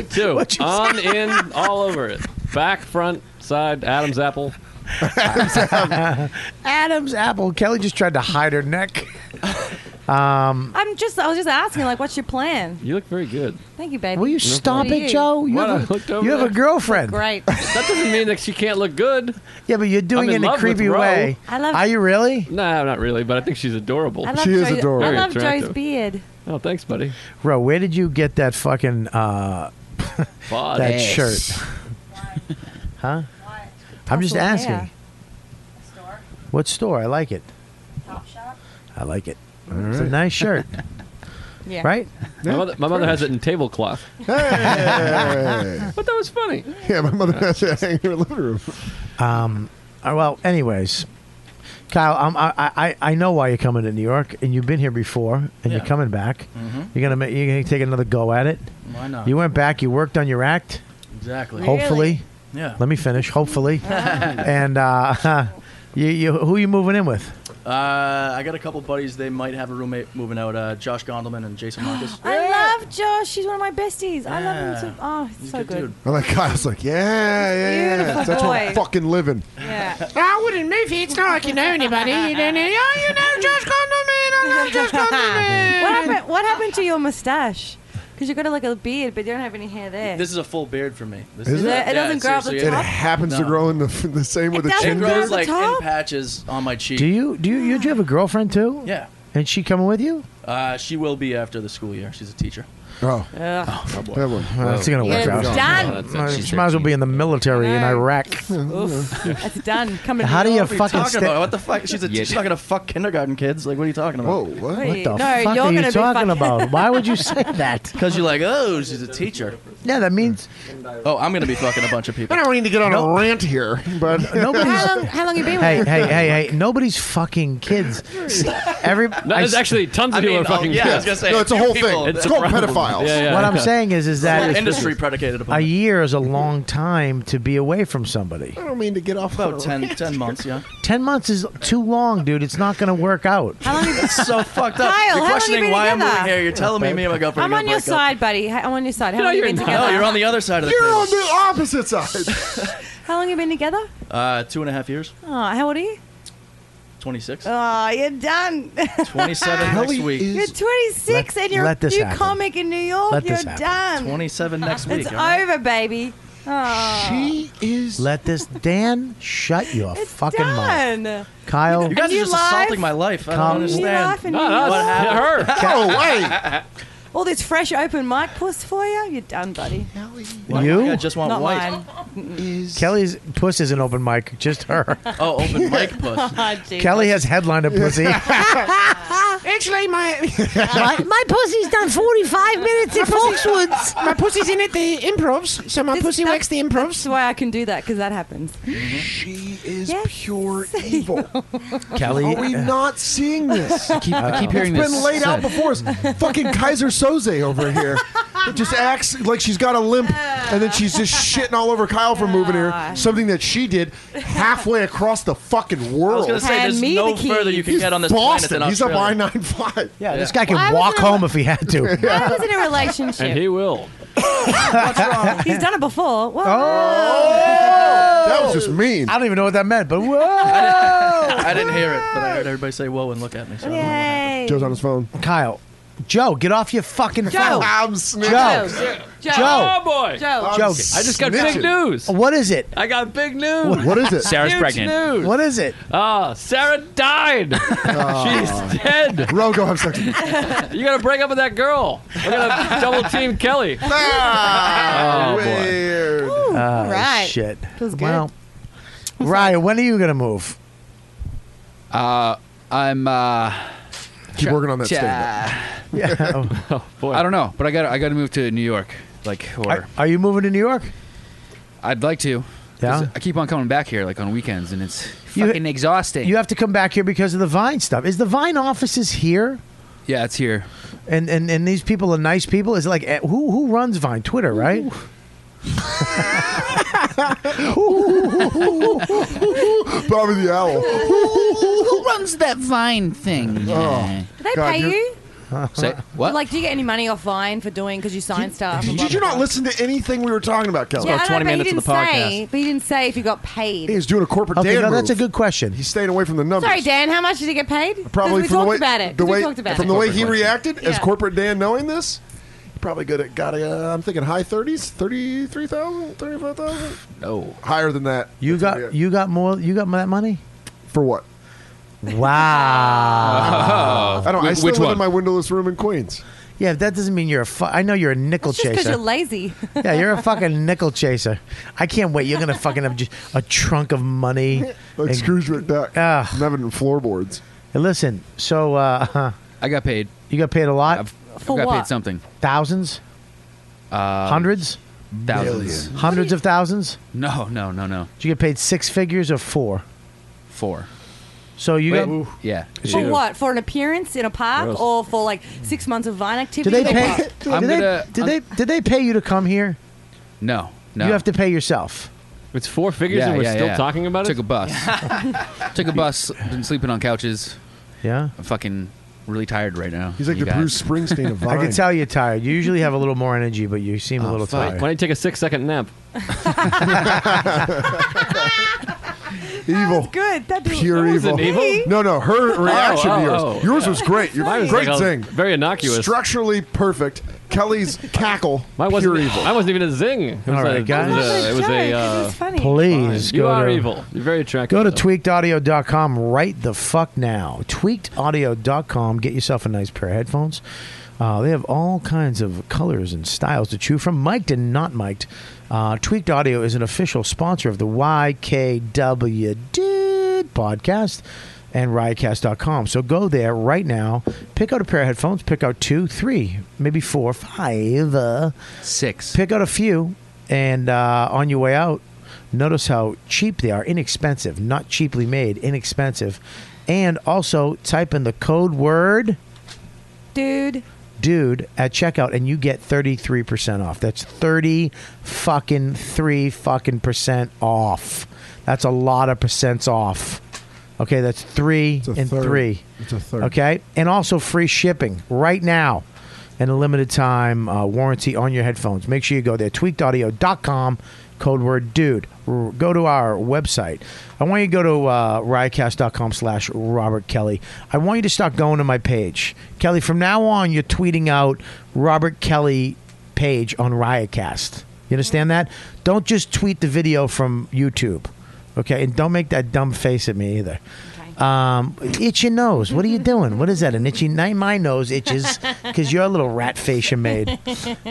Speaker 7: Me too. On in, all over it. Back, front, side, Adam's apple.
Speaker 2: Adam's apple. Kelly just tried to hide her neck. Um,
Speaker 13: I'm just. I was just asking, like, what's your plan?
Speaker 7: You look very good.
Speaker 13: Thank you, baby.
Speaker 2: will you stop it, Joe? You
Speaker 7: What, I
Speaker 2: have
Speaker 7: looked
Speaker 2: a,
Speaker 7: over
Speaker 2: you have a
Speaker 7: there?
Speaker 2: girlfriend.
Speaker 13: Great.
Speaker 7: That doesn't mean that she can't look good.
Speaker 2: Yeah, but you're doing
Speaker 7: I'm
Speaker 2: it
Speaker 7: in
Speaker 2: in a
Speaker 7: love with
Speaker 2: creepy
Speaker 7: Ro.
Speaker 2: way.
Speaker 13: I love-
Speaker 2: Are you really?
Speaker 7: Nah, not really, but I think she's adorable.
Speaker 13: I love Joe's, I
Speaker 7: Very
Speaker 13: love Joe's
Speaker 7: attractive.
Speaker 13: beard.
Speaker 7: Oh, thanks, buddy.
Speaker 2: Ro, where did you get that fucking uh,
Speaker 7: Bod.
Speaker 2: that
Speaker 7: Ass.
Speaker 2: shirt? huh? I'm just
Speaker 13: Tussled
Speaker 2: asking.
Speaker 13: hair.
Speaker 2: What store? I like it. I like it. It's a
Speaker 5: right.
Speaker 2: nice shirt.
Speaker 13: Yeah.
Speaker 2: Right?
Speaker 7: My mother, my mother has it in tablecloth.
Speaker 5: Hey.
Speaker 7: But that was funny.
Speaker 5: yeah, my mother has to hang in her living room.
Speaker 2: Um. uh, Well, anyways, Kyle, I'm, I I I know why you're coming to New York, and you've been here before, and you're
Speaker 17: Yeah.
Speaker 2: coming back.
Speaker 17: Mhm.
Speaker 2: You're gonna make, you're gonna take another go at it.
Speaker 17: Why not?
Speaker 2: You went back. You worked on your act.
Speaker 17: Exactly.
Speaker 2: Hopefully.
Speaker 17: Yeah.
Speaker 2: Let me finish. Hopefully. and uh, you you who you moving in with?
Speaker 17: Uh, I got a couple buddies. They might have a roommate moving out. Uh, Josh Gondelman and Jason Marcus.
Speaker 13: I love Josh. She's one of my besties. I love him
Speaker 17: Yeah.
Speaker 13: so. Oh, he's, so good.
Speaker 5: I'm like, God, I was like, yeah, yeah,
Speaker 13: Beautiful
Speaker 5: yeah. That's what
Speaker 13: boy.
Speaker 5: I'm fucking living.
Speaker 13: Yeah.
Speaker 16: I wouldn't move here. It's not like you know anybody. You don't know. Oh, you know Josh Gondelman. I love Josh
Speaker 13: what
Speaker 16: Gondelman.
Speaker 13: happened? What happened to your mustache? 'Cause Because you've got like a beard, but you don't have any hair there.
Speaker 17: This is a full beard for me. This
Speaker 5: Is it?
Speaker 13: It doesn't grow up the
Speaker 5: It happens to
Speaker 17: No.
Speaker 5: grow in the, the same with
Speaker 17: It
Speaker 5: the chin
Speaker 17: grows
Speaker 5: beard?
Speaker 17: like in patches on my cheek.
Speaker 5: Do
Speaker 2: you do you, you do you have a girlfriend too?
Speaker 17: Yeah.
Speaker 2: And she coming with you?
Speaker 17: Uh, she will be after the school year. She's a teacher.
Speaker 5: Oh.
Speaker 17: Yeah.
Speaker 5: Oh, boy.
Speaker 2: Well, that's gonna work out. Uh,
Speaker 17: She's
Speaker 2: she might as well be in the military in Iraq.
Speaker 13: It's done. Coming.
Speaker 2: How do you fucking
Speaker 17: talking
Speaker 2: sta-
Speaker 17: about? What the fuck? She's, a,
Speaker 2: Yeah.
Speaker 17: she's not gonna fuck kindergarten kids. Like, what are you talking about? Whoa,
Speaker 5: what?
Speaker 2: What the fuck are you talking about? Why would you say that?
Speaker 17: Because you're like, oh, she's a teacher.
Speaker 2: Yeah, that means
Speaker 17: Oh, I'm gonna be fucking a bunch of people.
Speaker 5: I don't need to get on
Speaker 17: Nope.
Speaker 5: a rant here, but
Speaker 2: nobody's.
Speaker 13: how long you been with
Speaker 2: Hey,
Speaker 13: her?
Speaker 2: hey, hey, hey! Nobody's fucking kids. Every
Speaker 7: No, there's actually tons of
Speaker 2: I
Speaker 7: people
Speaker 2: mean,
Speaker 7: are fucking
Speaker 2: oh, yeah, I was
Speaker 7: kids.
Speaker 2: gonna say, No, it's a few whole thing. people. It's It's a called problem. pedophiles. Yeah, yeah. What I'm saying is- is that-
Speaker 17: It's industry predicated upon
Speaker 2: a year is a long time to be away from somebody.
Speaker 5: I don't mean to get off
Speaker 17: about 10, 10 months. Yeah.
Speaker 2: Ten months is too long, dude. It's not going to work out.
Speaker 13: How long you
Speaker 17: so fucked up.
Speaker 13: Kyle,
Speaker 17: you're
Speaker 13: how long you
Speaker 17: questioning
Speaker 13: been
Speaker 17: why I'm
Speaker 13: together?
Speaker 17: moving here. You're telling me me and my girlfriend.
Speaker 13: I'm
Speaker 17: are
Speaker 13: on
Speaker 17: gonna
Speaker 13: your
Speaker 17: break
Speaker 13: side, buddy. How- I'm on your side. How
Speaker 17: No,
Speaker 13: long
Speaker 17: you're
Speaker 13: you been
Speaker 17: not.
Speaker 13: together?
Speaker 17: No, you're on the other side of the
Speaker 5: You're
Speaker 17: table.
Speaker 5: on the opposite side.
Speaker 13: How long you been together?
Speaker 17: up. Uh, two and a half years.
Speaker 13: Oh, how old are you?
Speaker 17: 26.
Speaker 13: Oh, you're done.
Speaker 17: 27 next week.
Speaker 13: You're 26
Speaker 17: Let-
Speaker 13: and you're
Speaker 17: let
Speaker 13: a
Speaker 17: this
Speaker 13: new
Speaker 17: happen.
Speaker 13: comic in New York.
Speaker 17: Let
Speaker 13: you're
Speaker 17: this happen.
Speaker 13: done.
Speaker 17: 27 next week.
Speaker 13: It's
Speaker 17: all right?
Speaker 13: over, baby. Oh. She
Speaker 2: is Let this Dan shut your fucking mouth,
Speaker 13: done.
Speaker 2: Kyle.
Speaker 17: You guys are just assaulting my life. I
Speaker 2: Come- oh,
Speaker 17: don't understand.
Speaker 13: life and Not new us.
Speaker 17: What
Speaker 13: life.
Speaker 17: happened?
Speaker 13: Yeah, her. No
Speaker 17: way.
Speaker 13: All this fresh open mic puss for you. You're done, buddy.
Speaker 2: You?
Speaker 17: I just want
Speaker 13: Not
Speaker 17: white.
Speaker 13: mine. Mm-mm.
Speaker 2: Kelly's puss is an open mic, just her.
Speaker 17: Oh, open mic puss.
Speaker 13: Oh, Jesus.
Speaker 2: Kelly has headlined a pussy.
Speaker 16: Actually, my
Speaker 14: my, my pussy's done 45 minutes at Foxwoods.
Speaker 16: my pussy's in at the improvs, so my pussy works the improvs.
Speaker 13: That's why I can do that because that happens.
Speaker 5: Mm-hmm. She is pure evil.
Speaker 2: Kelly-
Speaker 5: are we not seeing this?
Speaker 12: I keep- I keep hearing
Speaker 5: It's
Speaker 12: this
Speaker 5: been laid
Speaker 12: said.
Speaker 5: out before us. Fucking Kaiser Soze over here. It just acts like she's got a limp, and then she's just shitting all over Kyle for moving here. Something that she did halfway across the fucking world.
Speaker 17: I was gonna say, there's no further you can
Speaker 5: He's
Speaker 17: get on this
Speaker 5: Boston.
Speaker 17: planet than
Speaker 5: He's up I
Speaker 17: Australia.
Speaker 5: nine five.
Speaker 2: Yeah, this guy can
Speaker 13: Why was
Speaker 2: walk
Speaker 13: it-
Speaker 2: home if he had to.
Speaker 13: I was in a relationship.
Speaker 7: And he will.
Speaker 13: What's wrong? He's done it before. Whoa.
Speaker 5: Oh. That was just mean.
Speaker 2: I don't even know what that meant, but whoa!
Speaker 17: I didn't hear it, but I heard everybody say whoa and look at me. So I don't know what happened.
Speaker 5: Joe's on his phone.
Speaker 2: Kyle, Joe, get off your fucking
Speaker 17: Joe.
Speaker 2: phone.
Speaker 17: I'm
Speaker 2: Joe.
Speaker 17: snitching.
Speaker 2: Joe.
Speaker 17: Joe.
Speaker 7: Oh, boy.
Speaker 13: Joe.
Speaker 7: I'm
Speaker 2: Joe.
Speaker 7: I just got big
Speaker 2: snitching.
Speaker 7: news.
Speaker 2: What is it?
Speaker 7: I got big news.
Speaker 2: What- what is it?
Speaker 12: Sarah's
Speaker 7: Huge
Speaker 12: pregnant.
Speaker 7: News.
Speaker 2: What is it? Oh.
Speaker 7: Ah, Sarah died. She's dead.
Speaker 5: Oh. Ro, go have sex.
Speaker 7: you gotta break up with that girl. We're gonna double team Kelly.
Speaker 5: Ah,
Speaker 7: oh boy.
Speaker 5: Weird.
Speaker 2: Oh,
Speaker 7: right.
Speaker 2: shit.
Speaker 7: Feels good.
Speaker 2: Well, Ryan, when are you going to move?
Speaker 12: Uh, I'm. Uh,
Speaker 5: Keep working on that
Speaker 12: Yeah.
Speaker 2: oh,
Speaker 12: boy. I don't know, but I got. to I got to move to New York. Like, or
Speaker 2: Are, are you moving to New York?
Speaker 12: I'd like to. 'Cause
Speaker 2: Yeah?
Speaker 12: I keep on coming back here, like on weekends, and it's fucking exhausting.
Speaker 2: You have to come back here because of the Vine stuff. Is the Vine offices here?
Speaker 12: yeah, it's here.
Speaker 2: And and, and these people are nice people. Is it like eh, who who runs Vine? Twitter, right?
Speaker 5: Bobby the Owl.
Speaker 12: Who runs that Vine thing?
Speaker 5: Oh.
Speaker 13: Do they
Speaker 5: God,
Speaker 13: pay
Speaker 5: you're-
Speaker 13: you?
Speaker 12: Say what?
Speaker 13: Like, do you get any money off Vine for doing because you sign stuff? and blah,
Speaker 5: Did you
Speaker 13: blah,
Speaker 5: not listen to anything we were talking about,
Speaker 13: blah?
Speaker 5: Kelly?
Speaker 13: Yeah, I don't know, but he didn't say. But he didn't say if you got paid.
Speaker 5: He's doing a corporate
Speaker 2: Okay,
Speaker 5: Dan
Speaker 2: no, that's a
Speaker 5: move.
Speaker 2: good question.
Speaker 5: He's staying away from the numbers.
Speaker 13: Sorry, Dan. How much did you get paid? 'Cause
Speaker 5: Probably
Speaker 13: we
Speaker 5: from
Speaker 13: talked
Speaker 5: the way
Speaker 13: about it.
Speaker 5: the
Speaker 13: 'Cause
Speaker 5: way
Speaker 13: we talked about
Speaker 5: from
Speaker 13: it.
Speaker 5: the way he reacted as
Speaker 13: Yeah.
Speaker 5: corporate Dan knowing this. he Probably good at got a, uh, I'm thinking high 30s, 33,000, 35,000.
Speaker 12: No.
Speaker 5: Higher than that.
Speaker 2: You got you got more. You got that money
Speaker 5: for what?
Speaker 2: Wow.
Speaker 5: I don't I still live in my windowless room in Queens.
Speaker 2: yeah, that doesn't mean you're a. Fu- I know you're a nickel
Speaker 13: Just because
Speaker 2: chaser.
Speaker 13: you're lazy.
Speaker 2: yeah, you're a fucking nickel chaser. I can't wait. You're gonna fucking have just a trunk of money.
Speaker 5: Like
Speaker 2: and-
Speaker 5: Scrooge McDuck.
Speaker 2: Ah.
Speaker 5: I'm having floorboards.
Speaker 2: Hey, Listen, so uh,
Speaker 12: I got paid.
Speaker 2: You got paid a lot.
Speaker 12: For got paid what? something.
Speaker 2: Thousands,
Speaker 12: Uh,
Speaker 2: hundreds,
Speaker 12: Thousands.
Speaker 2: hundreds of thousands.
Speaker 12: No, no, no, no.
Speaker 2: Did you get paid six figures or four?
Speaker 12: Four.
Speaker 2: So you
Speaker 12: Wait,
Speaker 2: got
Speaker 12: yeah.
Speaker 13: For what? For an appearance in a park
Speaker 2: Gross.
Speaker 13: or for like six months of Vine
Speaker 2: Did
Speaker 13: activity?
Speaker 2: they
Speaker 13: or
Speaker 2: pay?
Speaker 13: what?
Speaker 2: Did, they, did they did they pay you to come here?
Speaker 12: No, no.
Speaker 2: You have to pay yourself.
Speaker 7: It's four figures
Speaker 12: Yeah,
Speaker 7: and we're
Speaker 12: yeah,
Speaker 7: still
Speaker 12: yeah.
Speaker 7: talking about
Speaker 12: Took
Speaker 7: it?
Speaker 12: a bus. Took a bus. Been sleeping on couches.
Speaker 2: Yeah.
Speaker 12: I'm fucking really tired right now.
Speaker 5: He's like the Bruce Springsteen of
Speaker 2: I
Speaker 5: Vine. Oh,
Speaker 2: can tell you're tired. You usually have a little more energy, but you seem a little
Speaker 7: Why
Speaker 2: tired.
Speaker 7: don't you take a six second nap?
Speaker 5: evil.
Speaker 11: good. That
Speaker 5: Pure evil.
Speaker 7: wasn't evil.
Speaker 5: No, no. Her reaction
Speaker 7: oh,
Speaker 5: to yours.
Speaker 7: oh.
Speaker 5: yours
Speaker 7: Yeah.
Speaker 5: was great. Your
Speaker 7: Mine was
Speaker 5: great
Speaker 7: like a-
Speaker 5: zing.
Speaker 7: very innocuous.
Speaker 5: Structurally perfect. Kelly's cackle.
Speaker 7: Mine
Speaker 5: pure
Speaker 7: wasn't.
Speaker 5: evil.
Speaker 7: I wasn't even a zing. It was
Speaker 5: All right,
Speaker 7: a,
Speaker 5: guys.
Speaker 7: It was a. It was a, uh,
Speaker 2: Please
Speaker 7: You
Speaker 2: go
Speaker 7: are
Speaker 2: to-
Speaker 7: evil. You're very attractive.
Speaker 2: Go to
Speaker 7: though.
Speaker 2: tweakedaudio.com right the fuck now. Tweakedaudio.com. Get yourself a nice pair of headphones. Uh, they have all kinds of colors and styles to choose from, mic'd and not mic'd. Uh, Tweaked Audio is an official sponsor of the YKW Dude podcast and riotcast.com. So go there right now. Pick out a pair of headphones. Pick out two, three, maybe four, five, uh,
Speaker 12: six.
Speaker 2: Pick out a few. And uh, on your way out, notice how cheap they are inexpensive, not cheaply made, inexpensive. And also type in the code word
Speaker 11: dude.
Speaker 2: dude at checkout and you get 33% off. That's 30 fucking 3 fucking percent off. That's a lot of percents off. Okay, that's 3 and
Speaker 5: third.
Speaker 2: 3.
Speaker 5: It's a third.
Speaker 2: Okay? And also free shipping right now and a limited time uh, warranty on your headphones. Make sure you go there tweakedaudio.com code word dude. R- go to our website. I want you to go to uh, riotcast.com slash Robert Kelly. I want you to start going to my page. Kelly, from now on, you're tweeting out Robert Kelly page on Riotcast. You understand that? Don't just tweet the video from YouTube. Okay, and don't make that dumb face at me either. Um, itch your nose. What are you doing? What is that? An itchy? Now my nose itches because your little rat face you made.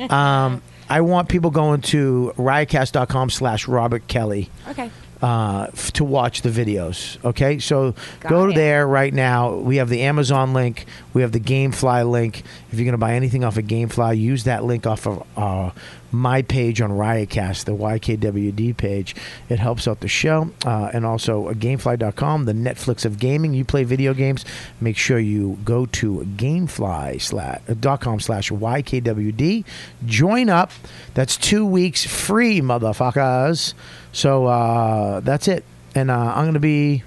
Speaker 2: Um, I want people going to riotcast.com slash Robert Kelly
Speaker 13: Okay.
Speaker 2: uh, f- to watch the videos. Okay, so
Speaker 13: Got
Speaker 2: go
Speaker 13: it.
Speaker 2: there right now. We have the Amazon link, we have the GameFly link. If you're going to buy anything off of GameFly, use that link off of uh, my page on Riotcast, the YKWd page. It helps out the show, uh, and also uh, GameFly.com, the Netflix of gaming. You play video games, make sure you go to GameFly slash dot com slash YKWd. Join up. That's two weeks free, motherfuckers. So uh, that's it. And uh, I'm going to be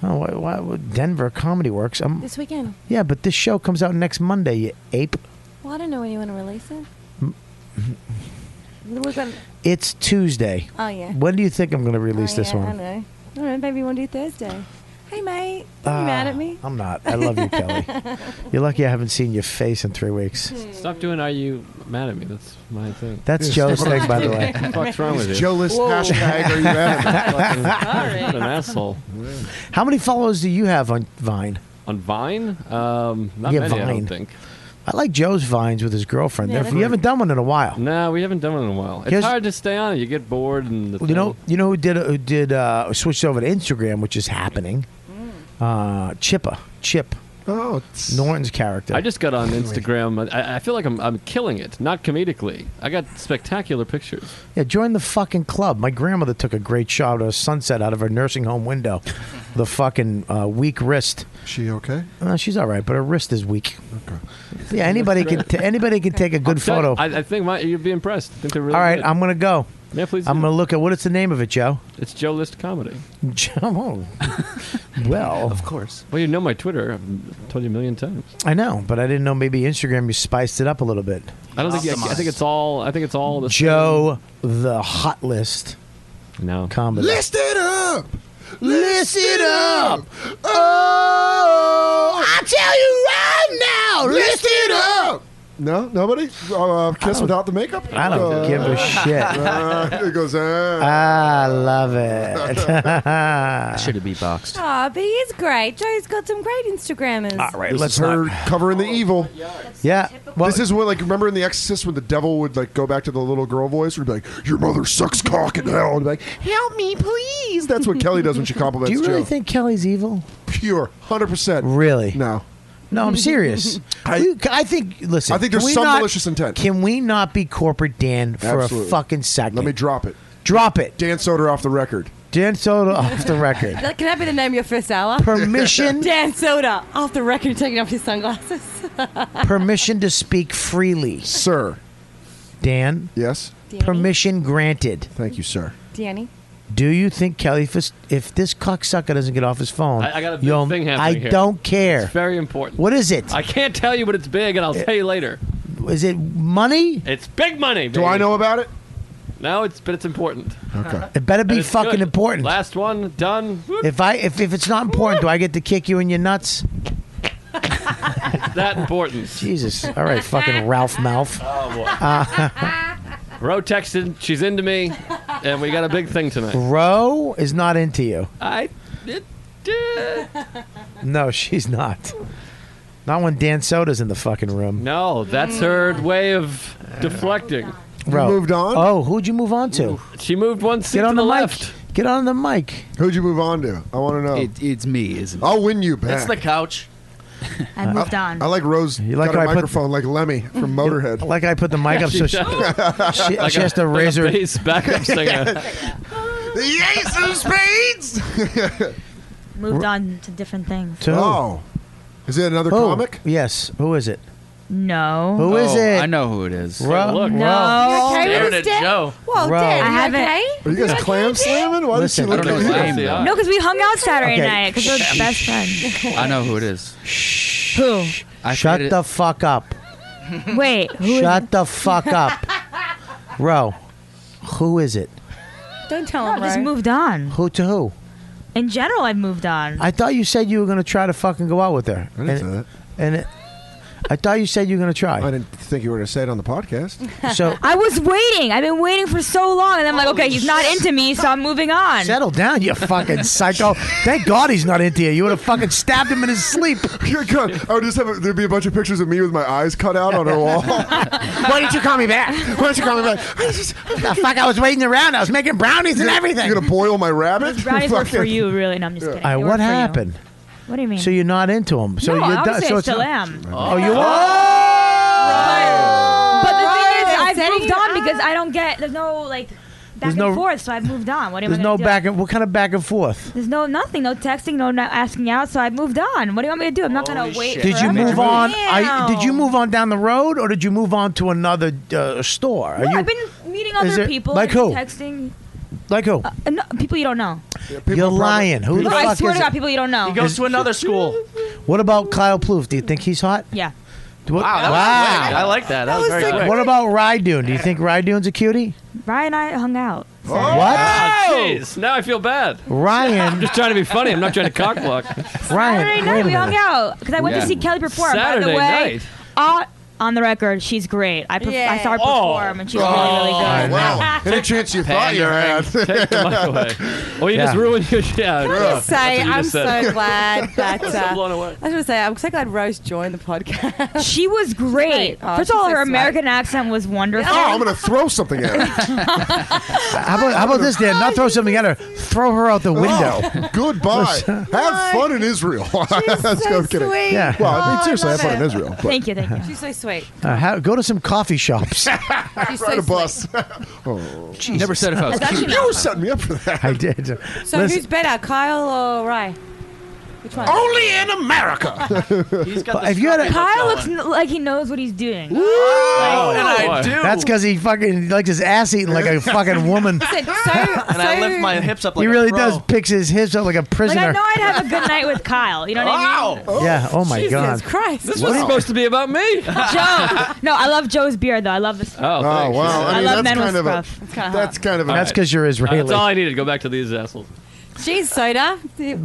Speaker 2: oh, why, why would Denver Comedy Works. I'm,
Speaker 13: This weekend.
Speaker 2: yeah, but this show comes out next Monday, you ape.
Speaker 13: Well, I don't know when you want to release it.
Speaker 5: Mm.
Speaker 13: We're gonna,
Speaker 2: It's Tuesday.
Speaker 13: Oh, yeah.
Speaker 2: When do you think I'm going to release
Speaker 13: oh,
Speaker 2: this
Speaker 13: yeah, I
Speaker 2: one?
Speaker 13: know. All right, maybe you want to do Thursday. Hey, mate. Are
Speaker 2: Ah,
Speaker 13: you mad at me?
Speaker 2: I'm not. I love you, Kelly. You're lucky I haven't seen your face in three weeks.
Speaker 7: Stop doing. Are you mad at me? That's my thing.
Speaker 2: That's
Speaker 7: Yeah,
Speaker 2: Joe's
Speaker 7: stop
Speaker 2: thing, by the
Speaker 7: doing
Speaker 2: way.
Speaker 7: that. What the fuck's wrong with you?
Speaker 2: It's Joe-less Whoa. hashtag, are you mad at me?
Speaker 7: What an asshole.
Speaker 2: How many followers do you have on Vine?
Speaker 7: On Vine? Um, not
Speaker 2: Yeah,
Speaker 7: many, I
Speaker 2: Vine.
Speaker 7: don't think.
Speaker 2: I like Joe's vines with his girlfriend.
Speaker 7: Yeah,
Speaker 2: They're-
Speaker 7: that's
Speaker 2: you haven't done one in a while.
Speaker 7: No, we haven't done one in a while. It's
Speaker 2: Here's-
Speaker 7: hard to stay on it. You get bored and the
Speaker 2: Well, you know, you know who did who did uh, switched over to Instagram, which is happening.
Speaker 7: Mm.
Speaker 2: Uh, Chippa, Chip.
Speaker 5: Oh,
Speaker 2: Norton's character.
Speaker 7: I just got on Instagram. I, I feel like I'm, I'm killing it, not comedically. I got spectacular pictures.
Speaker 2: Yeah, join the fucking club. My grandmother took a great shot of sunset out of her nursing home window. the fucking uh, weak wrist.
Speaker 5: She okay?
Speaker 2: Uh, she's all right, but her wrist is weak. Okay. Yeah, anybody can t- anybody can take a good
Speaker 7: Tell-
Speaker 2: photo.
Speaker 7: I, I think my, you'd be impressed. I think they're really
Speaker 2: all right,
Speaker 7: good.
Speaker 2: I'm gonna go.
Speaker 7: Yeah, please
Speaker 2: I'm
Speaker 7: do.
Speaker 2: gonna look at what is the name of it, Joe.
Speaker 7: It's Joe List Comedy.
Speaker 2: Joe. oh. well,
Speaker 7: Of
Speaker 12: course.
Speaker 7: Well, you know my Twitter. I've told you a million times.
Speaker 2: I know, but I didn't know maybe Instagram you spiced it up a little bit.
Speaker 7: I don't think. I, I think it's all. I think it's all the
Speaker 2: Joe the Hot List.
Speaker 7: No.
Speaker 2: Comedy.
Speaker 5: List it up.
Speaker 16: List it up.
Speaker 5: Oh,
Speaker 16: I'll tell you right now. List it up.
Speaker 5: No, nobody. Uh, kiss without the makeup.
Speaker 2: I don't
Speaker 5: Uh,
Speaker 2: give a shit.
Speaker 5: uh, it goes. Uh,
Speaker 2: I love it.
Speaker 12: Should have beatboxed.
Speaker 13: Aw, Ah, but he is great. Joe's got some great Instagrammers.
Speaker 2: All right,
Speaker 5: this
Speaker 2: let's
Speaker 5: is her
Speaker 2: not-
Speaker 5: covering the evil.
Speaker 2: Yeah.
Speaker 5: this is what like remember in The Exorcist when the devil would like go back to the little girl voice and be like, "Your mother sucks cock in hell," and be like, "Help me, please." That's what Kelly does when she compliments.
Speaker 2: Do you really
Speaker 5: Joe.
Speaker 2: think Kelly's evil?
Speaker 5: Pure, hundred percent.
Speaker 2: Really?
Speaker 5: No.
Speaker 2: No, I'm serious. We- I, think. Listen,
Speaker 5: I think
Speaker 2: can
Speaker 5: there's
Speaker 2: we
Speaker 5: some
Speaker 2: not-
Speaker 5: malicious intent.
Speaker 2: Can we not be corporate Dan for
Speaker 5: Absolutely.
Speaker 2: a fucking second?
Speaker 5: Let me drop it.
Speaker 2: Drop it.
Speaker 5: Dan Soder off the record.
Speaker 2: Dan Soda off the record.
Speaker 13: That- Can that be the name of your first hour?
Speaker 2: Permission.
Speaker 13: Dan Soda. Off the record, taking off your sunglasses.
Speaker 2: permission to speak freely,
Speaker 5: sir.
Speaker 2: Dan.
Speaker 5: Yes.
Speaker 13: Danny?
Speaker 2: Permission granted.
Speaker 5: Thank you, sir.
Speaker 13: Danny.
Speaker 2: Do you think Kelly, if, if this cocksucker doesn't get off his phone,
Speaker 7: I, I got a big
Speaker 2: you'll-
Speaker 7: thing
Speaker 2: I
Speaker 7: happening here.
Speaker 2: don't care.
Speaker 7: It's very important.
Speaker 2: What is it?
Speaker 7: I can't tell you, but it's big, and I'll tell you later.
Speaker 2: Is it money?
Speaker 7: It's big money.
Speaker 5: Do I know about it?
Speaker 7: Now it's but it's important.
Speaker 2: Okay. It better be
Speaker 7: And it's
Speaker 2: fucking
Speaker 7: good.
Speaker 2: important.
Speaker 7: Last one done.
Speaker 2: If I if, if it's not important, do I get to kick you in your nuts?
Speaker 7: It's that important.
Speaker 2: Jesus. All right, fucking Ralph Mouth.
Speaker 7: Oh, boy.
Speaker 2: Uh,
Speaker 7: Ro texted. She's into me, and we got a big thing tonight.
Speaker 2: Ro is not into you.
Speaker 7: I. It, did.
Speaker 2: No, she's not. Not when Dan Soda's in the fucking room.
Speaker 7: No, that's her way of deflecting.
Speaker 2: Ro. on? Oh, who'd you move on to?
Speaker 7: She moved one seat
Speaker 2: Get
Speaker 7: to
Speaker 2: on
Speaker 7: the,
Speaker 2: the mic.
Speaker 7: left.
Speaker 2: Get on the mic.
Speaker 5: Who'd you move on to? I want to know.
Speaker 12: It, it's me, isn't it?
Speaker 5: I'll win you back.
Speaker 12: It's the couch.
Speaker 1: I moved on.
Speaker 5: I like Rose. You
Speaker 2: like
Speaker 5: like
Speaker 2: how
Speaker 5: got a
Speaker 2: I put-
Speaker 5: microphone like Lemmy from Motorhead.
Speaker 2: Like I put the mic up so she, she,
Speaker 5: Like
Speaker 2: she
Speaker 5: a-
Speaker 2: has to
Speaker 5: like a
Speaker 2: raise her
Speaker 5: bass backup singer.
Speaker 1: The ace of spades. Moved on to different things.
Speaker 2: To who?
Speaker 5: Oh. Is it another
Speaker 2: comic? Yes. Who is it?
Speaker 1: No.
Speaker 2: Who is
Speaker 12: Oh.
Speaker 2: it?
Speaker 12: I know who it is.
Speaker 2: Ro- Look.
Speaker 1: No.
Speaker 12: Oh,
Speaker 2: Ro-
Speaker 1: You okay with
Speaker 12: Staring
Speaker 1: this,
Speaker 12: at
Speaker 1: Dan?
Speaker 12: Joe.
Speaker 1: Whoa,
Speaker 2: Ro-
Speaker 1: Dan,
Speaker 2: I
Speaker 1: you
Speaker 2: haven't-
Speaker 1: okay?
Speaker 5: Are you guys clam slamming? Why does she
Speaker 2: Listen,
Speaker 5: look
Speaker 2: I don't
Speaker 5: at
Speaker 2: know
Speaker 5: you?
Speaker 2: his name, though.
Speaker 1: No, because we hung out Saturday
Speaker 2: Okay.
Speaker 1: night because we're best friends.
Speaker 12: I know who it is.
Speaker 1: Who?
Speaker 12: I
Speaker 2: Shut
Speaker 12: stated-
Speaker 2: the fuck up.
Speaker 1: Wait. Who is
Speaker 2: Shut
Speaker 1: it?
Speaker 2: the fuck up. Ro, who is it?
Speaker 1: Don't tell him. I just
Speaker 11: Ro.
Speaker 1: moved on.
Speaker 2: Who to who?
Speaker 1: In general, I've moved on.
Speaker 2: I thought you said you were going to try to fucking go out with her. I
Speaker 5: didn't
Speaker 2: and,
Speaker 5: say that.
Speaker 2: And it, I thought you said you were going to try.
Speaker 5: I didn't think you were going to say it on the podcast.
Speaker 2: So
Speaker 1: I was waiting. I've been waiting for so long, and I'm
Speaker 5: Oh,
Speaker 1: like, okay, he's not into me, so I'm moving on.
Speaker 2: settle down, you fucking psycho. Thank God he's not into you. You would have fucking stabbed him in his sleep.
Speaker 5: Good God. I would just have a, there'd be a bunch of pictures of me with my eyes cut out on her wall.
Speaker 2: Why didn't you call me back? Why didn't you call me back? the fuck? I was waiting around. I was making brownies and everything.
Speaker 5: You gonna boil my rabbit?
Speaker 1: Brownies work for
Speaker 5: Fucking-
Speaker 1: you, really. No, I'm just kidding.
Speaker 2: All right,
Speaker 1: They work
Speaker 2: what
Speaker 1: for you.
Speaker 2: happened?
Speaker 1: What do you mean?
Speaker 2: So you're not into him. So
Speaker 1: no,
Speaker 2: you're
Speaker 1: obviously
Speaker 2: so
Speaker 1: I
Speaker 2: it's
Speaker 1: still
Speaker 2: not-
Speaker 1: am.
Speaker 2: Oh, you are.
Speaker 1: But the thing is,
Speaker 11: Right,
Speaker 1: I've
Speaker 11: setting
Speaker 1: moved
Speaker 11: you
Speaker 1: on because I don't get. There's no like back
Speaker 2: There's
Speaker 1: and
Speaker 2: no-
Speaker 1: forth, so I've moved on. What am
Speaker 2: There's
Speaker 1: I gonna
Speaker 2: no
Speaker 1: do?
Speaker 2: back and what kind of back and forth?
Speaker 1: There's no nothing, no texting, no not asking out. So I've moved on. What do you want me to do? I'm not gonna wait.
Speaker 2: Did you
Speaker 1: forever.
Speaker 2: move on? I, did you move on down the road, or did you move on to another uh, store? Are
Speaker 1: No,
Speaker 2: you
Speaker 1: I've been meeting
Speaker 2: Is
Speaker 1: other
Speaker 2: there-
Speaker 1: people,
Speaker 2: like
Speaker 1: I've been
Speaker 2: who?
Speaker 1: texting
Speaker 2: like who?
Speaker 1: uh, no, people you don't know.
Speaker 2: You're lying. Who the
Speaker 1: no, I
Speaker 2: fuck
Speaker 1: swear
Speaker 2: is
Speaker 1: to God,
Speaker 2: it?
Speaker 1: people you don't know.
Speaker 17: He goes to another school.
Speaker 2: What about Kyle Plouffe? Do you think he's hot?
Speaker 1: Yeah.
Speaker 2: What-
Speaker 17: Wow, that was
Speaker 2: wow.
Speaker 17: quick. I like that. That That was was very so quick. quick.
Speaker 2: What about Rydune? Do you think Rydune's a cutie?
Speaker 1: Ryan and I hung out.
Speaker 2: What?
Speaker 7: Jeez, now I feel bad.
Speaker 2: Ryan.
Speaker 7: I'm just trying to be funny. I'm not trying to cockblock.
Speaker 1: Saturday
Speaker 2: Ryan, wait
Speaker 1: night
Speaker 2: a
Speaker 1: we
Speaker 2: minute.
Speaker 1: hung out because I went
Speaker 7: Yeah.
Speaker 1: to see Kelly perform. By
Speaker 7: Saturday
Speaker 1: the way,
Speaker 7: night.
Speaker 1: uh, on the record, she's great. I, perf- I saw her
Speaker 7: Oh.
Speaker 1: perform and she's really, really good.
Speaker 5: wow. Any chance you thought you had.
Speaker 7: Take the mic away. Or you just ruined your
Speaker 1: Oh,
Speaker 7: yeah.
Speaker 11: I
Speaker 7: Ro,
Speaker 11: just say
Speaker 7: that's what you
Speaker 11: I'm
Speaker 7: just
Speaker 11: so
Speaker 7: said.
Speaker 11: glad that.
Speaker 7: I'm so
Speaker 11: uh,
Speaker 7: blown away.
Speaker 11: I was going to say I'm so glad Rose joined the podcast.
Speaker 1: She was great.
Speaker 13: Oh,
Speaker 11: Aw,
Speaker 1: First of
Speaker 11: she's so
Speaker 1: all, her
Speaker 11: sweet.
Speaker 1: American accent was wonderful.
Speaker 5: Oh, I'm gonna throw something at her.
Speaker 2: How about, how about this, Dan? Not throw something at her. Throw her out the window.
Speaker 5: Oh, goodbye. have fun in Israel. That's
Speaker 11: so
Speaker 5: I'm kidding.
Speaker 11: sweet.
Speaker 2: Yeah.
Speaker 5: Well, I mean,
Speaker 11: Oh, I
Speaker 5: seriously,
Speaker 11: love
Speaker 5: have fun in
Speaker 11: it.
Speaker 5: Israel. but-
Speaker 1: Thank you, thank you.
Speaker 11: She's so sweet.
Speaker 2: Uh, how, go to some coffee shops.
Speaker 11: She's
Speaker 5: Ride
Speaker 11: so
Speaker 5: a bus. oh,
Speaker 12: Never said if I was
Speaker 11: That's
Speaker 5: You
Speaker 11: actually
Speaker 5: were setting me up for that.
Speaker 2: I did.
Speaker 11: sweet. So who's better, Kyle
Speaker 1: Oh,
Speaker 11: or Ray? Which one?
Speaker 16: Only in America.
Speaker 17: He's got
Speaker 2: But if you had a,
Speaker 1: Kyle looks n- like he knows what he's doing.
Speaker 17: Oh, and I do.
Speaker 2: That's because he fucking likes his ass eaten like a fucking woman.
Speaker 11: Listen, so
Speaker 17: and I lift my hips up like
Speaker 2: he
Speaker 17: a
Speaker 2: really
Speaker 17: pro.
Speaker 2: does picks his hips up like a
Speaker 1: Like
Speaker 2: prisoner.
Speaker 1: I know I'd have a good night with Kyle. You know what I mean?
Speaker 2: yeah. Oh my
Speaker 11: Jesus
Speaker 2: god.
Speaker 11: Christ.
Speaker 7: This was supposed to be about me.
Speaker 1: Joe. No, I love Joe's beard though. I love this.
Speaker 7: Oh,
Speaker 5: Oh,
Speaker 7: thanks.
Speaker 5: wow.
Speaker 1: I
Speaker 5: I mean, that's
Speaker 1: love men with
Speaker 5: kind of a,
Speaker 1: scruff.
Speaker 11: It's kinda hot.
Speaker 5: that's kind of a
Speaker 2: That's because you're Israeli.
Speaker 7: That's all I needed. Go back to these assholes.
Speaker 11: Jeez, soda.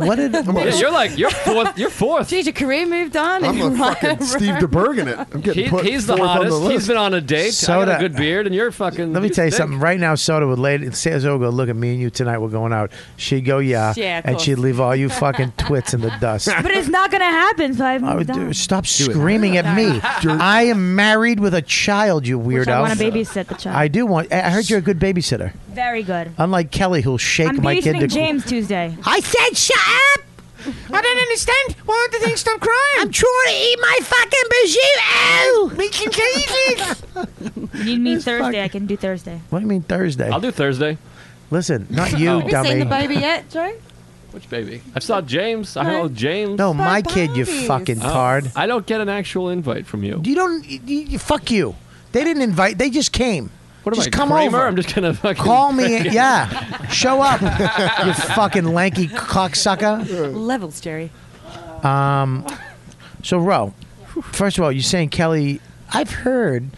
Speaker 2: what did?
Speaker 7: Yeah, you're like you're fourth. You're fourth.
Speaker 11: Jeez, your career moved on.
Speaker 5: I'm a
Speaker 11: and Ryan-
Speaker 5: fucking Steve DeBerg in it. I'm getting
Speaker 7: He-
Speaker 5: put
Speaker 7: he's the
Speaker 5: fourth
Speaker 7: hottest.
Speaker 5: On the
Speaker 7: he's
Speaker 5: list.
Speaker 7: been on a date. I
Speaker 2: Soda.
Speaker 7: got a good beard, and you're fucking.
Speaker 2: Let me tell you
Speaker 7: thick.
Speaker 2: something. Right now, Soda would lay and say, "Zoga, look at me and you tonight. We're going out." She'd go, "Yeah,",
Speaker 1: Yeah, of
Speaker 2: and she'd
Speaker 1: course.
Speaker 2: leave all you fucking twits in the dust.
Speaker 1: But it's not gonna happen. So I've
Speaker 2: I would
Speaker 1: moved
Speaker 2: do,
Speaker 1: on.
Speaker 2: stop screaming at me. I am married with a child, you weirdo.
Speaker 1: Which I want to babysit the child.
Speaker 2: I do want. I I heard you're a good babysitter.
Speaker 1: Very good.
Speaker 2: Unlike Kelly, who'll shake
Speaker 1: I'm
Speaker 2: my kid to
Speaker 1: babysitting James Tuesday.
Speaker 14: I said shut up! I don't understand. Why do they stop crying? I'm trying to eat my fucking prosciutto! Making cheeses!
Speaker 1: You need me Thursday. I can do Thursday.
Speaker 2: What do you mean Thursday?
Speaker 7: I'll do Thursday.
Speaker 2: Listen, not you,
Speaker 7: Oh.
Speaker 11: Have you
Speaker 2: dummy.
Speaker 11: seen the baby yet, Joe?
Speaker 7: Which baby? I saw James. I hello James. Oh,
Speaker 2: No, my kid, you fucking tard.
Speaker 7: I don't get an actual invite from you.
Speaker 2: You don't. You, you- fuck you. They didn't invite. They just came.
Speaker 7: What am
Speaker 2: just
Speaker 7: I,
Speaker 2: come
Speaker 7: Kramer?
Speaker 2: over.
Speaker 7: I'm just gonna fucking
Speaker 2: Call me. yeah. Show up. you fucking lanky cocksucker.
Speaker 11: Levels, Jerry.
Speaker 2: Um. So, Ro, first of all, you're saying Kelly. I've heard,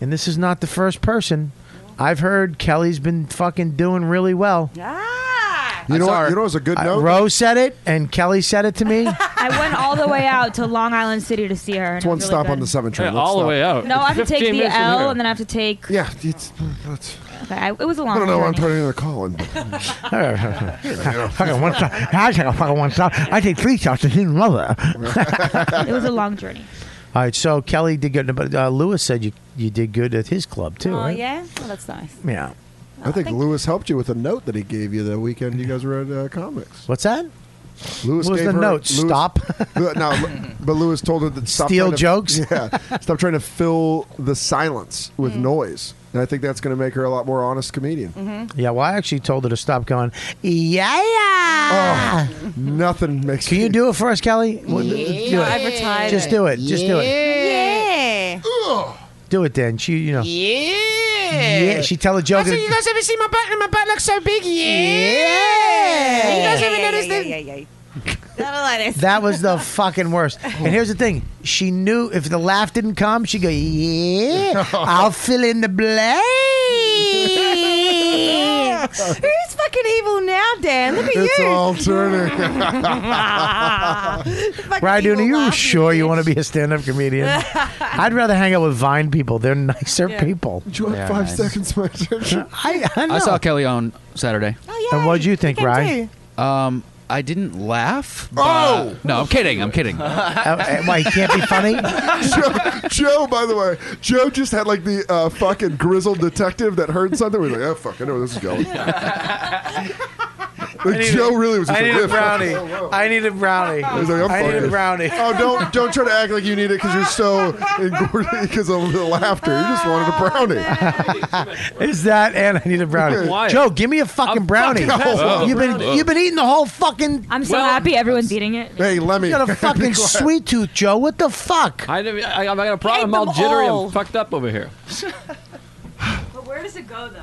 Speaker 2: and this is not the first person. I've heard Kelly's been fucking doing really well.
Speaker 5: You know what? You know, it's a good
Speaker 2: I-
Speaker 5: note.
Speaker 2: Ro said it, and Kelly said it to me.
Speaker 1: I went all the way out to Long Island City to see her. and
Speaker 2: It's
Speaker 1: it
Speaker 2: one
Speaker 1: was really
Speaker 2: stop
Speaker 1: good.
Speaker 2: on the seven train.
Speaker 7: Yeah, all the way out.
Speaker 1: No, I have to take
Speaker 7: 15
Speaker 1: the
Speaker 7: minutes from here.
Speaker 1: L, and then I have to take.
Speaker 5: Yeah, it's. it's
Speaker 1: Okay, I, it was a long.
Speaker 5: I don't know why I'm
Speaker 1: journey.
Speaker 5: putting another call in.
Speaker 16: Fucking one shot. I take a fucking one shot. I take three shots and didn't love it.
Speaker 1: it was a long journey.
Speaker 2: All right, so Kelly did good, but uh, Lewis said you you did good at his club too,
Speaker 13: Oh
Speaker 2: right?
Speaker 13: yeah, well, that's nice.
Speaker 2: Yeah.
Speaker 5: I think Lewis helped you with a note that he gave you the weekend you guys read uh, comics.
Speaker 2: What's that?
Speaker 5: Lewis
Speaker 2: What was
Speaker 5: gave
Speaker 2: the
Speaker 5: her-
Speaker 2: note?
Speaker 5: Lewis-
Speaker 2: Stop.
Speaker 5: Lew- no, Lew- but Lewis told her that stop
Speaker 2: Steal
Speaker 5: trying to-
Speaker 2: jokes?
Speaker 5: Yeah, stop trying to fill the silence with noise, and I think that's going to make her a lot more honest comedian.
Speaker 2: Yeah, well, I actually told her to stop going. Yeah.
Speaker 5: nothing makes.
Speaker 2: Can you do it for us, Kelly? Well, do it.
Speaker 13: No, I've retired.
Speaker 2: Just do it. Just do it.
Speaker 13: Yeah.
Speaker 2: Do it then. She, you know.
Speaker 16: Yeah.
Speaker 2: Yeah. She tell a joke.
Speaker 16: Also,
Speaker 2: and-
Speaker 16: you guys ever see my butt? And my butt looks so big. Yeah.
Speaker 2: Yeah.
Speaker 16: You guys
Speaker 13: Yeah,
Speaker 16: ever
Speaker 13: yeah,
Speaker 16: notice
Speaker 13: yeah,
Speaker 16: that?
Speaker 13: yeah, yeah, yeah. Something like this.
Speaker 2: that was the fucking worst. And here's the thing: she knew if the laugh didn't come, she'd go, "Yeah, I'll fill in the blanks."
Speaker 13: Who's fucking evil now, Dan? Look at you.
Speaker 2: It's all turning.
Speaker 13: Fucking
Speaker 2: Rydun, are
Speaker 13: evil
Speaker 2: you
Speaker 13: laugh.
Speaker 2: sure you want to be a stand-up comedian? I'd rather hang out with Vine people. They're nicer
Speaker 13: Yeah.
Speaker 2: people.
Speaker 5: Do you want
Speaker 12: They're
Speaker 5: five
Speaker 12: nice.
Speaker 5: seconds, my attention?
Speaker 2: I, I, know.
Speaker 12: I saw Kelly on Saturday.
Speaker 13: Oh,
Speaker 2: And what'd you think, Ryan?
Speaker 12: Um, I didn't laugh.
Speaker 5: Oh!
Speaker 12: but- no, I'm kidding. I'm kidding.
Speaker 2: Why Uh, he can't be funny?
Speaker 5: Joe, Joe, by the way, Joe just had like the uh, fucking grizzled detective that heard something. We're like, oh fuck, I know where this is going. like Joe really was. Just
Speaker 2: I
Speaker 5: like,
Speaker 2: need
Speaker 5: "Yeah,
Speaker 2: a
Speaker 5: fuck
Speaker 2: brownie.
Speaker 5: it."
Speaker 2: I need a brownie.
Speaker 5: I was like, I'm
Speaker 2: I need a
Speaker 5: fucking-
Speaker 2: brownie.
Speaker 5: Oh, don't don't try to act like you need it because you're so engorged because of the laughter. You just wanted
Speaker 13: Oh,
Speaker 5: a brownie.
Speaker 2: Is that and I need a brownie?
Speaker 5: Why?
Speaker 2: Joe, give me a fucking Oh. brownie.
Speaker 5: fucking having a
Speaker 2: you've been
Speaker 5: brownie.
Speaker 2: you've been eating the whole fucking.
Speaker 1: I'm so happy everyone's eating it.
Speaker 5: Hey, Lemmy.
Speaker 2: You got a fucking sweet tooth, Joe. What the fuck?
Speaker 7: I, didn't- I, I got a problem. I'm all jittery. I'm fucked up over here.
Speaker 1: But where does it go though?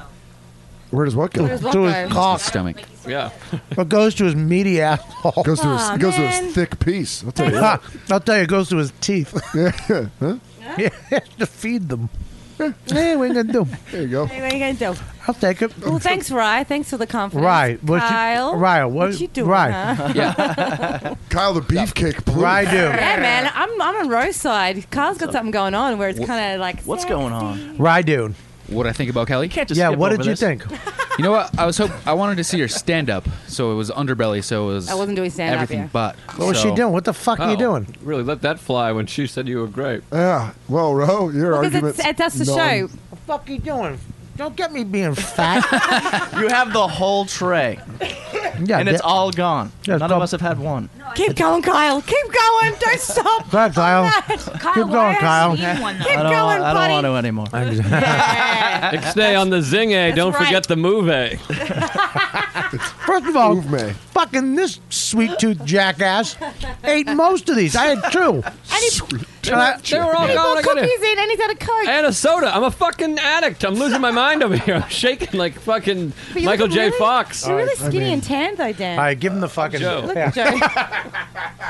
Speaker 5: Where does what go?
Speaker 1: Where does what To his go? cock.
Speaker 12: stomach.
Speaker 7: Yeah.
Speaker 2: What goes to his meaty asshole?
Speaker 5: Goes to his- Aw, goes to his man. thick piece. I'll tell you that.
Speaker 2: I'll tell you, it goes to his teeth.
Speaker 5: Yeah, huh?
Speaker 2: yeah, to feed them. Hey, what are you gonna do?
Speaker 5: There you go.
Speaker 13: Hey, what are you gonna do?
Speaker 2: I'll take it.
Speaker 13: Well, thanks, Rye. Thanks for the confidence.
Speaker 2: Right, what you-
Speaker 13: Kyle.
Speaker 2: Rye, what-
Speaker 13: you doing?
Speaker 2: Rye.
Speaker 13: huh?
Speaker 5: Kyle the beefcake. Blue.
Speaker 2: Rye do.
Speaker 13: Yeah, man. I'm I'm on Roadside. Kyle's got something going on where it's
Speaker 12: Wh-
Speaker 13: kind of like.
Speaker 12: What's going on?
Speaker 2: Rye do.
Speaker 12: What I think about Kelly? You can't
Speaker 2: Yeah, what did you think?
Speaker 12: You know what? I was hope I wanted to see her stand up, so it was underbelly, so it was.
Speaker 13: I wasn't doing stand-up,
Speaker 12: Everything
Speaker 13: yeah.
Speaker 12: but.
Speaker 2: What was she
Speaker 12: so-
Speaker 2: doing? What the fuck are you
Speaker 7: Oh,
Speaker 2: doing?
Speaker 7: Really let that fly when she said you were great.
Speaker 5: Yeah. Well, Ro, your
Speaker 13: Because
Speaker 5: argument.
Speaker 13: it's, it, that's the show.
Speaker 2: The fuck you doing? Don't get me being fat.
Speaker 17: You have the whole tray,
Speaker 2: yeah,
Speaker 17: and it's
Speaker 2: that-
Speaker 17: all gone.
Speaker 2: Yeah,
Speaker 17: None of
Speaker 2: prob-
Speaker 17: us have had one.
Speaker 13: Keep going, Kyle. Keep going. Don't stop.
Speaker 2: Go ahead, Kyle.
Speaker 13: Kyle,
Speaker 2: Keep going, Kyle.
Speaker 17: I don't,
Speaker 13: going,
Speaker 17: want, I don't
Speaker 13: buddy.
Speaker 17: want to anymore.
Speaker 7: Stay on the zing A. Don't
Speaker 13: right.
Speaker 7: forget the move A.
Speaker 2: First of all,
Speaker 5: Move me.
Speaker 2: fucking this sweet tooth jackass ate most of these. I had two.
Speaker 7: They were, they were all
Speaker 13: He
Speaker 7: gone. I
Speaker 13: bought
Speaker 7: got
Speaker 13: cookies
Speaker 7: a-
Speaker 13: in and he's had a coke.
Speaker 7: and a soda. I'm a fucking addict. I'm losing my mind over here. I'm shaking like fucking Michael J. Fox.
Speaker 13: You're really
Speaker 2: All right, I
Speaker 13: skinny
Speaker 2: mean-
Speaker 13: and tan though, Dan.
Speaker 2: All right, give him the fucking.
Speaker 7: Joe.
Speaker 13: Look at Joe.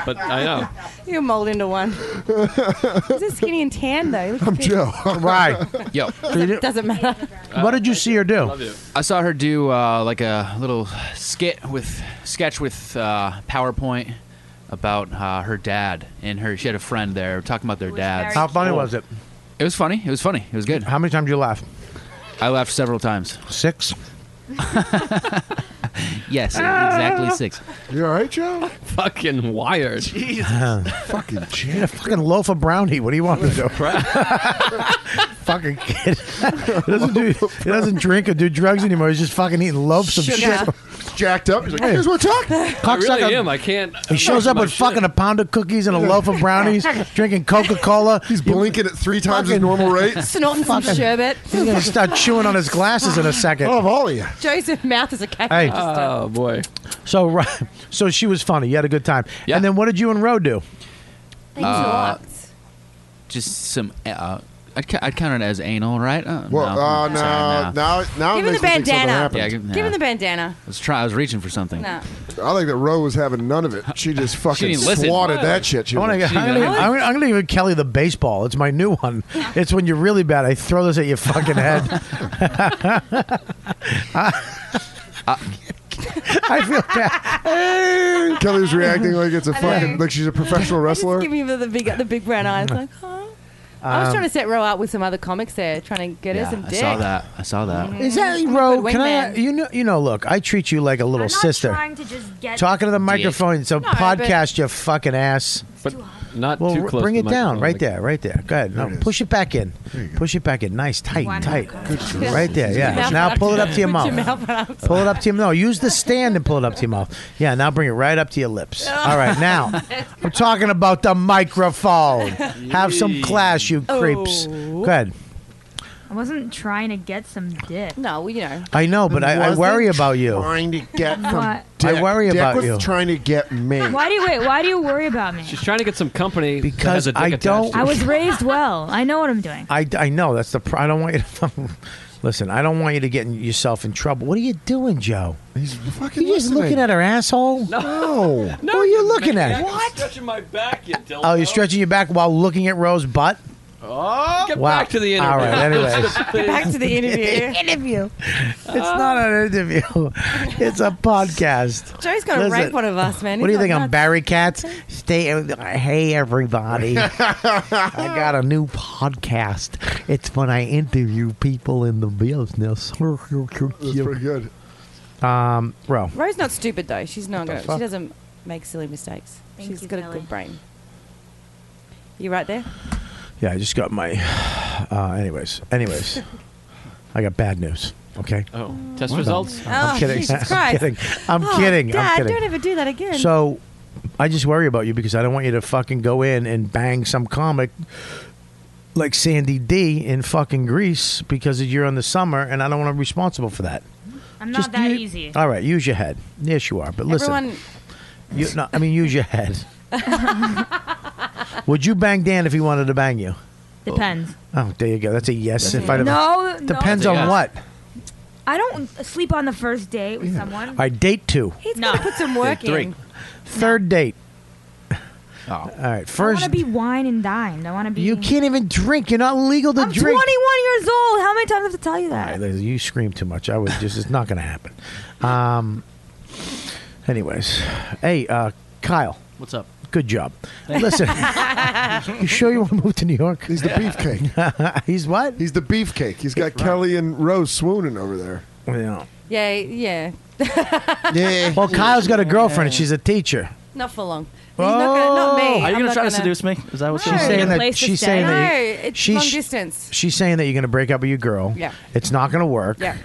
Speaker 7: But I know.
Speaker 13: You're molded into one. He's just skinny and tan though. Look at
Speaker 5: I'm
Speaker 13: you.
Speaker 5: Joe.
Speaker 2: Right.
Speaker 12: Yo,
Speaker 13: Doesn't, doesn't matter.
Speaker 2: What did you see her do?
Speaker 7: Love you.
Speaker 12: I saw her do uh, like a little skit with sketch with uh, PowerPoint about uh, her dad and her. She had a friend there talking about their dads.
Speaker 2: How funny was it?
Speaker 12: It was funny. It was funny. It was good.
Speaker 2: How many times did you laugh?
Speaker 12: I laughed several times.
Speaker 2: Six.
Speaker 12: Yes, exactly six.
Speaker 5: You all right, Joe?
Speaker 7: Fucking wired.
Speaker 5: Fucking
Speaker 2: Get a
Speaker 5: Jim.
Speaker 2: fucking loaf of brownie. What do you want to do? fucking kid. he, doesn't do, he doesn't drink or do drugs anymore. He's just fucking eating loafs of shit.
Speaker 13: Yeah.
Speaker 5: Jacked up. He's like, here's what talk.
Speaker 7: I really
Speaker 2: Cocksucker.
Speaker 7: am. I can't.
Speaker 2: He shows up with fucking a pound of cookies and a loaf of brownies, drinking Coca Cola.
Speaker 5: He's blinking at three times his normal rate.
Speaker 13: Snorting some sherbet.
Speaker 2: He's gonna start chewing on his glasses in a second.
Speaker 5: Love all Oh, of you.
Speaker 13: Joe's mouth is a uh, cat.
Speaker 2: Hey.
Speaker 7: Oh boy.
Speaker 2: So, right, so she was funny. You had a good time.
Speaker 12: Yeah. Uh,
Speaker 2: And then what did you and Ro do?
Speaker 13: Thanks a lot.
Speaker 12: Just some uh, I'd, ca- I'd count it as anal, right? Uh,
Speaker 5: Well, uh, no, now,
Speaker 7: Oh.
Speaker 5: now
Speaker 13: Give him the bandana.
Speaker 12: Yeah,
Speaker 13: give,
Speaker 12: give,
Speaker 13: him
Speaker 12: yeah.
Speaker 13: the bandana.
Speaker 12: I was trying. I was reaching for something.
Speaker 13: No.
Speaker 5: I like that Roe was having none of it. She just fucking swatted that shit. She
Speaker 2: I
Speaker 5: was
Speaker 2: wanna,
Speaker 5: like,
Speaker 2: I'm, gonna, I'm, gonna, I'm gonna give Kelly the baseball. It's my new one. It's when you're really bad. I throw this at your fucking head. I feel bad.
Speaker 5: Kelly's reacting like it's a
Speaker 13: I know.
Speaker 5: fucking like she's a professional wrestler.
Speaker 13: Give him the big, the big brown eyes. Like, huh? I was
Speaker 12: Um,
Speaker 13: trying to set Ro up with some other comics there, trying to get
Speaker 12: yeah,
Speaker 13: her some
Speaker 12: I
Speaker 13: dick.
Speaker 12: saw that. I saw that.
Speaker 2: Is that Ro? Can I? You know, you know. Look, I treat you like a little sister.
Speaker 1: trying to just get
Speaker 2: Talking to the
Speaker 1: Dick.
Speaker 2: microphone. So
Speaker 1: No, but-
Speaker 2: podcast, your fucking ass.
Speaker 7: But not
Speaker 2: well,
Speaker 7: too
Speaker 2: r-
Speaker 7: close
Speaker 2: Bring
Speaker 7: to
Speaker 2: it
Speaker 7: the
Speaker 2: down,
Speaker 7: microphone,
Speaker 2: right
Speaker 7: like-
Speaker 2: there, right there. Go ahead. No, push it back in. Push it back in. Nice, tight,
Speaker 13: Why not?
Speaker 2: tight.
Speaker 13: Good.
Speaker 2: Right there. Yeah.
Speaker 13: Mouth
Speaker 2: Now pull it up to your
Speaker 13: Put
Speaker 2: mouth. Pull it up to your no. Use the stand and pull it up to your mouth. Yeah. Now bring it right up to your lips. All right. Now I'm talking about the microphone. Have some class, you creeps. Go ahead.
Speaker 1: I wasn't trying to get some dick.
Speaker 13: No, well, you know.
Speaker 2: I know, but I, I
Speaker 5: Wasn't
Speaker 2: worry about you.
Speaker 5: Trying to get from
Speaker 1: What?
Speaker 5: Dick.
Speaker 2: I worry
Speaker 5: Dick
Speaker 2: about
Speaker 5: was
Speaker 2: you.
Speaker 5: Trying to get me.
Speaker 1: Why do you wait? Why do you worry about me?
Speaker 7: She's trying to get some company that
Speaker 2: Because
Speaker 7: has a dick
Speaker 2: I
Speaker 7: attached
Speaker 2: don't-
Speaker 7: to it.
Speaker 1: I was raised well. I know what I'm doing.
Speaker 2: I, I know that's the. Pr- I don't want you to. listen, I don't want you to get in- yourself in trouble. What are you doing, Joe? He's fucking. You're just
Speaker 7: listening.
Speaker 2: looking at her asshole. No. What are you looking at?
Speaker 7: Stretching my back, you dildo.
Speaker 2: Oh, you're stretching your back while looking at Rose's butt.
Speaker 7: Oh, get
Speaker 2: Wow.
Speaker 7: back to the interview.
Speaker 2: All right, anyways.
Speaker 13: Get back to the interview.
Speaker 2: interview. It's not an interview. It's a podcast.
Speaker 13: Joe's gonna
Speaker 2: Listen,
Speaker 13: rape one of us, man.
Speaker 2: What do you
Speaker 13: He's
Speaker 2: think?
Speaker 13: like,
Speaker 2: I'm Barry Katz. Stay. Hey, everybody. I got a new podcast. It's when I interview people in the business.
Speaker 5: That's pretty good.
Speaker 2: Um, bro.
Speaker 13: Ro's not stupid though. She's not
Speaker 2: the
Speaker 13: gonna.
Speaker 2: fuck?
Speaker 13: She doesn't make silly mistakes.
Speaker 1: Thank
Speaker 13: She's
Speaker 1: you,
Speaker 13: got a
Speaker 1: Kelly.
Speaker 13: good brain. You right there?
Speaker 2: Yeah, I just got my. Uh, anyways, anyways, I got bad news. Okay.
Speaker 7: Oh, test results?
Speaker 2: I'm
Speaker 13: Oh,
Speaker 2: kidding.
Speaker 13: Jesus
Speaker 2: I'm
Speaker 13: Christ.
Speaker 2: kidding. I'm
Speaker 13: Oh,
Speaker 2: kidding.
Speaker 13: Dad,
Speaker 2: I'm kidding.
Speaker 13: don't ever do that again.
Speaker 2: So, I just worry about you because I don't want you to fucking go in and bang some comic like Sandy D in fucking Greece because you're on the summer, and I don't want to be responsible for that.
Speaker 1: I'm not that easy.
Speaker 2: All right, use your head. Yes, you are. But listen,
Speaker 13: Everyone,
Speaker 2: you, no, I mean, use your head. Would you bang Dan if he wanted to bang you?
Speaker 1: Depends.
Speaker 2: Oh, there you go. That's a yes. If I don't-
Speaker 1: No, no.
Speaker 2: depends
Speaker 1: That's a
Speaker 2: on
Speaker 1: yes.
Speaker 2: what.
Speaker 1: I don't sleep on the first date with someone.
Speaker 2: I date two.
Speaker 13: he's
Speaker 1: No.
Speaker 13: gotta put some work in.
Speaker 2: Third date.
Speaker 12: Oh.
Speaker 2: All right.
Speaker 1: I want
Speaker 2: First,
Speaker 1: to be wine and dined. I want to be.
Speaker 2: you can't even drink. You're not legal to
Speaker 1: I'm
Speaker 2: drink.
Speaker 1: 21 years old. How many times have I have to tell you
Speaker 2: All
Speaker 1: that?
Speaker 2: right, Liz, you scream too much. I would just. It's not going to happen. Um. Anyways, hey, uh, Kyle.
Speaker 12: What's up?
Speaker 2: Good job. Listen, you sure you want to move to New York?
Speaker 5: He's the beefcake.
Speaker 2: He's what?
Speaker 5: He's the beefcake. He's got Kelly and Rose swooning over there.
Speaker 2: Yeah.
Speaker 13: Yeah, yeah.
Speaker 5: Yeah.
Speaker 2: Well, Kyle's got a girlfriend. and She's a teacher.
Speaker 13: Not for long. He's not gonna. Not me.
Speaker 17: Are you
Speaker 13: I'm
Speaker 17: gonna
Speaker 13: not
Speaker 17: try to seduce me? Is that what
Speaker 2: She's saying that.
Speaker 1: place to
Speaker 2: She's
Speaker 1: stay.
Speaker 2: saying
Speaker 13: No,
Speaker 2: that.
Speaker 13: it's
Speaker 2: she's-
Speaker 13: long distance.
Speaker 2: She's saying that you're going to break up with your girl.
Speaker 13: Yeah.
Speaker 2: It's not going to work.
Speaker 13: Yeah.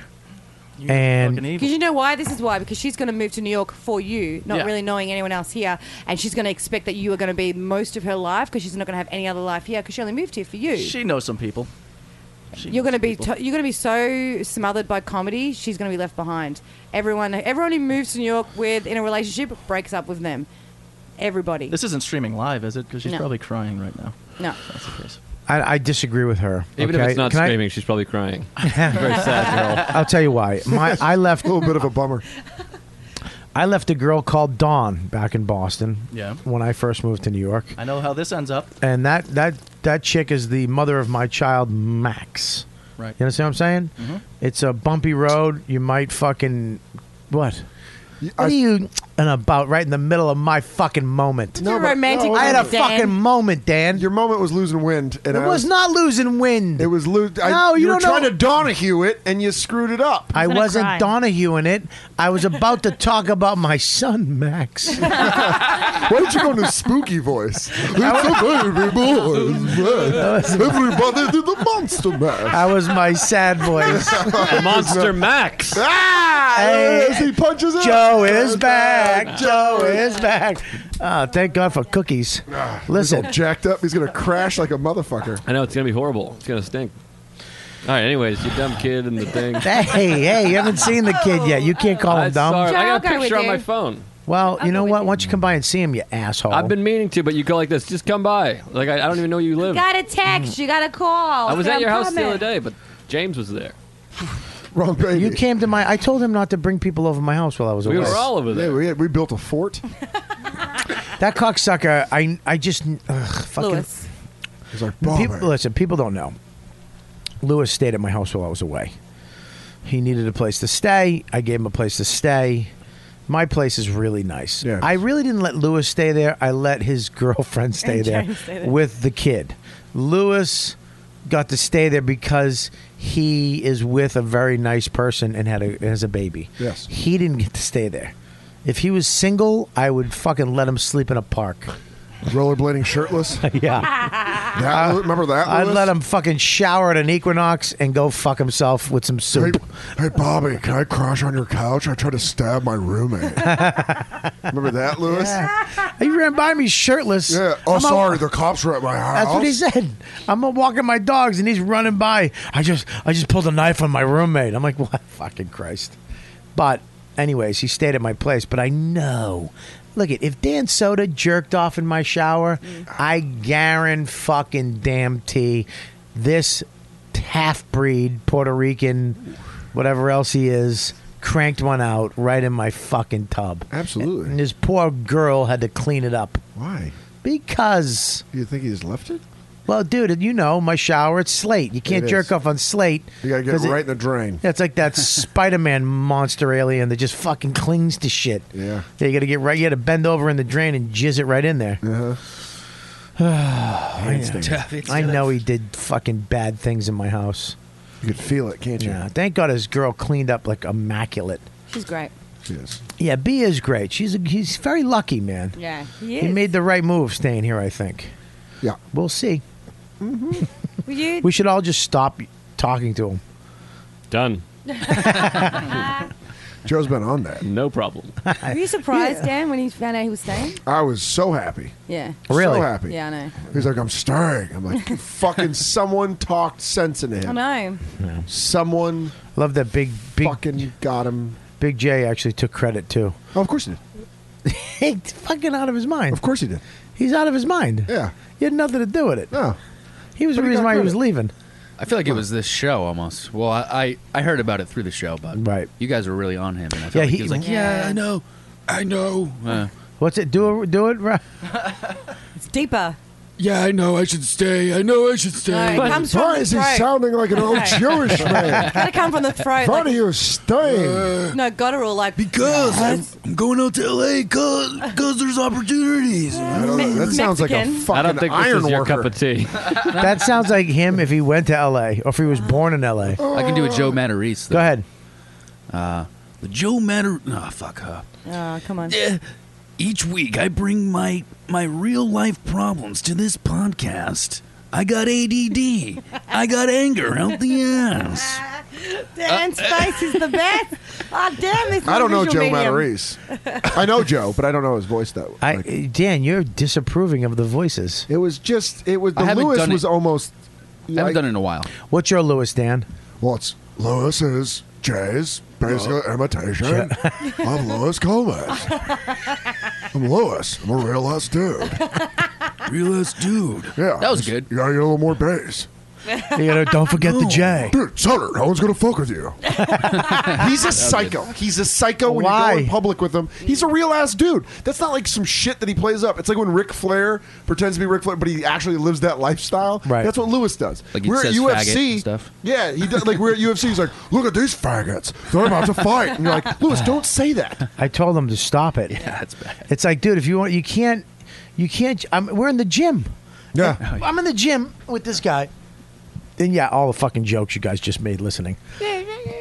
Speaker 2: And
Speaker 13: Because you know why? This is why. Because she's going to move to New York for you, not
Speaker 2: Yeah.
Speaker 13: really knowing anyone else here. And she's going to expect that you are going to be most of her life because she's not going to have any other life here because she only moved here for you.
Speaker 17: She knows some people. She
Speaker 13: you're going to be
Speaker 17: knows people.
Speaker 13: to- you're going to be so smothered by comedy. She's going to be left behind. Everyone, everyone who moves to New York with in a relationship breaks up with them. Everybody.
Speaker 17: this isn't streaming live, is it? Because she's
Speaker 13: No.
Speaker 17: probably crying right now.
Speaker 13: no.
Speaker 17: That's the case.
Speaker 2: I, I disagree with her.
Speaker 7: Even if
Speaker 2: okay?
Speaker 7: it's not
Speaker 2: Can I-
Speaker 7: screaming, she's probably crying. Very sad girl.
Speaker 2: I'll tell you why. My I left
Speaker 5: a little bit of a bummer.
Speaker 2: I left a girl called Dawn back in Boston.
Speaker 17: Yeah.
Speaker 2: When I first moved to New York,
Speaker 17: I know how this ends up.
Speaker 2: and that that that chick is the mother of my child Max.
Speaker 17: Right.
Speaker 2: You understand what I'm saying?
Speaker 17: Mhm.
Speaker 2: It's a bumpy road. You might fucking what? What are you and about right in the middle of my fucking moment?
Speaker 5: No, but-
Speaker 13: romantic
Speaker 5: no,
Speaker 2: I had a
Speaker 5: no.
Speaker 2: fucking moment, Dan.
Speaker 5: Your moment was losing wind, and
Speaker 2: It
Speaker 5: I
Speaker 2: was not losing wind.
Speaker 5: It was lo- I,
Speaker 2: No, you
Speaker 5: were
Speaker 2: don't
Speaker 5: trying
Speaker 2: know-
Speaker 5: to Donahue it, and you screwed it up.
Speaker 2: I
Speaker 5: gonna
Speaker 2: wasn't
Speaker 5: cry.
Speaker 2: Donahue in it. I was about to talk about my son, Max.
Speaker 5: Why don't you go into spooky voice? It's a baby boy. Everybody did the monster mash.
Speaker 2: I was my sad voice.
Speaker 7: Monster Max.
Speaker 5: Ah! yes, he punches it.
Speaker 2: Joe is back. Joe is back. Oh, thank God for cookies. Listen,
Speaker 5: Ah, He's all jacked up. He's gonna crash like a motherfucker.
Speaker 7: I know, it's going to be horrible. It's going to stink. All right, anyways, you dumb kid and the thing.
Speaker 2: hey, hey, you haven't seen the kid yet. You can't call him
Speaker 7: I,
Speaker 2: dumb.
Speaker 7: saw it. I got
Speaker 13: Joe,
Speaker 7: a
Speaker 13: I'll go
Speaker 7: picture
Speaker 13: with
Speaker 7: on my
Speaker 13: you.
Speaker 7: phone.
Speaker 2: Well, you know what? Why don't you come by and see him, you asshole?
Speaker 7: I've been meaning to, but you go like this. Just come by. Like I, I don't even know where you
Speaker 13: You
Speaker 7: live. Mm-hmm.
Speaker 13: got a text. You got a call.
Speaker 7: Mm. I was
Speaker 13: I'm
Speaker 7: at your house
Speaker 13: coming.
Speaker 7: the other day, but James was there.
Speaker 2: Wrong baby. You came to my. I told him not to bring people over my house while I was away.
Speaker 5: over there. Yeah, we, had, we built a fort.
Speaker 2: That cocksucker. I. I just. Ugh, fucking.
Speaker 5: Lewis. He's like,
Speaker 2: The
Speaker 5: "Bomber."
Speaker 2: people, listen, people don't know. Lewis stayed at my house while I was away. He needed a place to stay. I gave him a place to stay. My place is really nice. I really didn't let Lewis stay there. I let his girlfriend stay
Speaker 16: And
Speaker 2: there,
Speaker 16: James stay there.
Speaker 2: with the kid. Lewis got to stay there because he is with a very nice person and had a has a baby.
Speaker 5: Yes.
Speaker 2: He didn't get to stay there. If he was single, I would fucking let him sleep in a park.
Speaker 5: Rollerblading shirtless?
Speaker 2: yeah.
Speaker 5: That- remember that?
Speaker 2: I'd
Speaker 5: Lewis?
Speaker 2: let him fucking shower at an Equinox and go fuck himself with some soup.
Speaker 5: Hey, Bobby, can I crash on your couch? I tried to stab my roommate. Remember that, Lewis?
Speaker 2: He ran by me shirtless.
Speaker 5: Yeah. Oh,
Speaker 2: I'm a-
Speaker 5: sorry. the cops were at my house.
Speaker 2: That's what he said. I'm uh, walking my dogs and he's running by. I just I just pulled a knife on my roommate. I'm like, what fucking Christ. But anyways, he stayed at my place, but I know. Look at if Dan Soda jerked off in my shower,
Speaker 5: Mm.
Speaker 2: I guarantee fucking damn tea this half breed Puerto Rican whatever else he is cranked one out right in my fucking tub.
Speaker 5: Absolutely.
Speaker 2: And this poor girl had to clean it up.
Speaker 5: Why?
Speaker 2: Because.
Speaker 5: You think he just left it?
Speaker 2: Well, dude, you know my shower. It's slate. You can't
Speaker 5: It
Speaker 2: jerk
Speaker 5: is.
Speaker 2: off on slate.
Speaker 5: You gotta get
Speaker 2: 'cause it-
Speaker 5: right in the drain.
Speaker 2: Yeah, it's like that Spider-Man monster alien that just fucking clings to shit.
Speaker 5: Yeah.
Speaker 2: Yeah, you gotta get right. You gotta bend over in the drain and jizz it right in there.
Speaker 5: Uh-huh.
Speaker 2: I, know.
Speaker 5: Tough, it's
Speaker 2: I
Speaker 5: tough.
Speaker 2: know he did fucking bad things in my house.
Speaker 5: You could feel it, can't you?
Speaker 2: Yeah. Thank God his girl cleaned up like immaculate.
Speaker 13: She's great.
Speaker 5: Yes.
Speaker 2: Yeah, B is great. She's a, he's very lucky, man.
Speaker 13: Yeah, he
Speaker 2: He,
Speaker 13: is.
Speaker 2: made the right move staying here. I think.
Speaker 5: Yeah.
Speaker 2: We'll see.
Speaker 13: Were you?
Speaker 2: We should all just stop talking to him.
Speaker 7: Done.
Speaker 5: Joe's been on that.
Speaker 7: No problem.
Speaker 13: Were you surprised, Dan, when you found out he was staying?
Speaker 5: I was so happy.
Speaker 13: Yeah.
Speaker 5: So happy.
Speaker 13: Yeah, I know.
Speaker 5: He's like, I'm stirring. I'm like, fucking someone talked sense into him.
Speaker 13: I know.
Speaker 5: Someone
Speaker 2: love that big, big
Speaker 5: fucking got him.
Speaker 2: Big J actually took credit too.
Speaker 5: Oh, of course he
Speaker 2: did. He's fucking out of his mind. Of
Speaker 5: course he did.
Speaker 2: He's out of his mind.
Speaker 5: Yeah. Oh.
Speaker 2: He had nothing to do with it.
Speaker 5: No.
Speaker 2: He was
Speaker 12: But
Speaker 2: the
Speaker 12: he
Speaker 2: reason
Speaker 12: got
Speaker 2: why he
Speaker 12: credit.
Speaker 2: was leaving.
Speaker 12: I feel like it was this show almost. Well, I, I, I heard about it through the show, but right. you guys were really on him. And I felt
Speaker 2: Yeah,
Speaker 12: like he,
Speaker 2: he-
Speaker 12: was like, yeah, I know. I know. Uh,
Speaker 2: What's it? Do it. Do it. Right.
Speaker 13: It's deeper.
Speaker 12: yeah, I know I should stay. I know I should
Speaker 13: No,
Speaker 12: stay.
Speaker 13: it comes from
Speaker 5: Why
Speaker 13: the
Speaker 5: is he
Speaker 13: throat.
Speaker 5: sounding like an old
Speaker 13: Right.
Speaker 5: Jewish man?
Speaker 13: Gotta come from the throat.
Speaker 5: Funny
Speaker 13: like-
Speaker 5: you staying.
Speaker 13: No, gotta all like
Speaker 5: Because I'm-
Speaker 12: I'm going out to LA cause, cause there's opportunities.
Speaker 5: I don't know. That sounds like a fucking
Speaker 7: I don't think this
Speaker 5: iron
Speaker 7: is your
Speaker 5: worker.
Speaker 7: cup of tea.
Speaker 2: that sounds like him if he went to L.A. or if he was born in L.A.
Speaker 12: I can do a Joe Matarese.
Speaker 2: Go ahead.
Speaker 12: Uh, the Joe Matter. No, fuck her.
Speaker 13: Oh, come on.
Speaker 12: Yeah. Each week, I bring my my real life problems to this podcast. I got ADD. I got anger out the ass.
Speaker 13: Dan's
Speaker 7: Uh,
Speaker 13: face is the best. Oh, damn, this
Speaker 5: I don't know Joe
Speaker 13: visual medium.
Speaker 5: Matarese. I know Joe, but I don't know his voice that well.
Speaker 2: I, Dan, you're disapproving of the voices.
Speaker 5: It was just. It was.
Speaker 2: I
Speaker 5: The
Speaker 2: haven't
Speaker 5: Lewis
Speaker 2: done it-
Speaker 5: was almost. I
Speaker 12: haven't done it in a while.
Speaker 2: What's your Lewis, Dan?
Speaker 5: What's Lewis is Jay's basically
Speaker 12: Uh,
Speaker 5: imitation of Lewis Gomez. I'm Lewis. I'm a real ass dude.
Speaker 12: real ass dude.
Speaker 5: Yeah.
Speaker 12: That was
Speaker 5: just-
Speaker 12: good.
Speaker 5: You gotta get a little more bass.
Speaker 2: You know, don't forget the J.
Speaker 5: Dude, Sutter, no one's gonna fuck with you. He's a psycho. He's a psycho when you go in public with him. He's a real ass dude. That's not like some shit that he plays up. It's like when Ric Flair pretends to be Ric Flair, but he actually lives that lifestyle.
Speaker 12: Right.
Speaker 5: That's what Lewis does.
Speaker 12: Like he says faggot and stuff.
Speaker 5: Yeah, he does. Like we're at UFC. He's like, look at these faggots. They're about to fight. And you're like, Lewis, don't say that.
Speaker 2: I told him to stop it. Yeah,
Speaker 12: it's bad.
Speaker 2: It's like, dude, if you want, you can't, you can't. I'm, we're in the gym.
Speaker 5: Yeah.
Speaker 2: I'm in the gym with this guy. And yeah, all the fucking jokes you guys just made listening.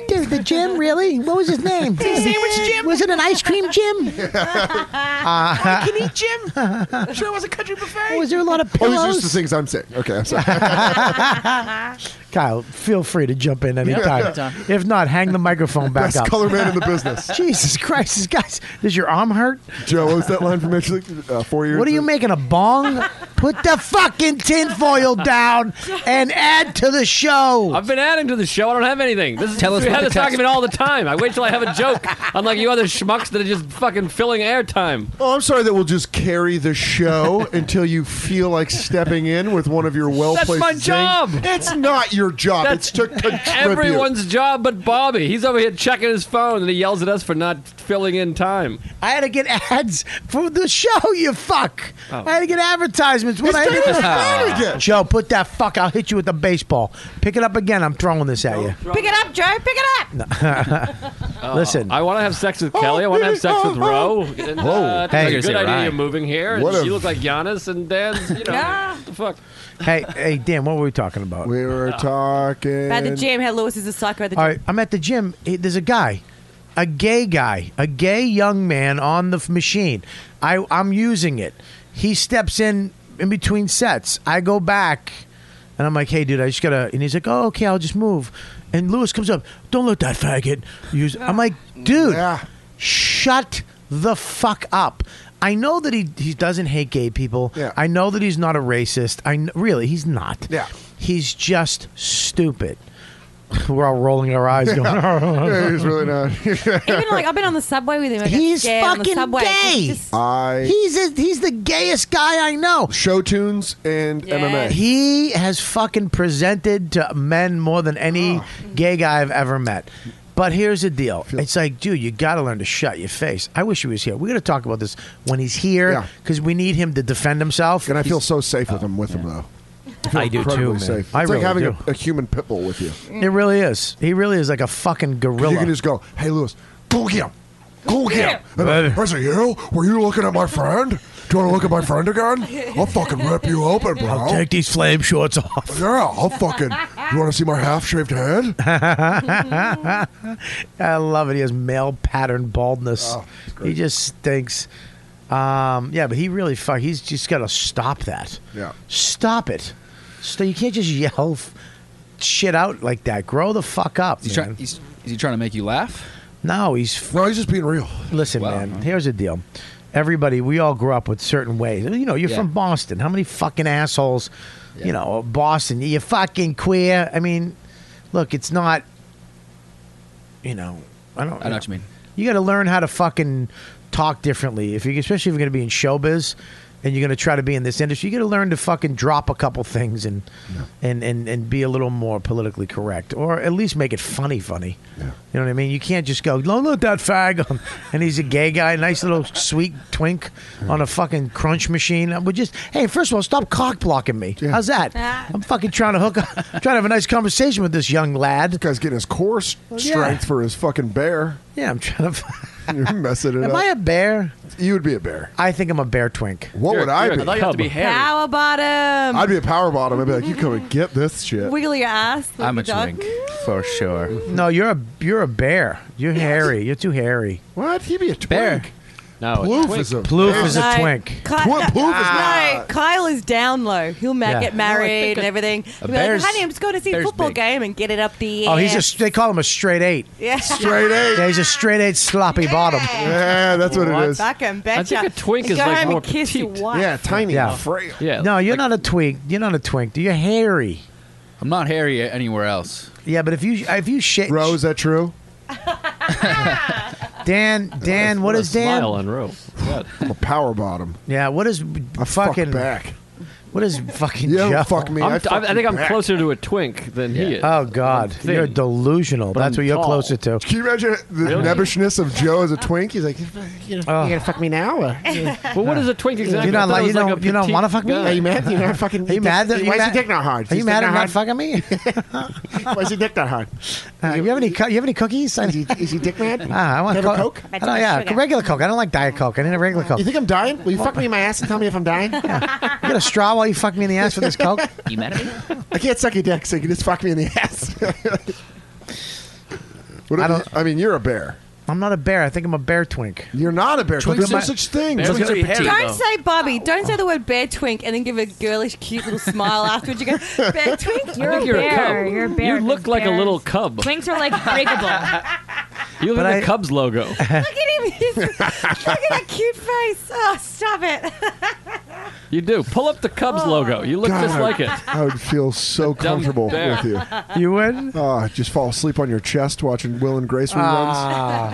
Speaker 2: Dude, the gym, really? What was his name?
Speaker 16: Sandwich Jim? Was it an ice cream Jim?
Speaker 2: Uh,
Speaker 16: Can eat Jim? Sure, it was a country buffet.
Speaker 2: was there a lot of pillows?
Speaker 5: Oh, these are just the things I'm saying. Okay, I'm sorry.
Speaker 2: Kyle, feel free to jump in
Speaker 5: Yeah,
Speaker 2: anytime.
Speaker 5: anytime.
Speaker 2: if not, hang the microphone back
Speaker 5: Best
Speaker 2: up.
Speaker 5: color man in the business.
Speaker 2: Jesus Christ, this guy's. Does your arm hurt?
Speaker 5: Joe, what was that line from Major League? Uh, four years.
Speaker 2: What are you making a bong? Put the fucking tinfoil down and add to the show.
Speaker 7: I've been adding to the show. I don't have anything. This is,
Speaker 2: Tell us
Speaker 7: we
Speaker 2: what
Speaker 7: have
Speaker 2: the
Speaker 7: this
Speaker 2: text-
Speaker 7: argument all the time. I wait till I have a joke. Unlike you other schmucks that are just fucking filling airtime.
Speaker 5: Oh, I'm sorry that we'll just carry the show until you feel like stepping in with one of your well
Speaker 7: That's
Speaker 5: placed.
Speaker 7: my job.
Speaker 5: It's not your job.
Speaker 7: That's
Speaker 5: it's to contribute.
Speaker 7: Everyone's job but Bobby. He's over here checking his phone and he yells at us for not filling in time.
Speaker 2: I had to get ads for the show, you fuck.
Speaker 7: Oh.
Speaker 2: I had to get advertisements. When
Speaker 7: It's Ah.
Speaker 2: I
Speaker 7: taking us back
Speaker 2: again. Joe, put that fuck. I'll hit you with the baseball. Pick it up again. I'm throwing this
Speaker 5: Oh.
Speaker 2: at you.
Speaker 13: Pick it up, Joe. Pick it up.
Speaker 2: Listen.
Speaker 7: I want to have sex with Kelly. I want to have sex with Roe. And,
Speaker 2: Whoa.
Speaker 7: uh, it's
Speaker 2: Hey,
Speaker 7: like
Speaker 2: you're
Speaker 7: a good
Speaker 2: gonna say
Speaker 7: idea
Speaker 2: Ryan.
Speaker 7: you're moving here.
Speaker 2: What
Speaker 7: and
Speaker 2: a-
Speaker 7: you look like Giannis and Dan's, you know, what the fuck.
Speaker 2: hey, hey, Dan, what were we talking about?
Speaker 5: We were talking
Speaker 13: By the gym, how Lewis is a psycho at the gym.
Speaker 2: All right, I'm at the gym. Hey, There's a guy, a gay guy, a gay young man on the f- machine. I, I'm using it. He steps in in between sets. I go back, and I'm like, "Hey, dude, I just gotta." And he's like, "Oh, okay, I'll just move." And Lewis comes up. Don't let that faggot use. I'm like, dude, shut the fuck up. I know that he he doesn't hate gay people. Yeah. I know that he's not a racist. I kn- really he's not. Yeah. He's just stupid. We're all rolling our eyes, going,
Speaker 5: Yeah, he's really not.
Speaker 13: Even like I've been on the subway with him. I get
Speaker 2: He's
Speaker 13: scared on the
Speaker 2: fucking
Speaker 13: subway.
Speaker 2: gay.
Speaker 13: Just-
Speaker 5: I
Speaker 2: He's a, he's the gayest guy I know.
Speaker 5: Show tunes and MMA.
Speaker 2: He has fucking presented to men more than any
Speaker 5: Oh.
Speaker 2: gay guy I've ever met. But here's the deal. It's like, dude, you got to learn to shut your face. I wish he was here. We're going to talk about this when he's here because we need him to defend himself. Oh. And
Speaker 5: I feel so safe with him, with him though. feel
Speaker 2: I do too,
Speaker 5: incredibly
Speaker 2: man.
Speaker 5: Safe. It's
Speaker 2: I
Speaker 5: like
Speaker 2: really
Speaker 5: having
Speaker 2: do.
Speaker 5: A, a human pit bull with you.
Speaker 2: It really is. He really is like a fucking gorilla.
Speaker 5: You can just go, hey, Lewis, go get him. Go get him. And I- I say, you? Were you looking at my friend? Do you want to look at my friend again? I'll fucking rip you open, bro.
Speaker 2: I'll take these flame shorts off.
Speaker 5: Yeah, I'll fucking. You want to see my half shaved head?
Speaker 2: I love it. He has male pattern baldness.
Speaker 5: Oh,
Speaker 2: he just stinks. Um, yeah, but he really fuck. He's just got to stop that.
Speaker 5: Yeah.
Speaker 2: Stop it. So you can't just yell f- shit out like that. Grow the fuck up,
Speaker 12: Is he,
Speaker 2: man.
Speaker 12: try- he's- is he trying to make you laugh?
Speaker 2: No, he's
Speaker 5: no, he's just being real.
Speaker 2: Listen, man. Here's the deal. Everybody, we all grew up with certain ways. You know, you're
Speaker 12: Yeah.
Speaker 2: from Boston. How many fucking assholes? You know, Boston. You're fucking queer. I mean, look, it's not. You know, I don't.
Speaker 12: I know what you mean.
Speaker 2: You got to learn how to fucking talk differently. If you, especially if you're going to be in showbiz, and you're going to try to be in this industry, you got to learn to fucking drop a couple things and and and and be a little more politically correct, or at least make it funny, funny. You know what I mean? You can't just go, "No, look that fag," on- and he's a gay guy, nice little sweet twink on a fucking crunch machine. I would just, hey, first of all, stop cock blocking me. How's that? I'm fucking trying to hook up, trying to have a nice conversation with this young lad. This
Speaker 5: guy's getting his core Strength for his fucking bear.
Speaker 2: Yeah, I'm trying to.
Speaker 5: You're messing it
Speaker 2: Am
Speaker 5: up.
Speaker 2: I a bear?
Speaker 5: You would be a bear.
Speaker 2: I think I'm a bear twink.
Speaker 5: What would I be?
Speaker 13: Power
Speaker 16: Um,
Speaker 13: bottom.
Speaker 5: I'd be a power bottom. I'd be like, you come and get this shit.
Speaker 13: Wiggle your ass. like
Speaker 12: I'm a
Speaker 13: dog.
Speaker 12: twink for sure.
Speaker 2: No, you're a you're a bear. You're hairy. You're too hairy.
Speaker 5: What? He'd be a twink.
Speaker 7: No,
Speaker 2: Ploof Oh, twink. is a- Ploof is a
Speaker 13: No,
Speaker 2: twink.
Speaker 13: Ky-
Speaker 2: Twink-
Speaker 13: no,
Speaker 2: Ploof is
Speaker 13: no,
Speaker 2: not.
Speaker 13: Kyle is down low. He'll ma-
Speaker 2: Yeah.
Speaker 13: get
Speaker 2: No, I
Speaker 13: married
Speaker 2: think
Speaker 13: and
Speaker 2: a-
Speaker 13: everything.
Speaker 2: a
Speaker 13: He'll be like,
Speaker 2: bear's-
Speaker 13: honey, I'm just going to see a
Speaker 2: bear's
Speaker 13: football
Speaker 2: big.
Speaker 13: game and get it up the
Speaker 2: Oh, he's
Speaker 13: ass."
Speaker 2: a they call him a straight eight.
Speaker 13: Yeah.
Speaker 7: Straight
Speaker 2: eight. Yeah, he's a straight eight sloppy bottom.
Speaker 5: Yeah, that's what it What? is.
Speaker 13: I can bet
Speaker 7: I think
Speaker 13: ya.
Speaker 7: a twink
Speaker 13: You
Speaker 7: is
Speaker 13: go
Speaker 7: like
Speaker 13: home
Speaker 7: more
Speaker 13: and kiss your
Speaker 7: petite.
Speaker 13: wife.
Speaker 5: Yeah, tiny
Speaker 2: Yeah.
Speaker 5: and frail.
Speaker 7: Yeah.
Speaker 2: No, you're not a twink. You're not a twink. You're hairy.
Speaker 12: I'm not hairy anywhere else.
Speaker 2: Yeah, but if you if you shit, Rose,
Speaker 5: is that true?
Speaker 2: Dan, Dan, what is Dan?
Speaker 7: rope.
Speaker 5: I'm a power bottom.
Speaker 2: Yeah, what is
Speaker 5: I
Speaker 2: fucking
Speaker 5: fuck back?
Speaker 2: What is fucking
Speaker 5: You don't
Speaker 2: Joe?
Speaker 5: fuck me.
Speaker 7: I'm
Speaker 5: I
Speaker 7: t-
Speaker 5: fuck
Speaker 7: I, I think
Speaker 5: you
Speaker 7: I'm
Speaker 5: back.
Speaker 7: closer to a twink than he is.
Speaker 2: Oh God,
Speaker 7: I'm
Speaker 2: you're
Speaker 7: thin.
Speaker 2: delusional.
Speaker 7: But
Speaker 2: That's
Speaker 7: I'm
Speaker 2: what you're
Speaker 7: tall.
Speaker 2: closer to.
Speaker 5: Can you imagine the
Speaker 7: Really?
Speaker 5: nebbishness of Joe as a twink? He's like,
Speaker 16: Uh, You, you gonna fuck me now? Or?
Speaker 7: Well, what is a twink exactly?
Speaker 2: You're
Speaker 7: I
Speaker 2: not
Speaker 7: thought it
Speaker 2: like you
Speaker 7: was like
Speaker 2: don't
Speaker 7: a
Speaker 2: you don't
Speaker 7: petite
Speaker 2: want to fuck me.
Speaker 7: guy.
Speaker 16: Are you mad? You know, fucking.
Speaker 2: Are you mad that
Speaker 16: Why
Speaker 2: you
Speaker 16: is
Speaker 2: mad?
Speaker 16: your dick not hard?
Speaker 2: Are you
Speaker 16: Is
Speaker 2: mad
Speaker 16: your
Speaker 2: at
Speaker 16: dick
Speaker 2: not
Speaker 16: not
Speaker 2: fucking me?
Speaker 16: hard? Why is your dick not hard?
Speaker 2: Uh, you have any? Co- you have any cookies? Is he,
Speaker 16: is he dick mad?
Speaker 2: Ah, I want
Speaker 16: Have a
Speaker 2: co-
Speaker 16: Coke?
Speaker 2: I don't, yeah,
Speaker 16: Sugar.
Speaker 2: regular Coke. I don't like Diet Coke. I need a regular Coke.
Speaker 16: You think I'm dying? Will you fuck me in my ass and tell me if I'm dying?
Speaker 2: You got a straw while you fuck me in the ass with this Coke?
Speaker 12: You mad at me?
Speaker 16: I can't suck your dick, so you can just fuck me in the ass.
Speaker 5: What I, don't, I mean, you're a bear.
Speaker 2: I'm not a bear. I think I'm a bear twink.
Speaker 5: You're not a bear.
Speaker 2: Twink
Speaker 5: There's
Speaker 2: is
Speaker 5: no
Speaker 2: my-
Speaker 5: such thing.
Speaker 2: Bears
Speaker 5: Twinks
Speaker 2: are pretty hairy,
Speaker 5: petite.
Speaker 2: though.
Speaker 13: Don't say Bobby. Don't say the word bear twink and then give a girlish, cute little smile afterwards. You go, bear twink?
Speaker 7: I think you're a cub. You look like a little cub.
Speaker 13: Twinks are like breakable.
Speaker 7: You look
Speaker 2: But
Speaker 7: like
Speaker 2: I-
Speaker 7: a Cubs logo.
Speaker 13: Look at him. He's- Look at that cute face. Oh, stop it.
Speaker 7: You do. Pull up the Cubs logo. You look just like it.
Speaker 5: I would feel so comfortable
Speaker 7: bear.
Speaker 5: with you.
Speaker 2: You would?
Speaker 5: Uh, just fall asleep on your chest watching Will and Grace reruns.
Speaker 2: Ah.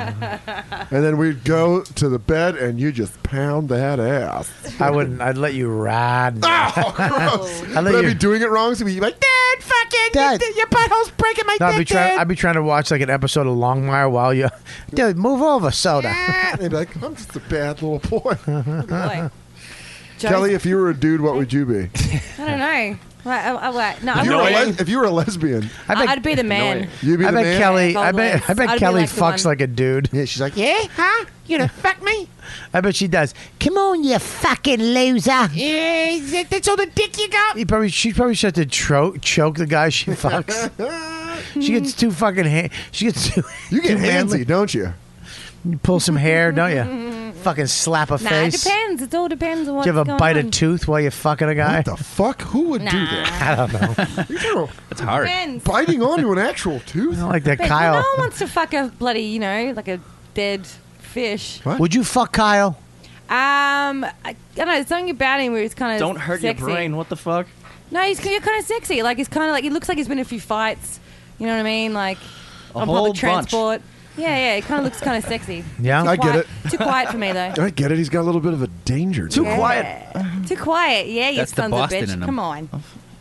Speaker 5: And then we'd go to the bed and you just pound that ass.
Speaker 2: I wouldn't. I'd let you ride.
Speaker 5: Oh, gross.
Speaker 2: I'd let
Speaker 5: But I'd
Speaker 2: you-
Speaker 5: be doing it wrong, so we'd be like,
Speaker 16: Dad, fucking, Dad. Your, butthole's breaking my
Speaker 2: No, I'd be
Speaker 16: dick,
Speaker 2: trying.
Speaker 16: Dad.
Speaker 2: I'd be trying to watch like an episode of Longmire while you, dude, move over, soda.
Speaker 5: and they'd be like, I'm just a bad little boy.
Speaker 13: boy.
Speaker 5: Kelly, if you were a dude, what would you be?
Speaker 13: I don't know. Like, I, I, like, no,
Speaker 5: if,
Speaker 13: I
Speaker 5: you were a
Speaker 13: wouldn't-
Speaker 5: les- if you were a lesbian,
Speaker 13: I bet- I'd be the man. Annoying.
Speaker 5: You'd be
Speaker 2: I
Speaker 5: the
Speaker 2: bet
Speaker 5: man?
Speaker 2: Kelly. I bet.
Speaker 13: Both
Speaker 2: I bet
Speaker 13: ways. I'd be
Speaker 2: Kelly
Speaker 13: like the
Speaker 2: fucks
Speaker 13: one-
Speaker 2: like a dude.
Speaker 5: Yeah, she's like,
Speaker 16: Yeah, Eh, huh? You gonna fuck me?
Speaker 2: I bet she does. Come on, you fucking loser.
Speaker 16: Yeah, is that- that's all the dick you got?
Speaker 2: He probably. She probably should have to tro- choke the guy she fucks. she gets too fucking. Ha- she gets too.
Speaker 5: You get
Speaker 2: too manly.
Speaker 5: handsy, don't you?
Speaker 2: You pull some hair, don't you? fucking slap a
Speaker 13: nah,
Speaker 2: face.
Speaker 13: it depends. It all depends on what's
Speaker 2: Do you have a
Speaker 13: going
Speaker 2: bite
Speaker 13: on.
Speaker 2: of tooth while you're fucking a guy? What
Speaker 5: the fuck? Who would
Speaker 13: do Nah.
Speaker 2: I don't know.
Speaker 12: It's hard.
Speaker 13: Depends.
Speaker 5: Biting onto an actual tooth.
Speaker 2: I don't like that,
Speaker 13: But
Speaker 2: Kyle.
Speaker 13: No one wants to fuck a bloody, you know, like a dead fish.
Speaker 2: Would you fuck Kyle?
Speaker 13: Um, I, I don't know. There's something about him where he's kind of
Speaker 17: Don't hurt
Speaker 13: sexy.
Speaker 17: your brain. What the fuck?
Speaker 13: No, he's you're kind of sexy. Like he's kind of like he looks like he's been in a few fights. You know what I mean? Like
Speaker 17: A
Speaker 13: on
Speaker 17: whole
Speaker 13: public
Speaker 17: bunch.
Speaker 13: transport. Yeah, yeah. It kind of looks kind of sexy.
Speaker 5: Yeah.
Speaker 13: Too
Speaker 5: I get
Speaker 13: quiet-
Speaker 5: it.
Speaker 13: Too quiet for me though.
Speaker 5: I get it. He's got a little bit of a danger. to
Speaker 13: Yeah.
Speaker 5: him.
Speaker 13: Too quiet. Yeah, you
Speaker 5: That's the
Speaker 13: sons of
Speaker 5: Boston
Speaker 13: bitch.
Speaker 5: in him.
Speaker 13: Come on.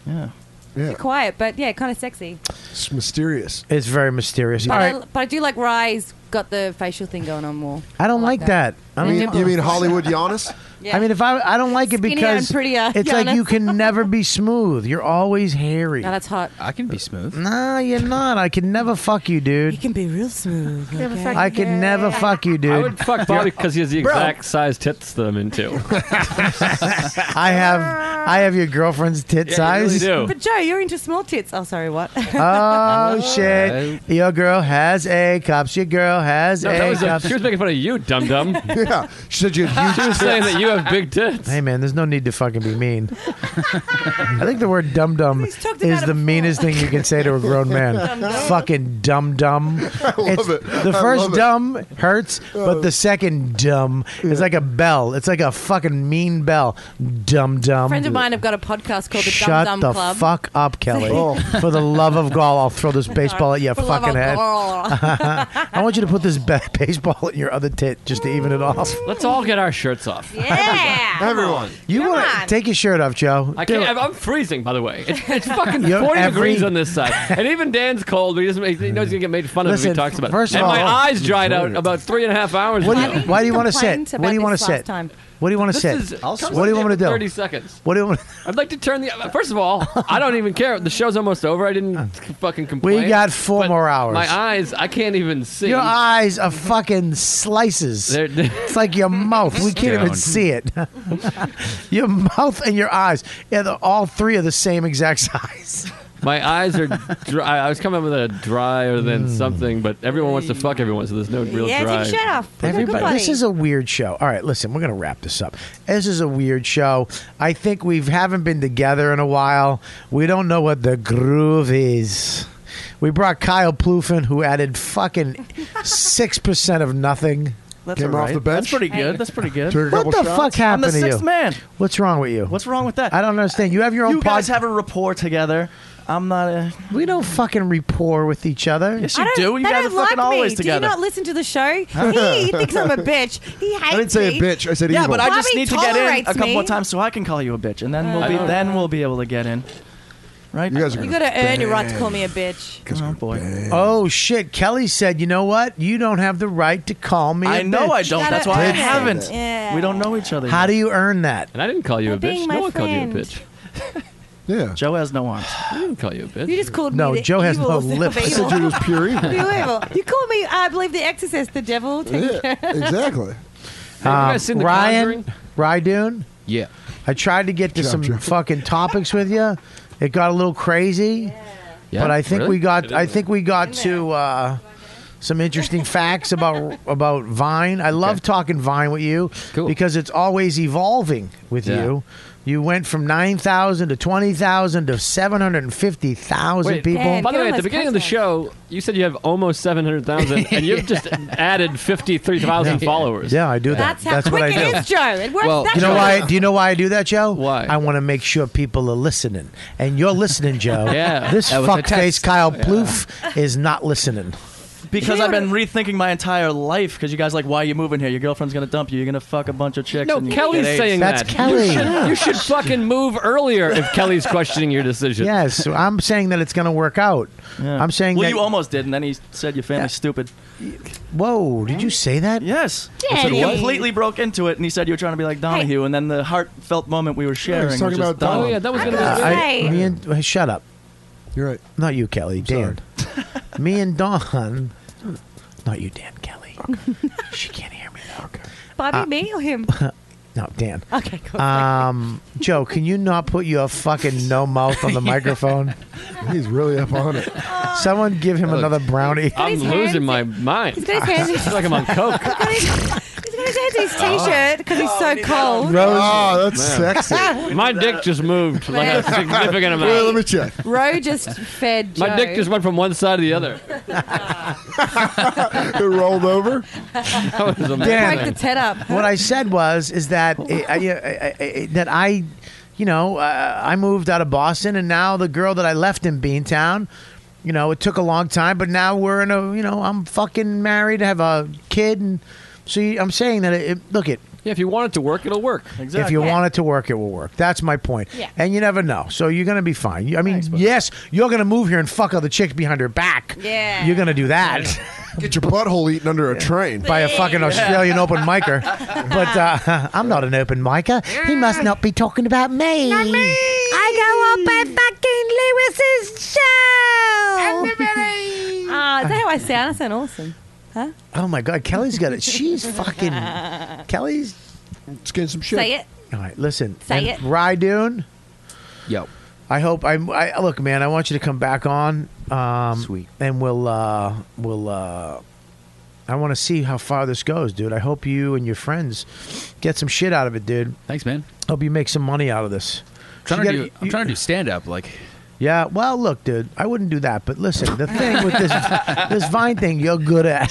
Speaker 5: Yeah. Yeah.
Speaker 13: Too quiet, but yeah, kind of sexy.
Speaker 5: It's mysterious.
Speaker 2: It's very mysterious.
Speaker 13: But,
Speaker 2: All right.
Speaker 13: I, but I do like Rye's got the facial thing going on more.
Speaker 2: I don't like that. I
Speaker 13: You
Speaker 2: mean,
Speaker 13: mean- you mean Hollywood
Speaker 5: Giannis?
Speaker 2: I mean, if I I don't like it
Speaker 13: Skinnier
Speaker 2: because
Speaker 13: and prettier
Speaker 2: it's like
Speaker 13: Giannis.
Speaker 2: you can never be smooth. You're always hairy.
Speaker 13: No, that's hot.
Speaker 12: I can be smooth.
Speaker 2: Nah, you're not. I can never fuck you, dude. You
Speaker 13: can be real smooth.
Speaker 2: okay? I can never fuck you, dude.
Speaker 7: I would fuck Bobby because he has the
Speaker 2: Bro.
Speaker 7: exact size tits that I'm into.
Speaker 2: I have I have your girlfriend's tit
Speaker 7: Yeah, you really
Speaker 2: size.
Speaker 7: do.
Speaker 13: But Joe, you're into small tits. Oh, sorry, what?
Speaker 2: Oh shit! Your girl has A cups. Your girl has
Speaker 7: No, that
Speaker 2: A
Speaker 7: was a,
Speaker 2: cups.
Speaker 7: she was making fun of you, dum dum.
Speaker 2: Yeah.
Speaker 5: She said you
Speaker 2: have huge
Speaker 7: She was saying that you have big tits.
Speaker 2: Hey man, there's no need to fucking be mean. I think the word dum dum is the meanest thing you can say to a grown man.
Speaker 5: Dum-dum.
Speaker 2: Fucking dum dum.
Speaker 5: I love it.
Speaker 2: The
Speaker 5: I
Speaker 2: first
Speaker 5: love it. Uh.
Speaker 2: dumb hurts, but the second dumb is like a bell. It's like a fucking mean bell. Dum dum.
Speaker 13: Friends of mine have got a podcast called the
Speaker 2: Shut
Speaker 13: Dum
Speaker 2: the
Speaker 13: Dum Club.
Speaker 2: fuck up, Kelly.
Speaker 5: Oh.
Speaker 2: For the love of God, I'll throw this baseball at your
Speaker 13: For the love
Speaker 2: fucking
Speaker 13: of
Speaker 2: head.
Speaker 13: God.
Speaker 2: I want you to put this ba- baseball in your other tit just to even it off.
Speaker 7: Let's all get our shirts off.
Speaker 13: Yeah.
Speaker 7: Everyone.
Speaker 2: You
Speaker 7: Come
Speaker 2: want
Speaker 7: on.
Speaker 2: to take your shirt off, Joe?
Speaker 7: I
Speaker 2: Do
Speaker 7: can't,
Speaker 2: it.
Speaker 7: I'm- I'm freezing, by the way. It's, it's fucking
Speaker 2: You're
Speaker 7: 40
Speaker 2: every-
Speaker 7: degrees on this side. And even Dan's cold, but he, doesn't, he knows he's going to get made fun of
Speaker 2: Listen,
Speaker 7: if he talks about
Speaker 2: first
Speaker 7: it.
Speaker 2: of
Speaker 7: And my
Speaker 2: all-
Speaker 7: eyes dried out about three and a half hours
Speaker 2: What do
Speaker 7: ago.
Speaker 2: you, why do you want to sit? What do you want to sit? What do you want to
Speaker 7: This
Speaker 2: sit?
Speaker 7: is-
Speaker 2: What do you want to do?
Speaker 7: 30 seconds.
Speaker 2: What do you want?
Speaker 7: I'd like to turn the. First of all, I don't even care. The show's almost over. I didn't fucking complain.
Speaker 2: We got four more hours.
Speaker 7: My eyes, I can't even see.
Speaker 2: Your eyes are fucking slices.
Speaker 7: They're- they're-
Speaker 2: it's like your mouth. We can't even
Speaker 7: Stoned.
Speaker 2: see it. your mouth and your eyes. Yeah, they're- all three are the same exact size.
Speaker 7: My eyes are dry. I was coming up with a drier than
Speaker 2: Hmm.
Speaker 7: something, but everyone wants to fuck everyone, so there's no real
Speaker 13: Yeah, take
Speaker 7: dry.
Speaker 13: your shirt off. Look like a
Speaker 2: Everybody,
Speaker 13: buddy.
Speaker 2: this is a weird show. All right, listen, we're gonna wrap this up. This is a weird show. I think we haven't been together in a while. We don't know what the groove is. We brought Kyle Plufin, who added fucking six percent of nothing.
Speaker 17: That's all right. That's pretty good. That's pretty good.
Speaker 2: What the fuck happened
Speaker 17: I'm the
Speaker 2: to
Speaker 17: sixth
Speaker 2: you?
Speaker 17: man.
Speaker 2: What's wrong with you?
Speaker 17: What's wrong with that?
Speaker 2: I don't understand. You have your own
Speaker 17: You guys
Speaker 2: pod-
Speaker 17: have a rapport together. I'm not a.
Speaker 2: We don't fucking rapport with each other.
Speaker 17: Yes,
Speaker 13: I
Speaker 17: you
Speaker 13: don't-
Speaker 17: do. You
Speaker 13: they
Speaker 17: guys are
Speaker 13: don't
Speaker 17: fucking
Speaker 13: like me.
Speaker 17: always
Speaker 13: Do
Speaker 17: together.
Speaker 13: you not listen to the show? he, thinks I'm a bitch. He hates me.
Speaker 5: didn't say a bitch. I said
Speaker 17: yeah,
Speaker 5: evil.
Speaker 17: but I just
Speaker 13: Bobby
Speaker 17: need to get in a
Speaker 13: tolerates
Speaker 17: couple
Speaker 13: me.
Speaker 17: more times so I can call you a bitch, and then we'll
Speaker 13: Uh,
Speaker 17: be
Speaker 13: I don't-
Speaker 17: then we'll be able to get in. Right? You guys
Speaker 13: You gotta earn your right to call me a bitch.
Speaker 17: Oh boy.
Speaker 2: Oh shit! Kelly said, "You know what? You don't have the right to call me." I
Speaker 17: I know I don't. That's why I haven't.
Speaker 13: Yeah.
Speaker 17: We don't know each other.
Speaker 2: How do you earn that?
Speaker 7: And I didn't call you a
Speaker 13: By being
Speaker 7: bitch.
Speaker 13: my
Speaker 7: No one called you a
Speaker 13: friend.
Speaker 7: bitch.
Speaker 5: yeah.
Speaker 17: Joe has no arms.
Speaker 7: I didn't call you a bitch.
Speaker 13: You just called
Speaker 2: No,
Speaker 13: me. the
Speaker 2: Joe has
Speaker 13: evil
Speaker 2: no
Speaker 13: instead of
Speaker 2: lips. I said
Speaker 13: evil.
Speaker 2: Joe was pure evil.
Speaker 13: Pure evil. You called me, I believe, the exorcist, the devil. Take
Speaker 5: Yeah,
Speaker 13: care.
Speaker 5: exactly.
Speaker 2: Um,
Speaker 7: guys seen The
Speaker 2: Ryan, Rydune.
Speaker 12: Yeah.
Speaker 2: I tried to get to some fucking topics with you. It got a little crazy,
Speaker 12: Yeah,
Speaker 2: but I think
Speaker 12: really?
Speaker 2: we got. I think we got to. Uh, some interesting facts about about Vine. I love talking Vine with you because it's always evolving with
Speaker 7: Yeah.
Speaker 2: you. You went from nine thousand to twenty thousand to seven hundred and fifty thousand
Speaker 7: Wait,
Speaker 2: people.
Speaker 7: By the way, at the beginning of the show, you said you have almost 700,000, and you've just added 53,000 followers.
Speaker 2: Yeah, I do that.
Speaker 7: That's how
Speaker 2: That's what
Speaker 7: quick
Speaker 2: I
Speaker 7: it
Speaker 2: do.
Speaker 7: is, Joe. It works Well- that
Speaker 2: Oh, you know
Speaker 7: way.
Speaker 2: why? Do you know why I do that, Joe? Why? I want to make sure people are listening, and you're listening, Joe.
Speaker 17: Yeah.
Speaker 2: This
Speaker 17: That was a
Speaker 2: fuckface
Speaker 17: test.
Speaker 2: Kyle
Speaker 17: Yeah.
Speaker 2: Plouffe is not listening.
Speaker 17: Because I've been rethinking my entire life. Because you guys like, why are you moving here? Your girlfriend's gonna dump you. You're gonna fuck a bunch of chicks.
Speaker 7: No,
Speaker 17: and
Speaker 7: Kelly's
Speaker 17: get AIDS.
Speaker 7: saying that. You should, you should fucking move earlier if Kelly's questioning your decision.
Speaker 2: Yes, I'm saying that it's going to work out. I'm saying
Speaker 17: Well,
Speaker 2: that.
Speaker 17: you almost did, and then he said your family's stupid.
Speaker 2: Whoa, did you say that?
Speaker 17: Yes.
Speaker 2: I said
Speaker 17: he
Speaker 2: what?
Speaker 17: completely broke into it, and he said you were trying to be like Donahue, and then the heartfelt moment we were sharing. was just
Speaker 13: Oh,
Speaker 2: Oh,
Speaker 17: Donald.
Speaker 2: I- me and- uh, shut up. You're right. Not you, Kelly. Dan. me and Don. Not you, Dan. Kelly. she can't hear me though.
Speaker 13: Bobby,
Speaker 2: Uh,
Speaker 13: me or him?
Speaker 2: No, Dan.
Speaker 13: Okay, cool.
Speaker 2: Um, Joe, can you not put your fucking no mouth on the microphone? He's really up on it. Someone give him another brownie.
Speaker 7: I'm losing my mind.
Speaker 13: He's got his hands in-
Speaker 7: It's like I'm on coke.
Speaker 13: He's going to his
Speaker 5: Oh.
Speaker 13: T-shirt because he's
Speaker 7: Oh,
Speaker 13: so cold.
Speaker 2: Oh,
Speaker 7: My dick just moved like a significant amount.
Speaker 13: Wait, let
Speaker 7: me check.
Speaker 13: Roe just fed Joe.
Speaker 7: My dick just went from one side to the other.
Speaker 2: it rolled over.
Speaker 7: That was
Speaker 13: amazing. Cracked its head up.
Speaker 2: What I said was is that it, I, I, I- I- that I, you know, uh, I moved out of Boston, and now the girl that I left in Beantown, you know, it took a long time, but now we're in a, you know, I'm fucking married, have a kid, and so you, I'm saying that it, it- look it.
Speaker 7: Yeah, if you want it to work, it'll work. Exactly.
Speaker 2: If you want it to work, it will work. That's my point.
Speaker 7: Yeah.
Speaker 2: And you never know. So you're going to be fine. You- I mean, yes, you're going to move here and fuck other chicks behind her back.
Speaker 13: Yeah.
Speaker 2: You're going to do that.
Speaker 5: Get your butthole eaten under a train
Speaker 2: by a fucking Australian open micer. But uh, I'm not an open micer. He must not be talking about me. Not me.
Speaker 13: I go up by fucking Lewis's show. Everybody. Ah, is that how I sound? I sound awesome. Huh?
Speaker 2: Oh my God, Kelly's got it. She's fucking. Kelly's. Let's get some shit.
Speaker 13: Say it.
Speaker 2: All right, listen.
Speaker 13: Say
Speaker 2: and
Speaker 13: it.
Speaker 2: Rydoon.
Speaker 17: Yo.
Speaker 2: I hope I'm. I look, man. I want you to come back on. Um, Sweet. And we'll uh, we'll. Uh, I want to see how far this goes, dude. I hope you and your friends get some shit out of it, dude.
Speaker 17: Thanks, man.
Speaker 2: Hope you make some money out of this.
Speaker 17: I'm trying
Speaker 2: You
Speaker 17: to
Speaker 2: gotta-
Speaker 17: do, I'm
Speaker 2: you-
Speaker 17: trying to do stand up. Like,
Speaker 2: yeah, well, look, dude, I wouldn't do that. But listen, the thing with this this Vine thing, you're good at.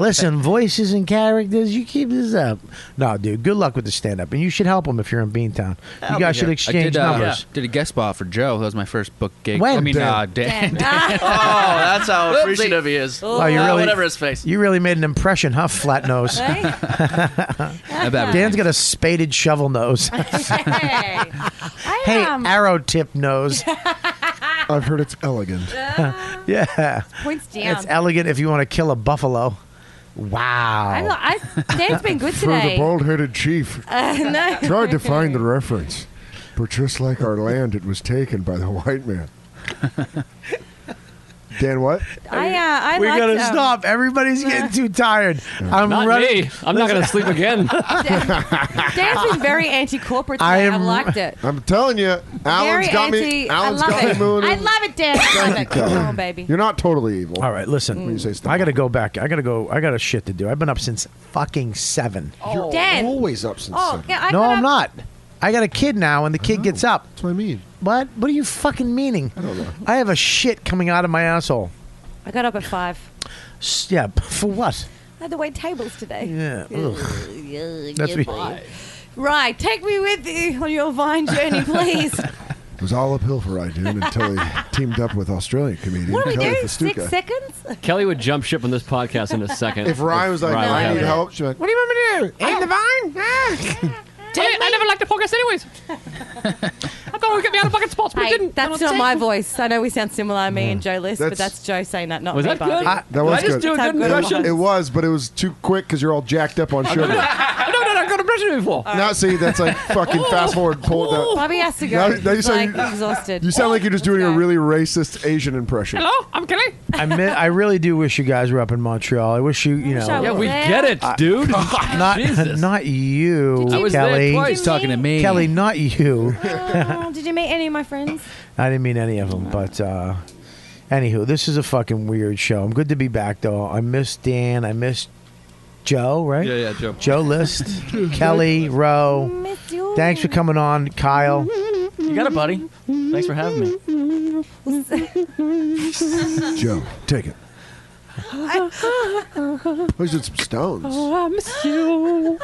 Speaker 2: listen, voices and characters, you keep this up. No, dude, good luck with the stand up, and you should help him if you're in Beantown. You guys should
Speaker 17: I
Speaker 2: exchange
Speaker 17: did, uh,
Speaker 2: numbers.
Speaker 17: Did a guest spot for Joe. That was my first book gig.
Speaker 2: When?
Speaker 17: I mean,
Speaker 2: Dan.
Speaker 17: uh, Dan.
Speaker 12: oh, that's how
Speaker 17: Oopsie.
Speaker 12: appreciative he is.
Speaker 2: Wow, you
Speaker 7: Oh,
Speaker 12: Ah,
Speaker 2: really,
Speaker 12: whatever his face.
Speaker 2: You really made an impression, huh, flat nose?
Speaker 12: bad.
Speaker 2: Dan's got a spaded shovel nose. hey, arrow tip nose. I've heard it's elegant. yeah.
Speaker 13: Uh, Points down.
Speaker 2: It's elegant if you want to kill a buffalo. Wow.
Speaker 13: I'm not, I, Dan's been good
Speaker 5: for
Speaker 13: today.
Speaker 5: the bald-headed chief.
Speaker 13: Uh, no.
Speaker 5: Tried to find the reference, but just like our land, it was taken by the white man. Dan, what?
Speaker 13: I, uh, I
Speaker 2: we
Speaker 13: liked,
Speaker 2: gotta
Speaker 13: um,
Speaker 2: stop. Everybody's getting too tired. I'm
Speaker 7: Not
Speaker 2: running.
Speaker 7: me. I'm not gonna sleep again.
Speaker 13: Dan's been very anti-corporate today. I
Speaker 5: am-
Speaker 13: liked it.
Speaker 5: I'm telling you, Alan's
Speaker 13: very
Speaker 5: got
Speaker 13: anti.
Speaker 5: me.
Speaker 13: I
Speaker 5: Alan's
Speaker 13: love
Speaker 5: got
Speaker 13: it.
Speaker 5: me moving.
Speaker 13: I love it, Dan. I love it. Come on, baby.
Speaker 2: You're not totally evil. All right, listen. I gotta go back. I gotta go. I got a shit to do. I've been up since fucking seven.
Speaker 13: You're Dan.
Speaker 2: Oh, always up since
Speaker 13: Oh, seven. yeah, I
Speaker 2: no,
Speaker 13: got
Speaker 2: I'm
Speaker 13: up-
Speaker 2: not. I got a kid now, and the kid gets up. That's what I mean. What? What are you fucking meaning? I don't know. I have a shit coming out of my asshole.
Speaker 13: I got up at five.
Speaker 2: S- Yeah, b- for what?
Speaker 13: I had to wait tables today.
Speaker 2: Yeah.
Speaker 13: Ugh.
Speaker 2: That's
Speaker 13: Yeah,
Speaker 2: me.
Speaker 13: boy. Right, take me with you on your vine journey, please.
Speaker 5: It was all uphill for I Idun until he teamed up with Australian comedian
Speaker 13: what do we
Speaker 5: Kelly
Speaker 13: do? Six
Speaker 5: Festuca.
Speaker 13: seconds?
Speaker 7: Kelly would jump ship on this podcast in a second.
Speaker 5: If Ryan was like,
Speaker 7: Ryan
Speaker 5: "I
Speaker 7: had
Speaker 5: need
Speaker 7: it.
Speaker 5: help," she'd be like,
Speaker 16: What do you want me to do? Aim the vine? Ah. I, I never liked the podcast anyways. I thought it would get me out of fucking spots, but it
Speaker 13: Hey,
Speaker 16: didn't.
Speaker 13: that's not my voice. I know we sound similar, me and Joe List, but that's Joe saying that, not me, Barbie.
Speaker 5: Ah, that was good.
Speaker 13: That's how it was.
Speaker 5: It was, but it was too quick because you're all jacked up on
Speaker 7: Oh,
Speaker 5: sugar.
Speaker 7: No, no, no, I've got a brush before.
Speaker 5: Now see, that's like fucking fast forward, pull it
Speaker 2: Oh.
Speaker 5: down.
Speaker 13: Bobby has to go.
Speaker 5: Now- now you sound-
Speaker 13: like, exhausted.
Speaker 5: You sound like you're just doing a really racist Asian impression.
Speaker 16: Hello, I'm Kelly.
Speaker 2: I mi- I really do wish you guys were up in Montreal. I wish you, you know.
Speaker 16: I Yeah, we was. get it, dude.
Speaker 2: not, not you,
Speaker 13: Did you- I was there
Speaker 2: Kelly.
Speaker 13: twice Did you talking to meet- me.
Speaker 2: Kelly, not you.
Speaker 13: Oh, did you meet any of my friends?
Speaker 2: I didn't mean any of them, but uh, Anywho, this is a fucking weird show. I'm good to be back though. I miss Dan. I miss Joe. Right?
Speaker 7: Yeah, yeah, Joe.
Speaker 2: Joe List, Kelly Rowe. Thanks for coming on, Kyle.
Speaker 17: You got it, buddy. Thanks for having me.
Speaker 5: Joe, take it.
Speaker 13: I
Speaker 5: Let's get some stones.
Speaker 20: Oh, I miss you.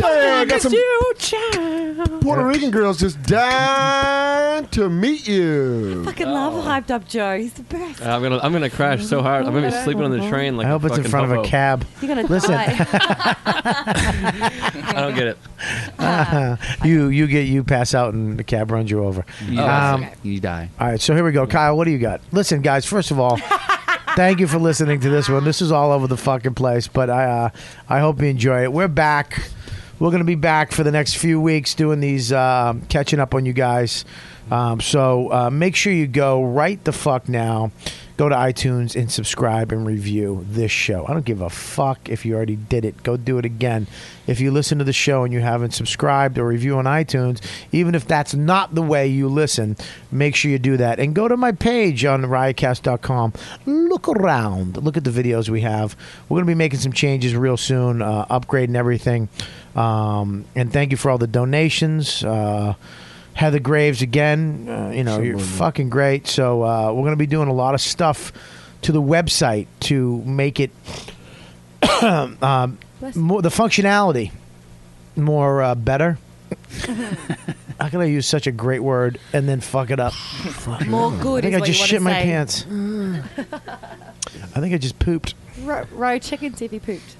Speaker 5: Yeah, I got some
Speaker 20: you, child.
Speaker 5: Puerto Rican girls just dying to meet you.
Speaker 13: fucking
Speaker 2: Oh.
Speaker 13: love hyped up Joe. He's the best.
Speaker 7: Uh, I'm gonna I'm gonna crash so hard. I'm gonna be sleeping on the train like
Speaker 2: I hope
Speaker 7: a
Speaker 2: it's in
Speaker 7: fucking
Speaker 2: front of a
Speaker 7: hobo.
Speaker 2: cab.
Speaker 13: You're gonna
Speaker 2: Listen.
Speaker 7: I don't get it.
Speaker 2: you you get you pass out and the cab runs you over. Um,
Speaker 17: Yeah. You die.
Speaker 2: All right, so here we go. Kyle, what do you got? Listen, guys, first of all, thank you for listening to this one. This is all over the fucking place, but I uh, I hope you enjoy it. We're back. We're going to be back for the next few weeks doing these, um, catching up on you guys. Um, so uh, make sure you go right the fuck now. Go to iTunes and subscribe and review this show. I don't give a fuck if you already did it. Go do it again. If you listen to the show and you haven't subscribed or review on iTunes, even if that's not the way you listen, make sure you do that. And go to my page on riotcast.com. Look around. Look at the videos we have. We're going to be making some changes real soon, uh, upgrading everything. Um, and thank you for all the donations. Uh, Heather Graves again. Uh, you know, you're fucking great. So uh, we're going to be doing a lot of stuff to the website to make it um, more, the functionality more uh, better. How can I use such a great word and then fuck it up?
Speaker 13: More good.
Speaker 2: I
Speaker 13: is
Speaker 2: think I
Speaker 13: what
Speaker 2: just
Speaker 13: you
Speaker 2: shit
Speaker 13: wanna
Speaker 2: my
Speaker 13: say. Mm.
Speaker 2: pants. I think I just pooped.
Speaker 13: Ro, Ro check and see if he pooped.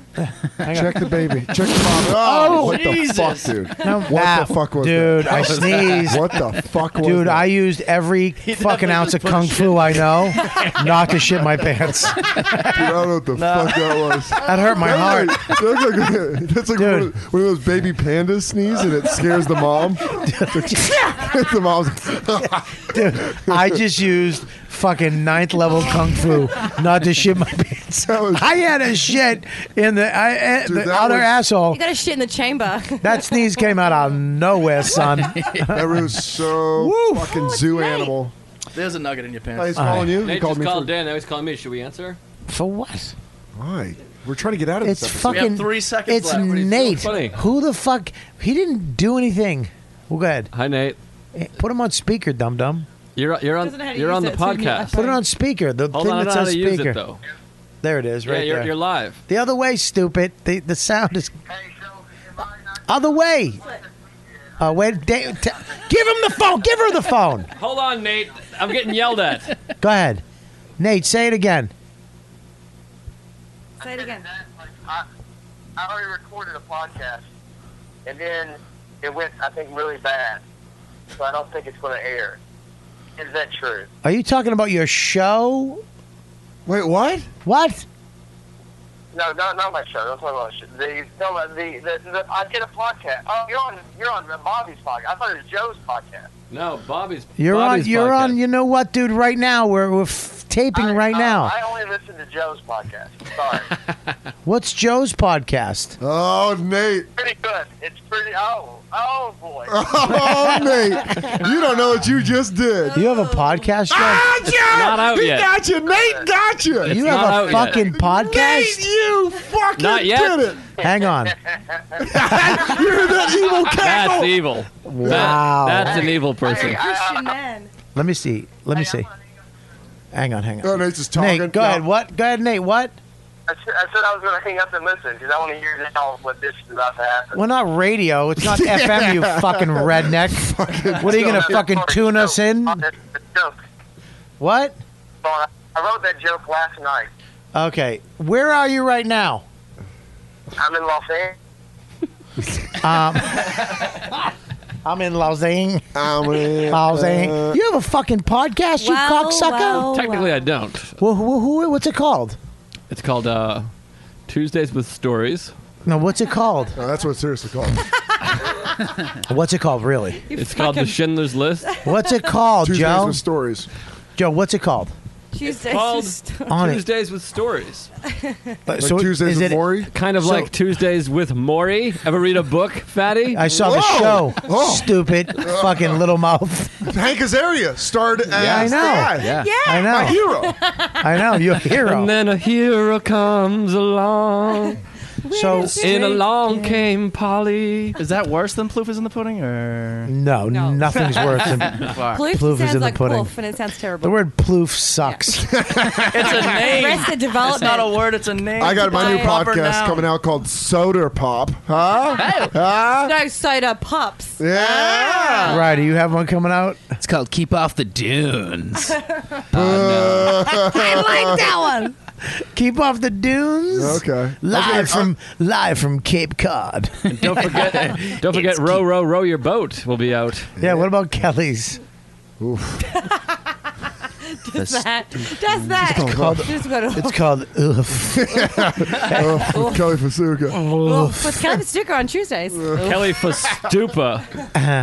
Speaker 5: Check the baby. Check the mom. Oh, what the fuck, dude?
Speaker 2: No,
Speaker 5: what
Speaker 2: nah,
Speaker 5: the fuck was
Speaker 2: dude,
Speaker 5: that?
Speaker 2: I sneezed.
Speaker 5: What the fuck was
Speaker 2: Dude,
Speaker 5: that?
Speaker 2: I used every fucking ounce of kung fu I know not to shit my pants.
Speaker 5: Dude, I don't know what the fuck that was.
Speaker 2: That hurt my heart.
Speaker 5: That's like, that's like, that's like one, of, one of those baby pandas sneeze and it scares the mom. the mom's
Speaker 2: Dude, I just used fucking ninth level kung fu not to shit my pants. I had a shit in the, I, eh,
Speaker 13: Dude,
Speaker 2: the
Speaker 13: that
Speaker 2: other
Speaker 13: was-
Speaker 2: asshole.
Speaker 13: You got to shit in the chamber.
Speaker 2: That sneeze came out of nowhere, son.
Speaker 5: that was so Oh, fucking zoo animal.
Speaker 17: There's a nugget in your pants.
Speaker 5: Oh, he's calling you?
Speaker 7: Nate
Speaker 5: he called
Speaker 7: just
Speaker 5: me.
Speaker 7: called Dan. Now he's calling me. Should we answer?
Speaker 2: For what?
Speaker 5: Why? We're trying to get out of
Speaker 2: It's
Speaker 5: this.
Speaker 2: fucking. It's Nate. Who the fuck? He didn't do anything. Well, go ahead. Eh,
Speaker 7: Hi, Nate.
Speaker 2: Put him on speaker, dum dum.
Speaker 7: You're you're on
Speaker 2: Doesn't know how to
Speaker 7: you're
Speaker 2: use
Speaker 7: on the
Speaker 2: it, so you need
Speaker 7: podcast.
Speaker 2: iPhone. Put it on speaker, the
Speaker 7: Hold
Speaker 2: thing
Speaker 7: on, I
Speaker 2: that's
Speaker 7: don't know
Speaker 2: on
Speaker 7: how to use it,
Speaker 2: speaker.
Speaker 7: though.
Speaker 2: There it is,
Speaker 7: Yeah,
Speaker 2: right
Speaker 7: you're-
Speaker 2: there.
Speaker 7: you're live.
Speaker 2: The other way, stupid. The the sound is. Other way. Uh, wait, da- t- give him the phone. Give her the phone.
Speaker 7: Hold on, Nate. I'm getting yelled at.
Speaker 2: Go ahead, Nate. Say it again.
Speaker 13: Say it again.
Speaker 16: I, I already recorded a podcast, and then it went, I think, really bad. So I don't think it's going to air. Is that true?
Speaker 2: Are you talking about your show?
Speaker 5: Wait, what?
Speaker 2: What?
Speaker 16: No, not not my show. Don't talk about shit. The, no, uh, the, the, the I did a podcast. Oh, you're on you're on Bobby's podcast. I thought it was Joe's podcast.
Speaker 7: No, Bobby's.
Speaker 2: You're
Speaker 7: Bobby's
Speaker 2: on. You're
Speaker 7: podcast.
Speaker 2: on. You know what, dude? Right now, we're we're f- taping right
Speaker 16: Uh,
Speaker 2: now.
Speaker 16: I only listen to Joe's podcast. Sorry,
Speaker 2: What's Joe's podcast?
Speaker 5: Oh, Nate.
Speaker 16: pretty good. It's pretty. Oh, oh boy.
Speaker 5: Oh, Nate. You don't know what you just did. Ah,
Speaker 2: You have a podcast, Joe?
Speaker 7: not out
Speaker 5: he
Speaker 7: yet.
Speaker 5: got you. Nate got you.
Speaker 2: you have a fucking podcast?
Speaker 5: Nate, you fucking
Speaker 7: Not yet.
Speaker 5: did it.
Speaker 2: Hang on.
Speaker 5: You're that evil
Speaker 7: That's evil.
Speaker 2: Wow.
Speaker 7: That, that's an evil person.
Speaker 13: Christian man.
Speaker 2: Let me see. Let me see. Hang on. Hang on.
Speaker 5: Oh, Nate's just
Speaker 2: Nate, go ahead. What? Go ahead, Nate. What?
Speaker 16: I, said- I said I was going to hang up and listen because I want to hear now what this is about to happen.
Speaker 2: We're not radio. It's not
Speaker 16: Yeah.
Speaker 2: FM. You fucking redneck. what are you gonna
Speaker 16: joke.
Speaker 2: fucking tune us in? What?
Speaker 16: So I I wrote that joke last night.
Speaker 2: Okay. Where are you right now?
Speaker 16: I'm in Los Angeles.
Speaker 2: Um, I'm in Lausanne.
Speaker 5: I'm in
Speaker 2: Lausanne. You have a fucking podcast, you
Speaker 13: Well,
Speaker 2: cocksucker.
Speaker 13: well,
Speaker 7: Technically, I don't.
Speaker 2: Well, who, who, what's it called?
Speaker 7: It's called uh, Tuesdays with Stories.
Speaker 2: No, what's it called?
Speaker 5: No, that's what it's seriously called.
Speaker 2: What's it called, really?
Speaker 7: it's called the Schindler's List.
Speaker 2: What's it called,
Speaker 5: Tuesdays
Speaker 2: Joe?
Speaker 5: with stories.
Speaker 2: Joe, what's it called?
Speaker 13: Tuesdays.
Speaker 7: Called
Speaker 2: On it.
Speaker 7: Tuesdays with Stories.
Speaker 2: But so Tuesdays is with it- Maury?
Speaker 7: Kind of
Speaker 2: So-
Speaker 7: like Tuesdays with Maury. Ever read a book, Fatty?
Speaker 2: I saw the show. Stupid fucking little mouth.
Speaker 5: Hank Azaria starred as
Speaker 2: Yeah, I know.
Speaker 5: the guy.
Speaker 2: Yeah. Yeah. I know.
Speaker 5: My hero.
Speaker 2: I know you're a hero.
Speaker 7: And then a hero comes along.
Speaker 2: So
Speaker 7: in along came Polly.
Speaker 17: Is that worse than Ploof is in the pudding, or
Speaker 2: No, nothing's worse than
Speaker 17: Fuck.
Speaker 13: Ploof,
Speaker 2: Ploof
Speaker 13: sounds
Speaker 2: is in the
Speaker 13: like
Speaker 2: pudding.
Speaker 13: poof, and it sounds terrible.
Speaker 2: The word ploof sucks.
Speaker 17: it's a name.
Speaker 13: Arrested Development.
Speaker 17: It's not a word. It's a name.
Speaker 5: I got my new
Speaker 17: It's a proper
Speaker 5: podcast
Speaker 17: noun.
Speaker 5: coming out called Soda Pop. Huh?
Speaker 13: Oh.
Speaker 5: Huh?
Speaker 13: no soda pops.
Speaker 5: Yeah.
Speaker 2: Ah! Right, do you have one coming out?
Speaker 12: It's called Keep Off the Dunes.
Speaker 13: I like that one.
Speaker 2: Keep off the dunes.
Speaker 5: Okay.
Speaker 7: uh,
Speaker 2: Live from live from Cape Cod.
Speaker 7: Don't forget, don't forget, row, row, row your boat will be out.
Speaker 2: yeah, what about Kelly's?
Speaker 13: Does that? Does that?
Speaker 2: It's called,
Speaker 13: Just go to-
Speaker 2: it's called oof.
Speaker 5: Oh, Kelly Fasuka.
Speaker 13: With kind of sticker on Tuesdays.
Speaker 7: Kelly for stupa.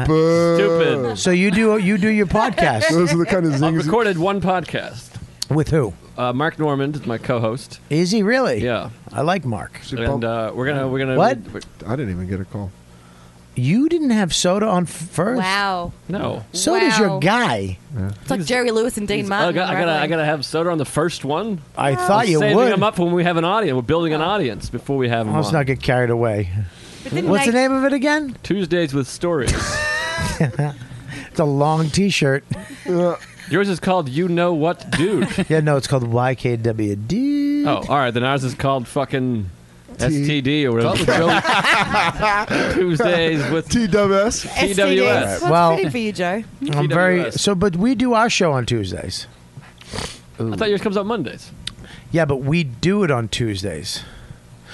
Speaker 7: Stupid.
Speaker 2: So you do you do your podcast.
Speaker 5: Those are the kind of
Speaker 7: I've recorded one podcast.
Speaker 2: With who?
Speaker 7: Uh, Mark Normand is my co-host.
Speaker 2: Is he really?
Speaker 7: Yeah.
Speaker 2: I like Mark.
Speaker 7: And uh, we're gonna we're gonna
Speaker 2: What?
Speaker 5: I didn't even get a call.
Speaker 2: You didn't have soda on f- first.
Speaker 13: Wow.
Speaker 7: No.
Speaker 2: So does
Speaker 13: Wow.
Speaker 2: your guy.
Speaker 13: It's like Jerry Lewis and Dean Martin.
Speaker 7: I, got, I gotta I
Speaker 13: right?
Speaker 7: gotta have Soder on the first one.
Speaker 2: I thought
Speaker 7: I'm
Speaker 2: you
Speaker 7: saving
Speaker 2: would.
Speaker 7: him up when we have an audience. We're building an audience before we have him
Speaker 2: Let's
Speaker 7: on.
Speaker 2: not get carried away.
Speaker 13: didn't
Speaker 2: What's the
Speaker 13: they-
Speaker 2: name of it again?
Speaker 7: Tuesdays with stories.
Speaker 2: it's a long T-shirt.
Speaker 7: Yours is called You Know What Dude.
Speaker 2: Uh, yeah, no, it's called YKWD.
Speaker 7: oh, all right. Then ours is called fucking STD or whatever. Tuesdays with
Speaker 5: TWS.
Speaker 7: TWS.
Speaker 13: Well,
Speaker 2: Well-
Speaker 13: pretty for you, Joe.
Speaker 2: I'm very so, but we do our show on Tuesdays.
Speaker 7: I thought yours comes out Mondays.
Speaker 2: Yeah, but we do it on Tuesdays.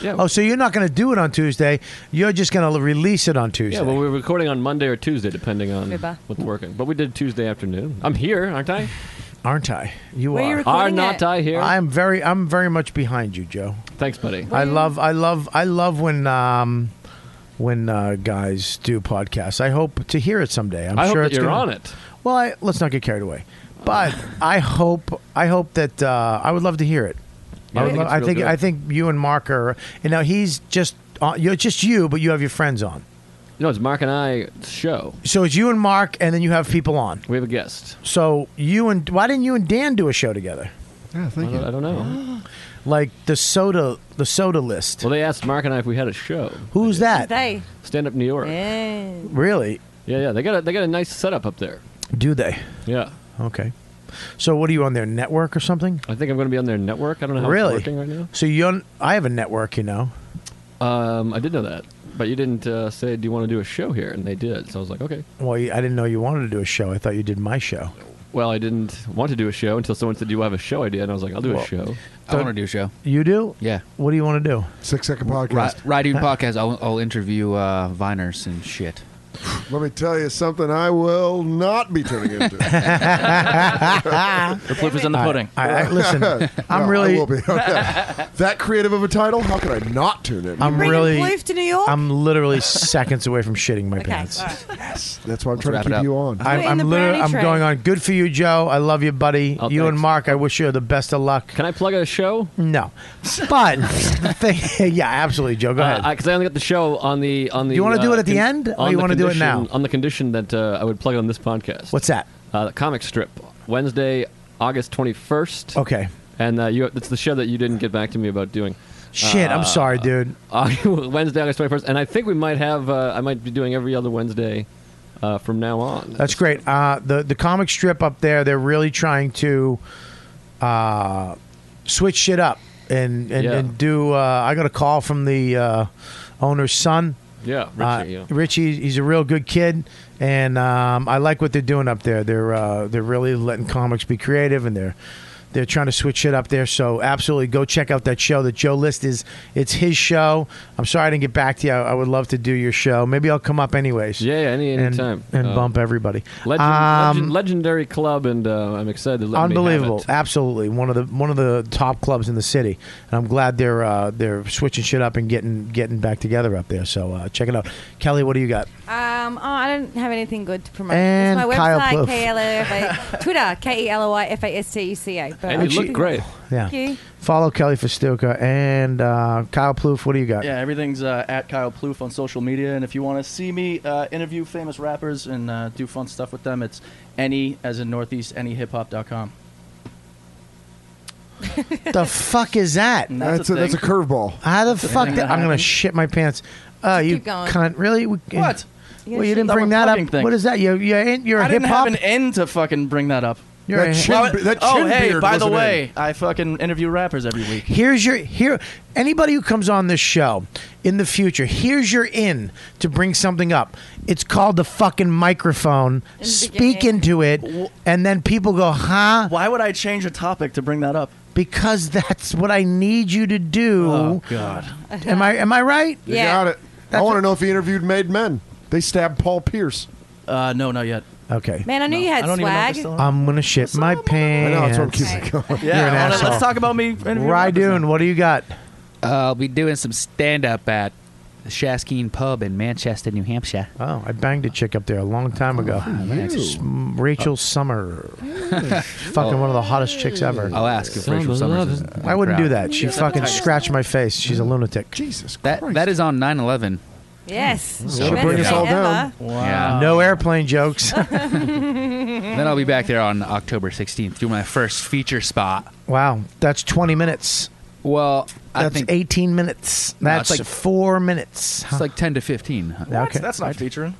Speaker 7: Yeah.
Speaker 2: Oh, so you're not going to do it on Tuesday. You're just going to release it on Tuesday.
Speaker 7: Yeah, well, we're recording on Monday or Tuesday, depending on
Speaker 13: Ribba.
Speaker 7: what's working. But we did Tuesday afternoon. I'm here, aren't I?
Speaker 2: Aren't I? You
Speaker 7: Where are you
Speaker 2: are.
Speaker 7: recording Are not it? I here?
Speaker 2: I'm very. I'm very much behind you, Joe.
Speaker 7: Thanks, buddy.
Speaker 2: I love. I love. I love when. Um, when uh, guys do podcasts, I hope to hear it someday. I'm
Speaker 7: I hope
Speaker 2: sure
Speaker 7: that
Speaker 2: it's
Speaker 7: you're
Speaker 2: gonna-
Speaker 7: on it.
Speaker 2: Well, I, let's not get carried away. But I hope. I hope that uh, I would love to hear it.
Speaker 7: Yeah, I
Speaker 2: I, would
Speaker 7: think
Speaker 2: love,
Speaker 7: it's
Speaker 2: I
Speaker 7: real
Speaker 2: think.
Speaker 7: good.
Speaker 2: I think you and Mark are. And now he's just. On, you're just you, but you have your friends on.
Speaker 7: No, it's Mark and I show.
Speaker 2: So it's you and Mark, and then you have people on.
Speaker 7: We have a guest.
Speaker 2: So you and why didn't you and Dan do a show together?
Speaker 5: Yeah,
Speaker 7: I don't, I don't know.
Speaker 2: Like the soda, the soda list.
Speaker 7: Well, they asked Mark and I if we had a show.
Speaker 2: Who's that?
Speaker 13: They.
Speaker 7: Stand up New York.
Speaker 13: Yeah.
Speaker 2: Really?
Speaker 7: Yeah, yeah. They got a, they got a nice setup up there.
Speaker 2: Do they?
Speaker 7: Yeah.
Speaker 2: Okay. So what are you on their network or something?
Speaker 7: I think I'm going to be on their network. I don't know how
Speaker 2: really?
Speaker 7: it's working right now.
Speaker 2: So you, are I have a network, you know.
Speaker 7: Um, I did know that, but you didn't uh, say, "Do you want to do a show here?" And they did, so I was like, "Okay."
Speaker 2: Well, you- I didn't know you wanted to do a show. I thought you did my show.
Speaker 7: Well, I didn't want to do a show until someone said, "Do you have a show idea?" And I was like, "I'll do
Speaker 2: Well,
Speaker 7: a show."
Speaker 12: I want to do a show.
Speaker 2: You do?
Speaker 12: Yeah.
Speaker 2: What do you want to do?
Speaker 5: Six second
Speaker 12: Ri-
Speaker 5: podcast.
Speaker 12: Ride Dude podcast. I'll, I'll interview uh, Viners and shit.
Speaker 5: Let me tell you something I will not be turning into. the
Speaker 12: proof is in the pudding.
Speaker 2: I- I- listen, I'm really-
Speaker 5: will be. that creative of a title? How could I not tune in?
Speaker 2: I'm really.
Speaker 13: Ploof to New York?
Speaker 2: I'm literally seconds away from shitting my
Speaker 13: Okay.
Speaker 2: pants.
Speaker 13: all right.
Speaker 5: That's why I'm
Speaker 2: Let's
Speaker 5: trying
Speaker 2: wrap
Speaker 5: to
Speaker 2: it
Speaker 5: keep
Speaker 2: up.
Speaker 5: you on.
Speaker 2: I'm,
Speaker 13: Putting the
Speaker 2: I'm literally.
Speaker 13: brownie
Speaker 2: I'm
Speaker 13: tray.
Speaker 2: going on. Good for you, Joe. I love you, buddy. you and
Speaker 7: Oh, thanks.
Speaker 2: Mark. I wish you the best of luck.
Speaker 7: Can I plug a show?
Speaker 2: No, but the thing- yeah, absolutely, Joe. Go ahead.
Speaker 7: Because Uh, I only got the show on the on the.
Speaker 2: You wanna do
Speaker 7: uh,
Speaker 2: it at the end, or
Speaker 7: on
Speaker 2: you
Speaker 7: the
Speaker 2: wanna do it
Speaker 7: condition-
Speaker 2: now?
Speaker 7: On the condition that uh, I would plug it on this podcast.
Speaker 2: What's that?
Speaker 7: Uh, the comic strip, Wednesday, August twenty first.
Speaker 2: Okay.
Speaker 7: And uh, you, it's the show that you didn't get back to me about doing.
Speaker 2: Shit, I'm
Speaker 7: Uh,
Speaker 2: sorry, dude.
Speaker 7: Wednesday, August twenty first, and I think we might have. Uh, I might be doing every other Wednesday uh, from now on.
Speaker 2: That's great. Uh, the the comic strip up there, they're really trying to uh, switch shit up and and,
Speaker 7: Yeah.
Speaker 2: and do. Uh, I got a call from the uh, owner's son.
Speaker 7: Yeah,
Speaker 2: Uh,
Speaker 7: Richie, yeah.
Speaker 2: Richie, he's a real good kid, and um, I like what they're doing up there. They're uh, they're really letting comics be creative, and they're they're trying to switch shit up there. So absolutely, go check out that show that Joe List is. It's his show. I'm sorry I didn't get back to you. I, I would love to do your show. Maybe I'll come up anyways.
Speaker 7: Yeah, yeah, any- any
Speaker 2: and,
Speaker 7: time.
Speaker 2: and
Speaker 7: Uh,
Speaker 2: bump everybody.
Speaker 7: Legend,
Speaker 2: Um,
Speaker 7: legend- legendary club, and uh, I'm excited. To let me have
Speaker 2: Unbelievable!
Speaker 7: it.
Speaker 2: Absolutely, one of the one of the top clubs in the city, and I'm glad they're uh, they're switching shit up and getting getting back together up there. So uh, check it out, Kelly. What do you got?
Speaker 13: Um, oh, I don't have anything good to promote.
Speaker 2: And
Speaker 13: it's my
Speaker 2: Kyle
Speaker 13: website,
Speaker 2: Ploof.
Speaker 13: K L O F A. Twitter, K E L O I F A S T E C A.
Speaker 7: And you
Speaker 2: Actually-
Speaker 7: look great.
Speaker 2: Yeah.
Speaker 21: Thank you.
Speaker 2: Follow Kelly Festuca and uh, Kyle Plouffe. What do you got?
Speaker 17: Yeah, everything's uh, at Kyle Plouffe on social media, and if you want to see me uh, interview famous rappers and uh, do fun stuff with them, it's any as in northeast any hip hop dot com.
Speaker 2: the fuck is that?
Speaker 17: And that's That's a a- that's thing. a curveball.
Speaker 2: How the
Speaker 17: That's a
Speaker 2: fuck?
Speaker 17: thing
Speaker 2: Did,
Speaker 17: that
Speaker 2: I'm gonna
Speaker 17: happened.
Speaker 2: shit my pants. Uh, you
Speaker 17: keep going.
Speaker 2: cunt! Really? We-
Speaker 17: What?
Speaker 2: Well, you didn't
Speaker 17: That
Speaker 2: bring
Speaker 17: one
Speaker 2: that up.
Speaker 17: fucking thing.
Speaker 2: What is that? You're you're, in, you're
Speaker 17: I
Speaker 2: a hip
Speaker 17: didn't have
Speaker 2: hop.
Speaker 17: an end to fucking bring that up.
Speaker 2: You're That a- chin
Speaker 17: Well,
Speaker 2: be- that
Speaker 17: oh,
Speaker 2: chin
Speaker 17: hey,
Speaker 2: beard
Speaker 17: by
Speaker 2: was
Speaker 17: the
Speaker 2: an
Speaker 17: way, I fucking interview rappers every week.
Speaker 2: Here's your here. Anybody who comes on this show in the future, here's your in to bring something up. It's called the fucking microphone. Speak into it, and then people go, "Huh?"
Speaker 17: Why would I change a topic to bring that up?
Speaker 2: Because that's what I need you to do.
Speaker 17: Oh, God.
Speaker 2: Am I am I right?
Speaker 5: You got it. I want to know if he interviewed Made Men. They stabbed Paul Pierce.
Speaker 17: Uh, no, not yet.
Speaker 2: Okay.
Speaker 13: Man, I knew you had swag.
Speaker 2: I'm gonna shit my pants.
Speaker 5: I know, that's what I'm
Speaker 2: going.
Speaker 17: Yeah,
Speaker 2: You're an
Speaker 17: I wanna-
Speaker 2: asshole.
Speaker 17: let's talk about me.
Speaker 2: Rydun, what do you got?
Speaker 12: Uh, I'll be doing some stand up at the Shaskeen Pub in Manchester, New Hampshire.
Speaker 2: Oh, I banged a chick up there a long time ago. S- Rachel Summer, fucking one of the hottest chicks ever.
Speaker 12: I'll ask if Rachel Summers is. in the
Speaker 2: I wouldn't do
Speaker 12: crowd.
Speaker 2: that. She fucking scratched my face.
Speaker 17: Mm-hmm.
Speaker 2: She's a lunatic. Jesus
Speaker 12: That, that is on 9 11.
Speaker 13: Yes.
Speaker 2: Should bring us all down. No airplane jokes.
Speaker 12: Then I'll be back there on October 16th, do my first feature spot.
Speaker 2: wow, that's 20 minutes.
Speaker 12: Well, I
Speaker 2: that's
Speaker 12: think-
Speaker 2: 18 minutes.
Speaker 12: No,
Speaker 2: That's
Speaker 12: it's
Speaker 2: like
Speaker 12: like-
Speaker 2: four minutes.
Speaker 12: It's like 10 to 15.
Speaker 2: What? Okay.
Speaker 17: That's not featuring.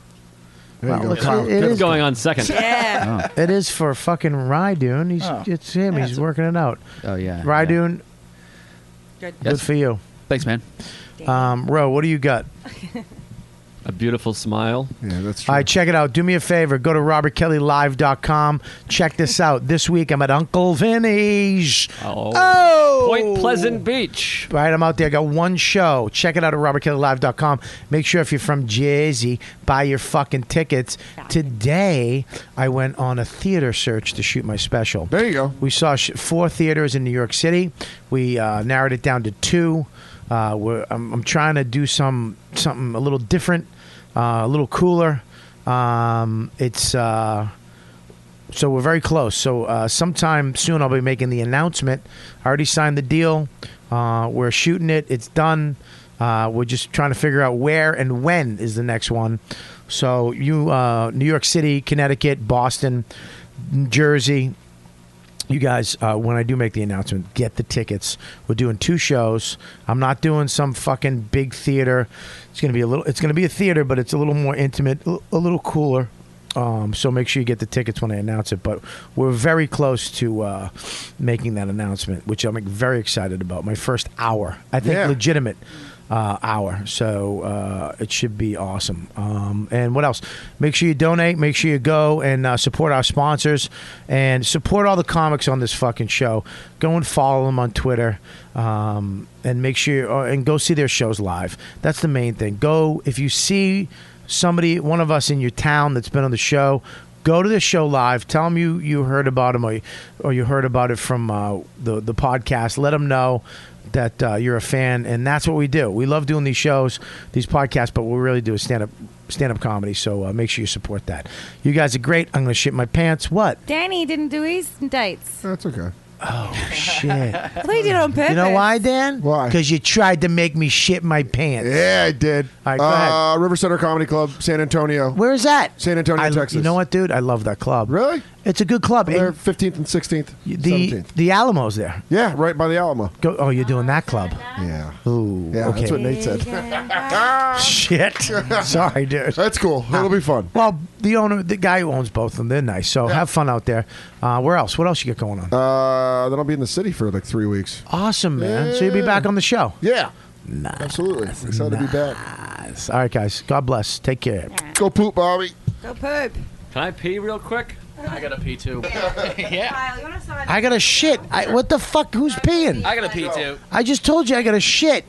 Speaker 2: There you Well, go, look, Kyle. it- it
Speaker 7: It's
Speaker 2: is-
Speaker 7: going on second.
Speaker 12: Yeah.
Speaker 2: It is for fucking Rydun. He's
Speaker 12: Oh.
Speaker 2: it's him.
Speaker 12: Yeah,
Speaker 2: He's
Speaker 12: it's a-
Speaker 2: working it out.
Speaker 12: Oh, yeah.
Speaker 2: Rydun,
Speaker 13: Good.
Speaker 2: good for you.
Speaker 12: Thanks, man.
Speaker 2: Um, Ro, what do you got?
Speaker 7: A beautiful smile.
Speaker 5: Yeah, that's
Speaker 2: All right, check it out. Do me a favor. Go to robertkellylive.com. Check this out. This week I'm at Uncle Vinny's.
Speaker 7: Oh.
Speaker 2: Oh!
Speaker 7: Point Pleasant Beach.
Speaker 2: Right, I'm out there. I got one show. Check it out at robertkellylive.com. Make sure if you're from Jersey, buy your fucking tickets. Today, I went on a theater search to shoot my special. There you go. We saw sh- four theaters in New York City. We uh, narrowed it down to two. Uh, we're, I'm, I'm trying to do some something a little different, uh, a little cooler. Um, it's. Uh, so we're very close. So uh, sometime soon, I'll be making the announcement. I already signed the deal. Uh, we're shooting it. It's done. Uh, we're just trying to figure out where and when is the next one. So you, uh, New York City, Connecticut, Boston, Jersey, you guys, uh, when I do make the announcement, get the tickets. We're doing two shows. I'm not doing some fucking big theater. It's gonna be a little. It's gonna be a theater, but it's a little more intimate, a a little cooler. Um, so make sure you get the tickets when I announce it. But we're very close to uh, making that announcement, which I'm like, very excited about. My first hour, I think,
Speaker 5: Yeah.
Speaker 2: legitimate uh, hour. So uh, it should be awesome. Um, and what else? Make sure you donate. Make sure you go and uh, support our sponsors and support all the comics on this fucking show. Go and follow them on Twitter. Um, and make sure uh, and go see their shows live. That's the main thing. Go if you see somebody, one of us in your town that's been on the show. Go to the show live. Tell them you, you heard about them or you, or you heard about it from uh, the the podcast. Let them know that uh, you're a fan, and that's what we do. We love doing these shows, these podcasts, but we really do a stand up stand up comedy. So uh, make sure you support that. You guys are great. I'm going to shit my pants. What?
Speaker 13: Danny didn't do his dates.
Speaker 5: That's okay.
Speaker 2: Shit.
Speaker 13: I thought you did it on purpose.
Speaker 2: You know why, Dan? Why? Because you tried to make me shit my pants.
Speaker 5: Yeah, I did.
Speaker 2: All right, go ahead.
Speaker 5: uh, River Center Comedy Club, San Antonio.
Speaker 2: Where is that?
Speaker 5: San Antonio,
Speaker 2: I-
Speaker 5: Texas.
Speaker 2: You know what, dude? I love that club. Really? It's a good club.
Speaker 5: They're 15th and 16th.
Speaker 2: The
Speaker 5: 17th.
Speaker 2: the Alamo's there.
Speaker 5: Yeah, right by the Alamo.
Speaker 2: Go, oh, you're doing that club?
Speaker 5: Yeah.
Speaker 2: Ooh.
Speaker 5: Yeah,
Speaker 2: okay.
Speaker 5: that's what Nate said.
Speaker 2: Shit. Sorry, dude.
Speaker 5: That's cool. It'll be fun.
Speaker 2: Well, the owner, the guy who owns both of them, they're nice. So have fun out there. Uh, where else? What else you got going on?
Speaker 5: Uh, then I'll be in the city for like three weeks.
Speaker 2: Awesome, man. So you'll be back on the show.
Speaker 5: Yeah. Absolutely. Excited to be back.
Speaker 2: Nice. All right, guys. God bless. Take care.
Speaker 5: Go poop, Bobby.
Speaker 13: Go poop.
Speaker 7: Can I pee real quick? I got to pee too.
Speaker 13: Kyle, you want to sign?
Speaker 2: I got to shit. I, what the fuck? Who's peeing?
Speaker 12: I got to pee too.
Speaker 2: I just told you I got to shit.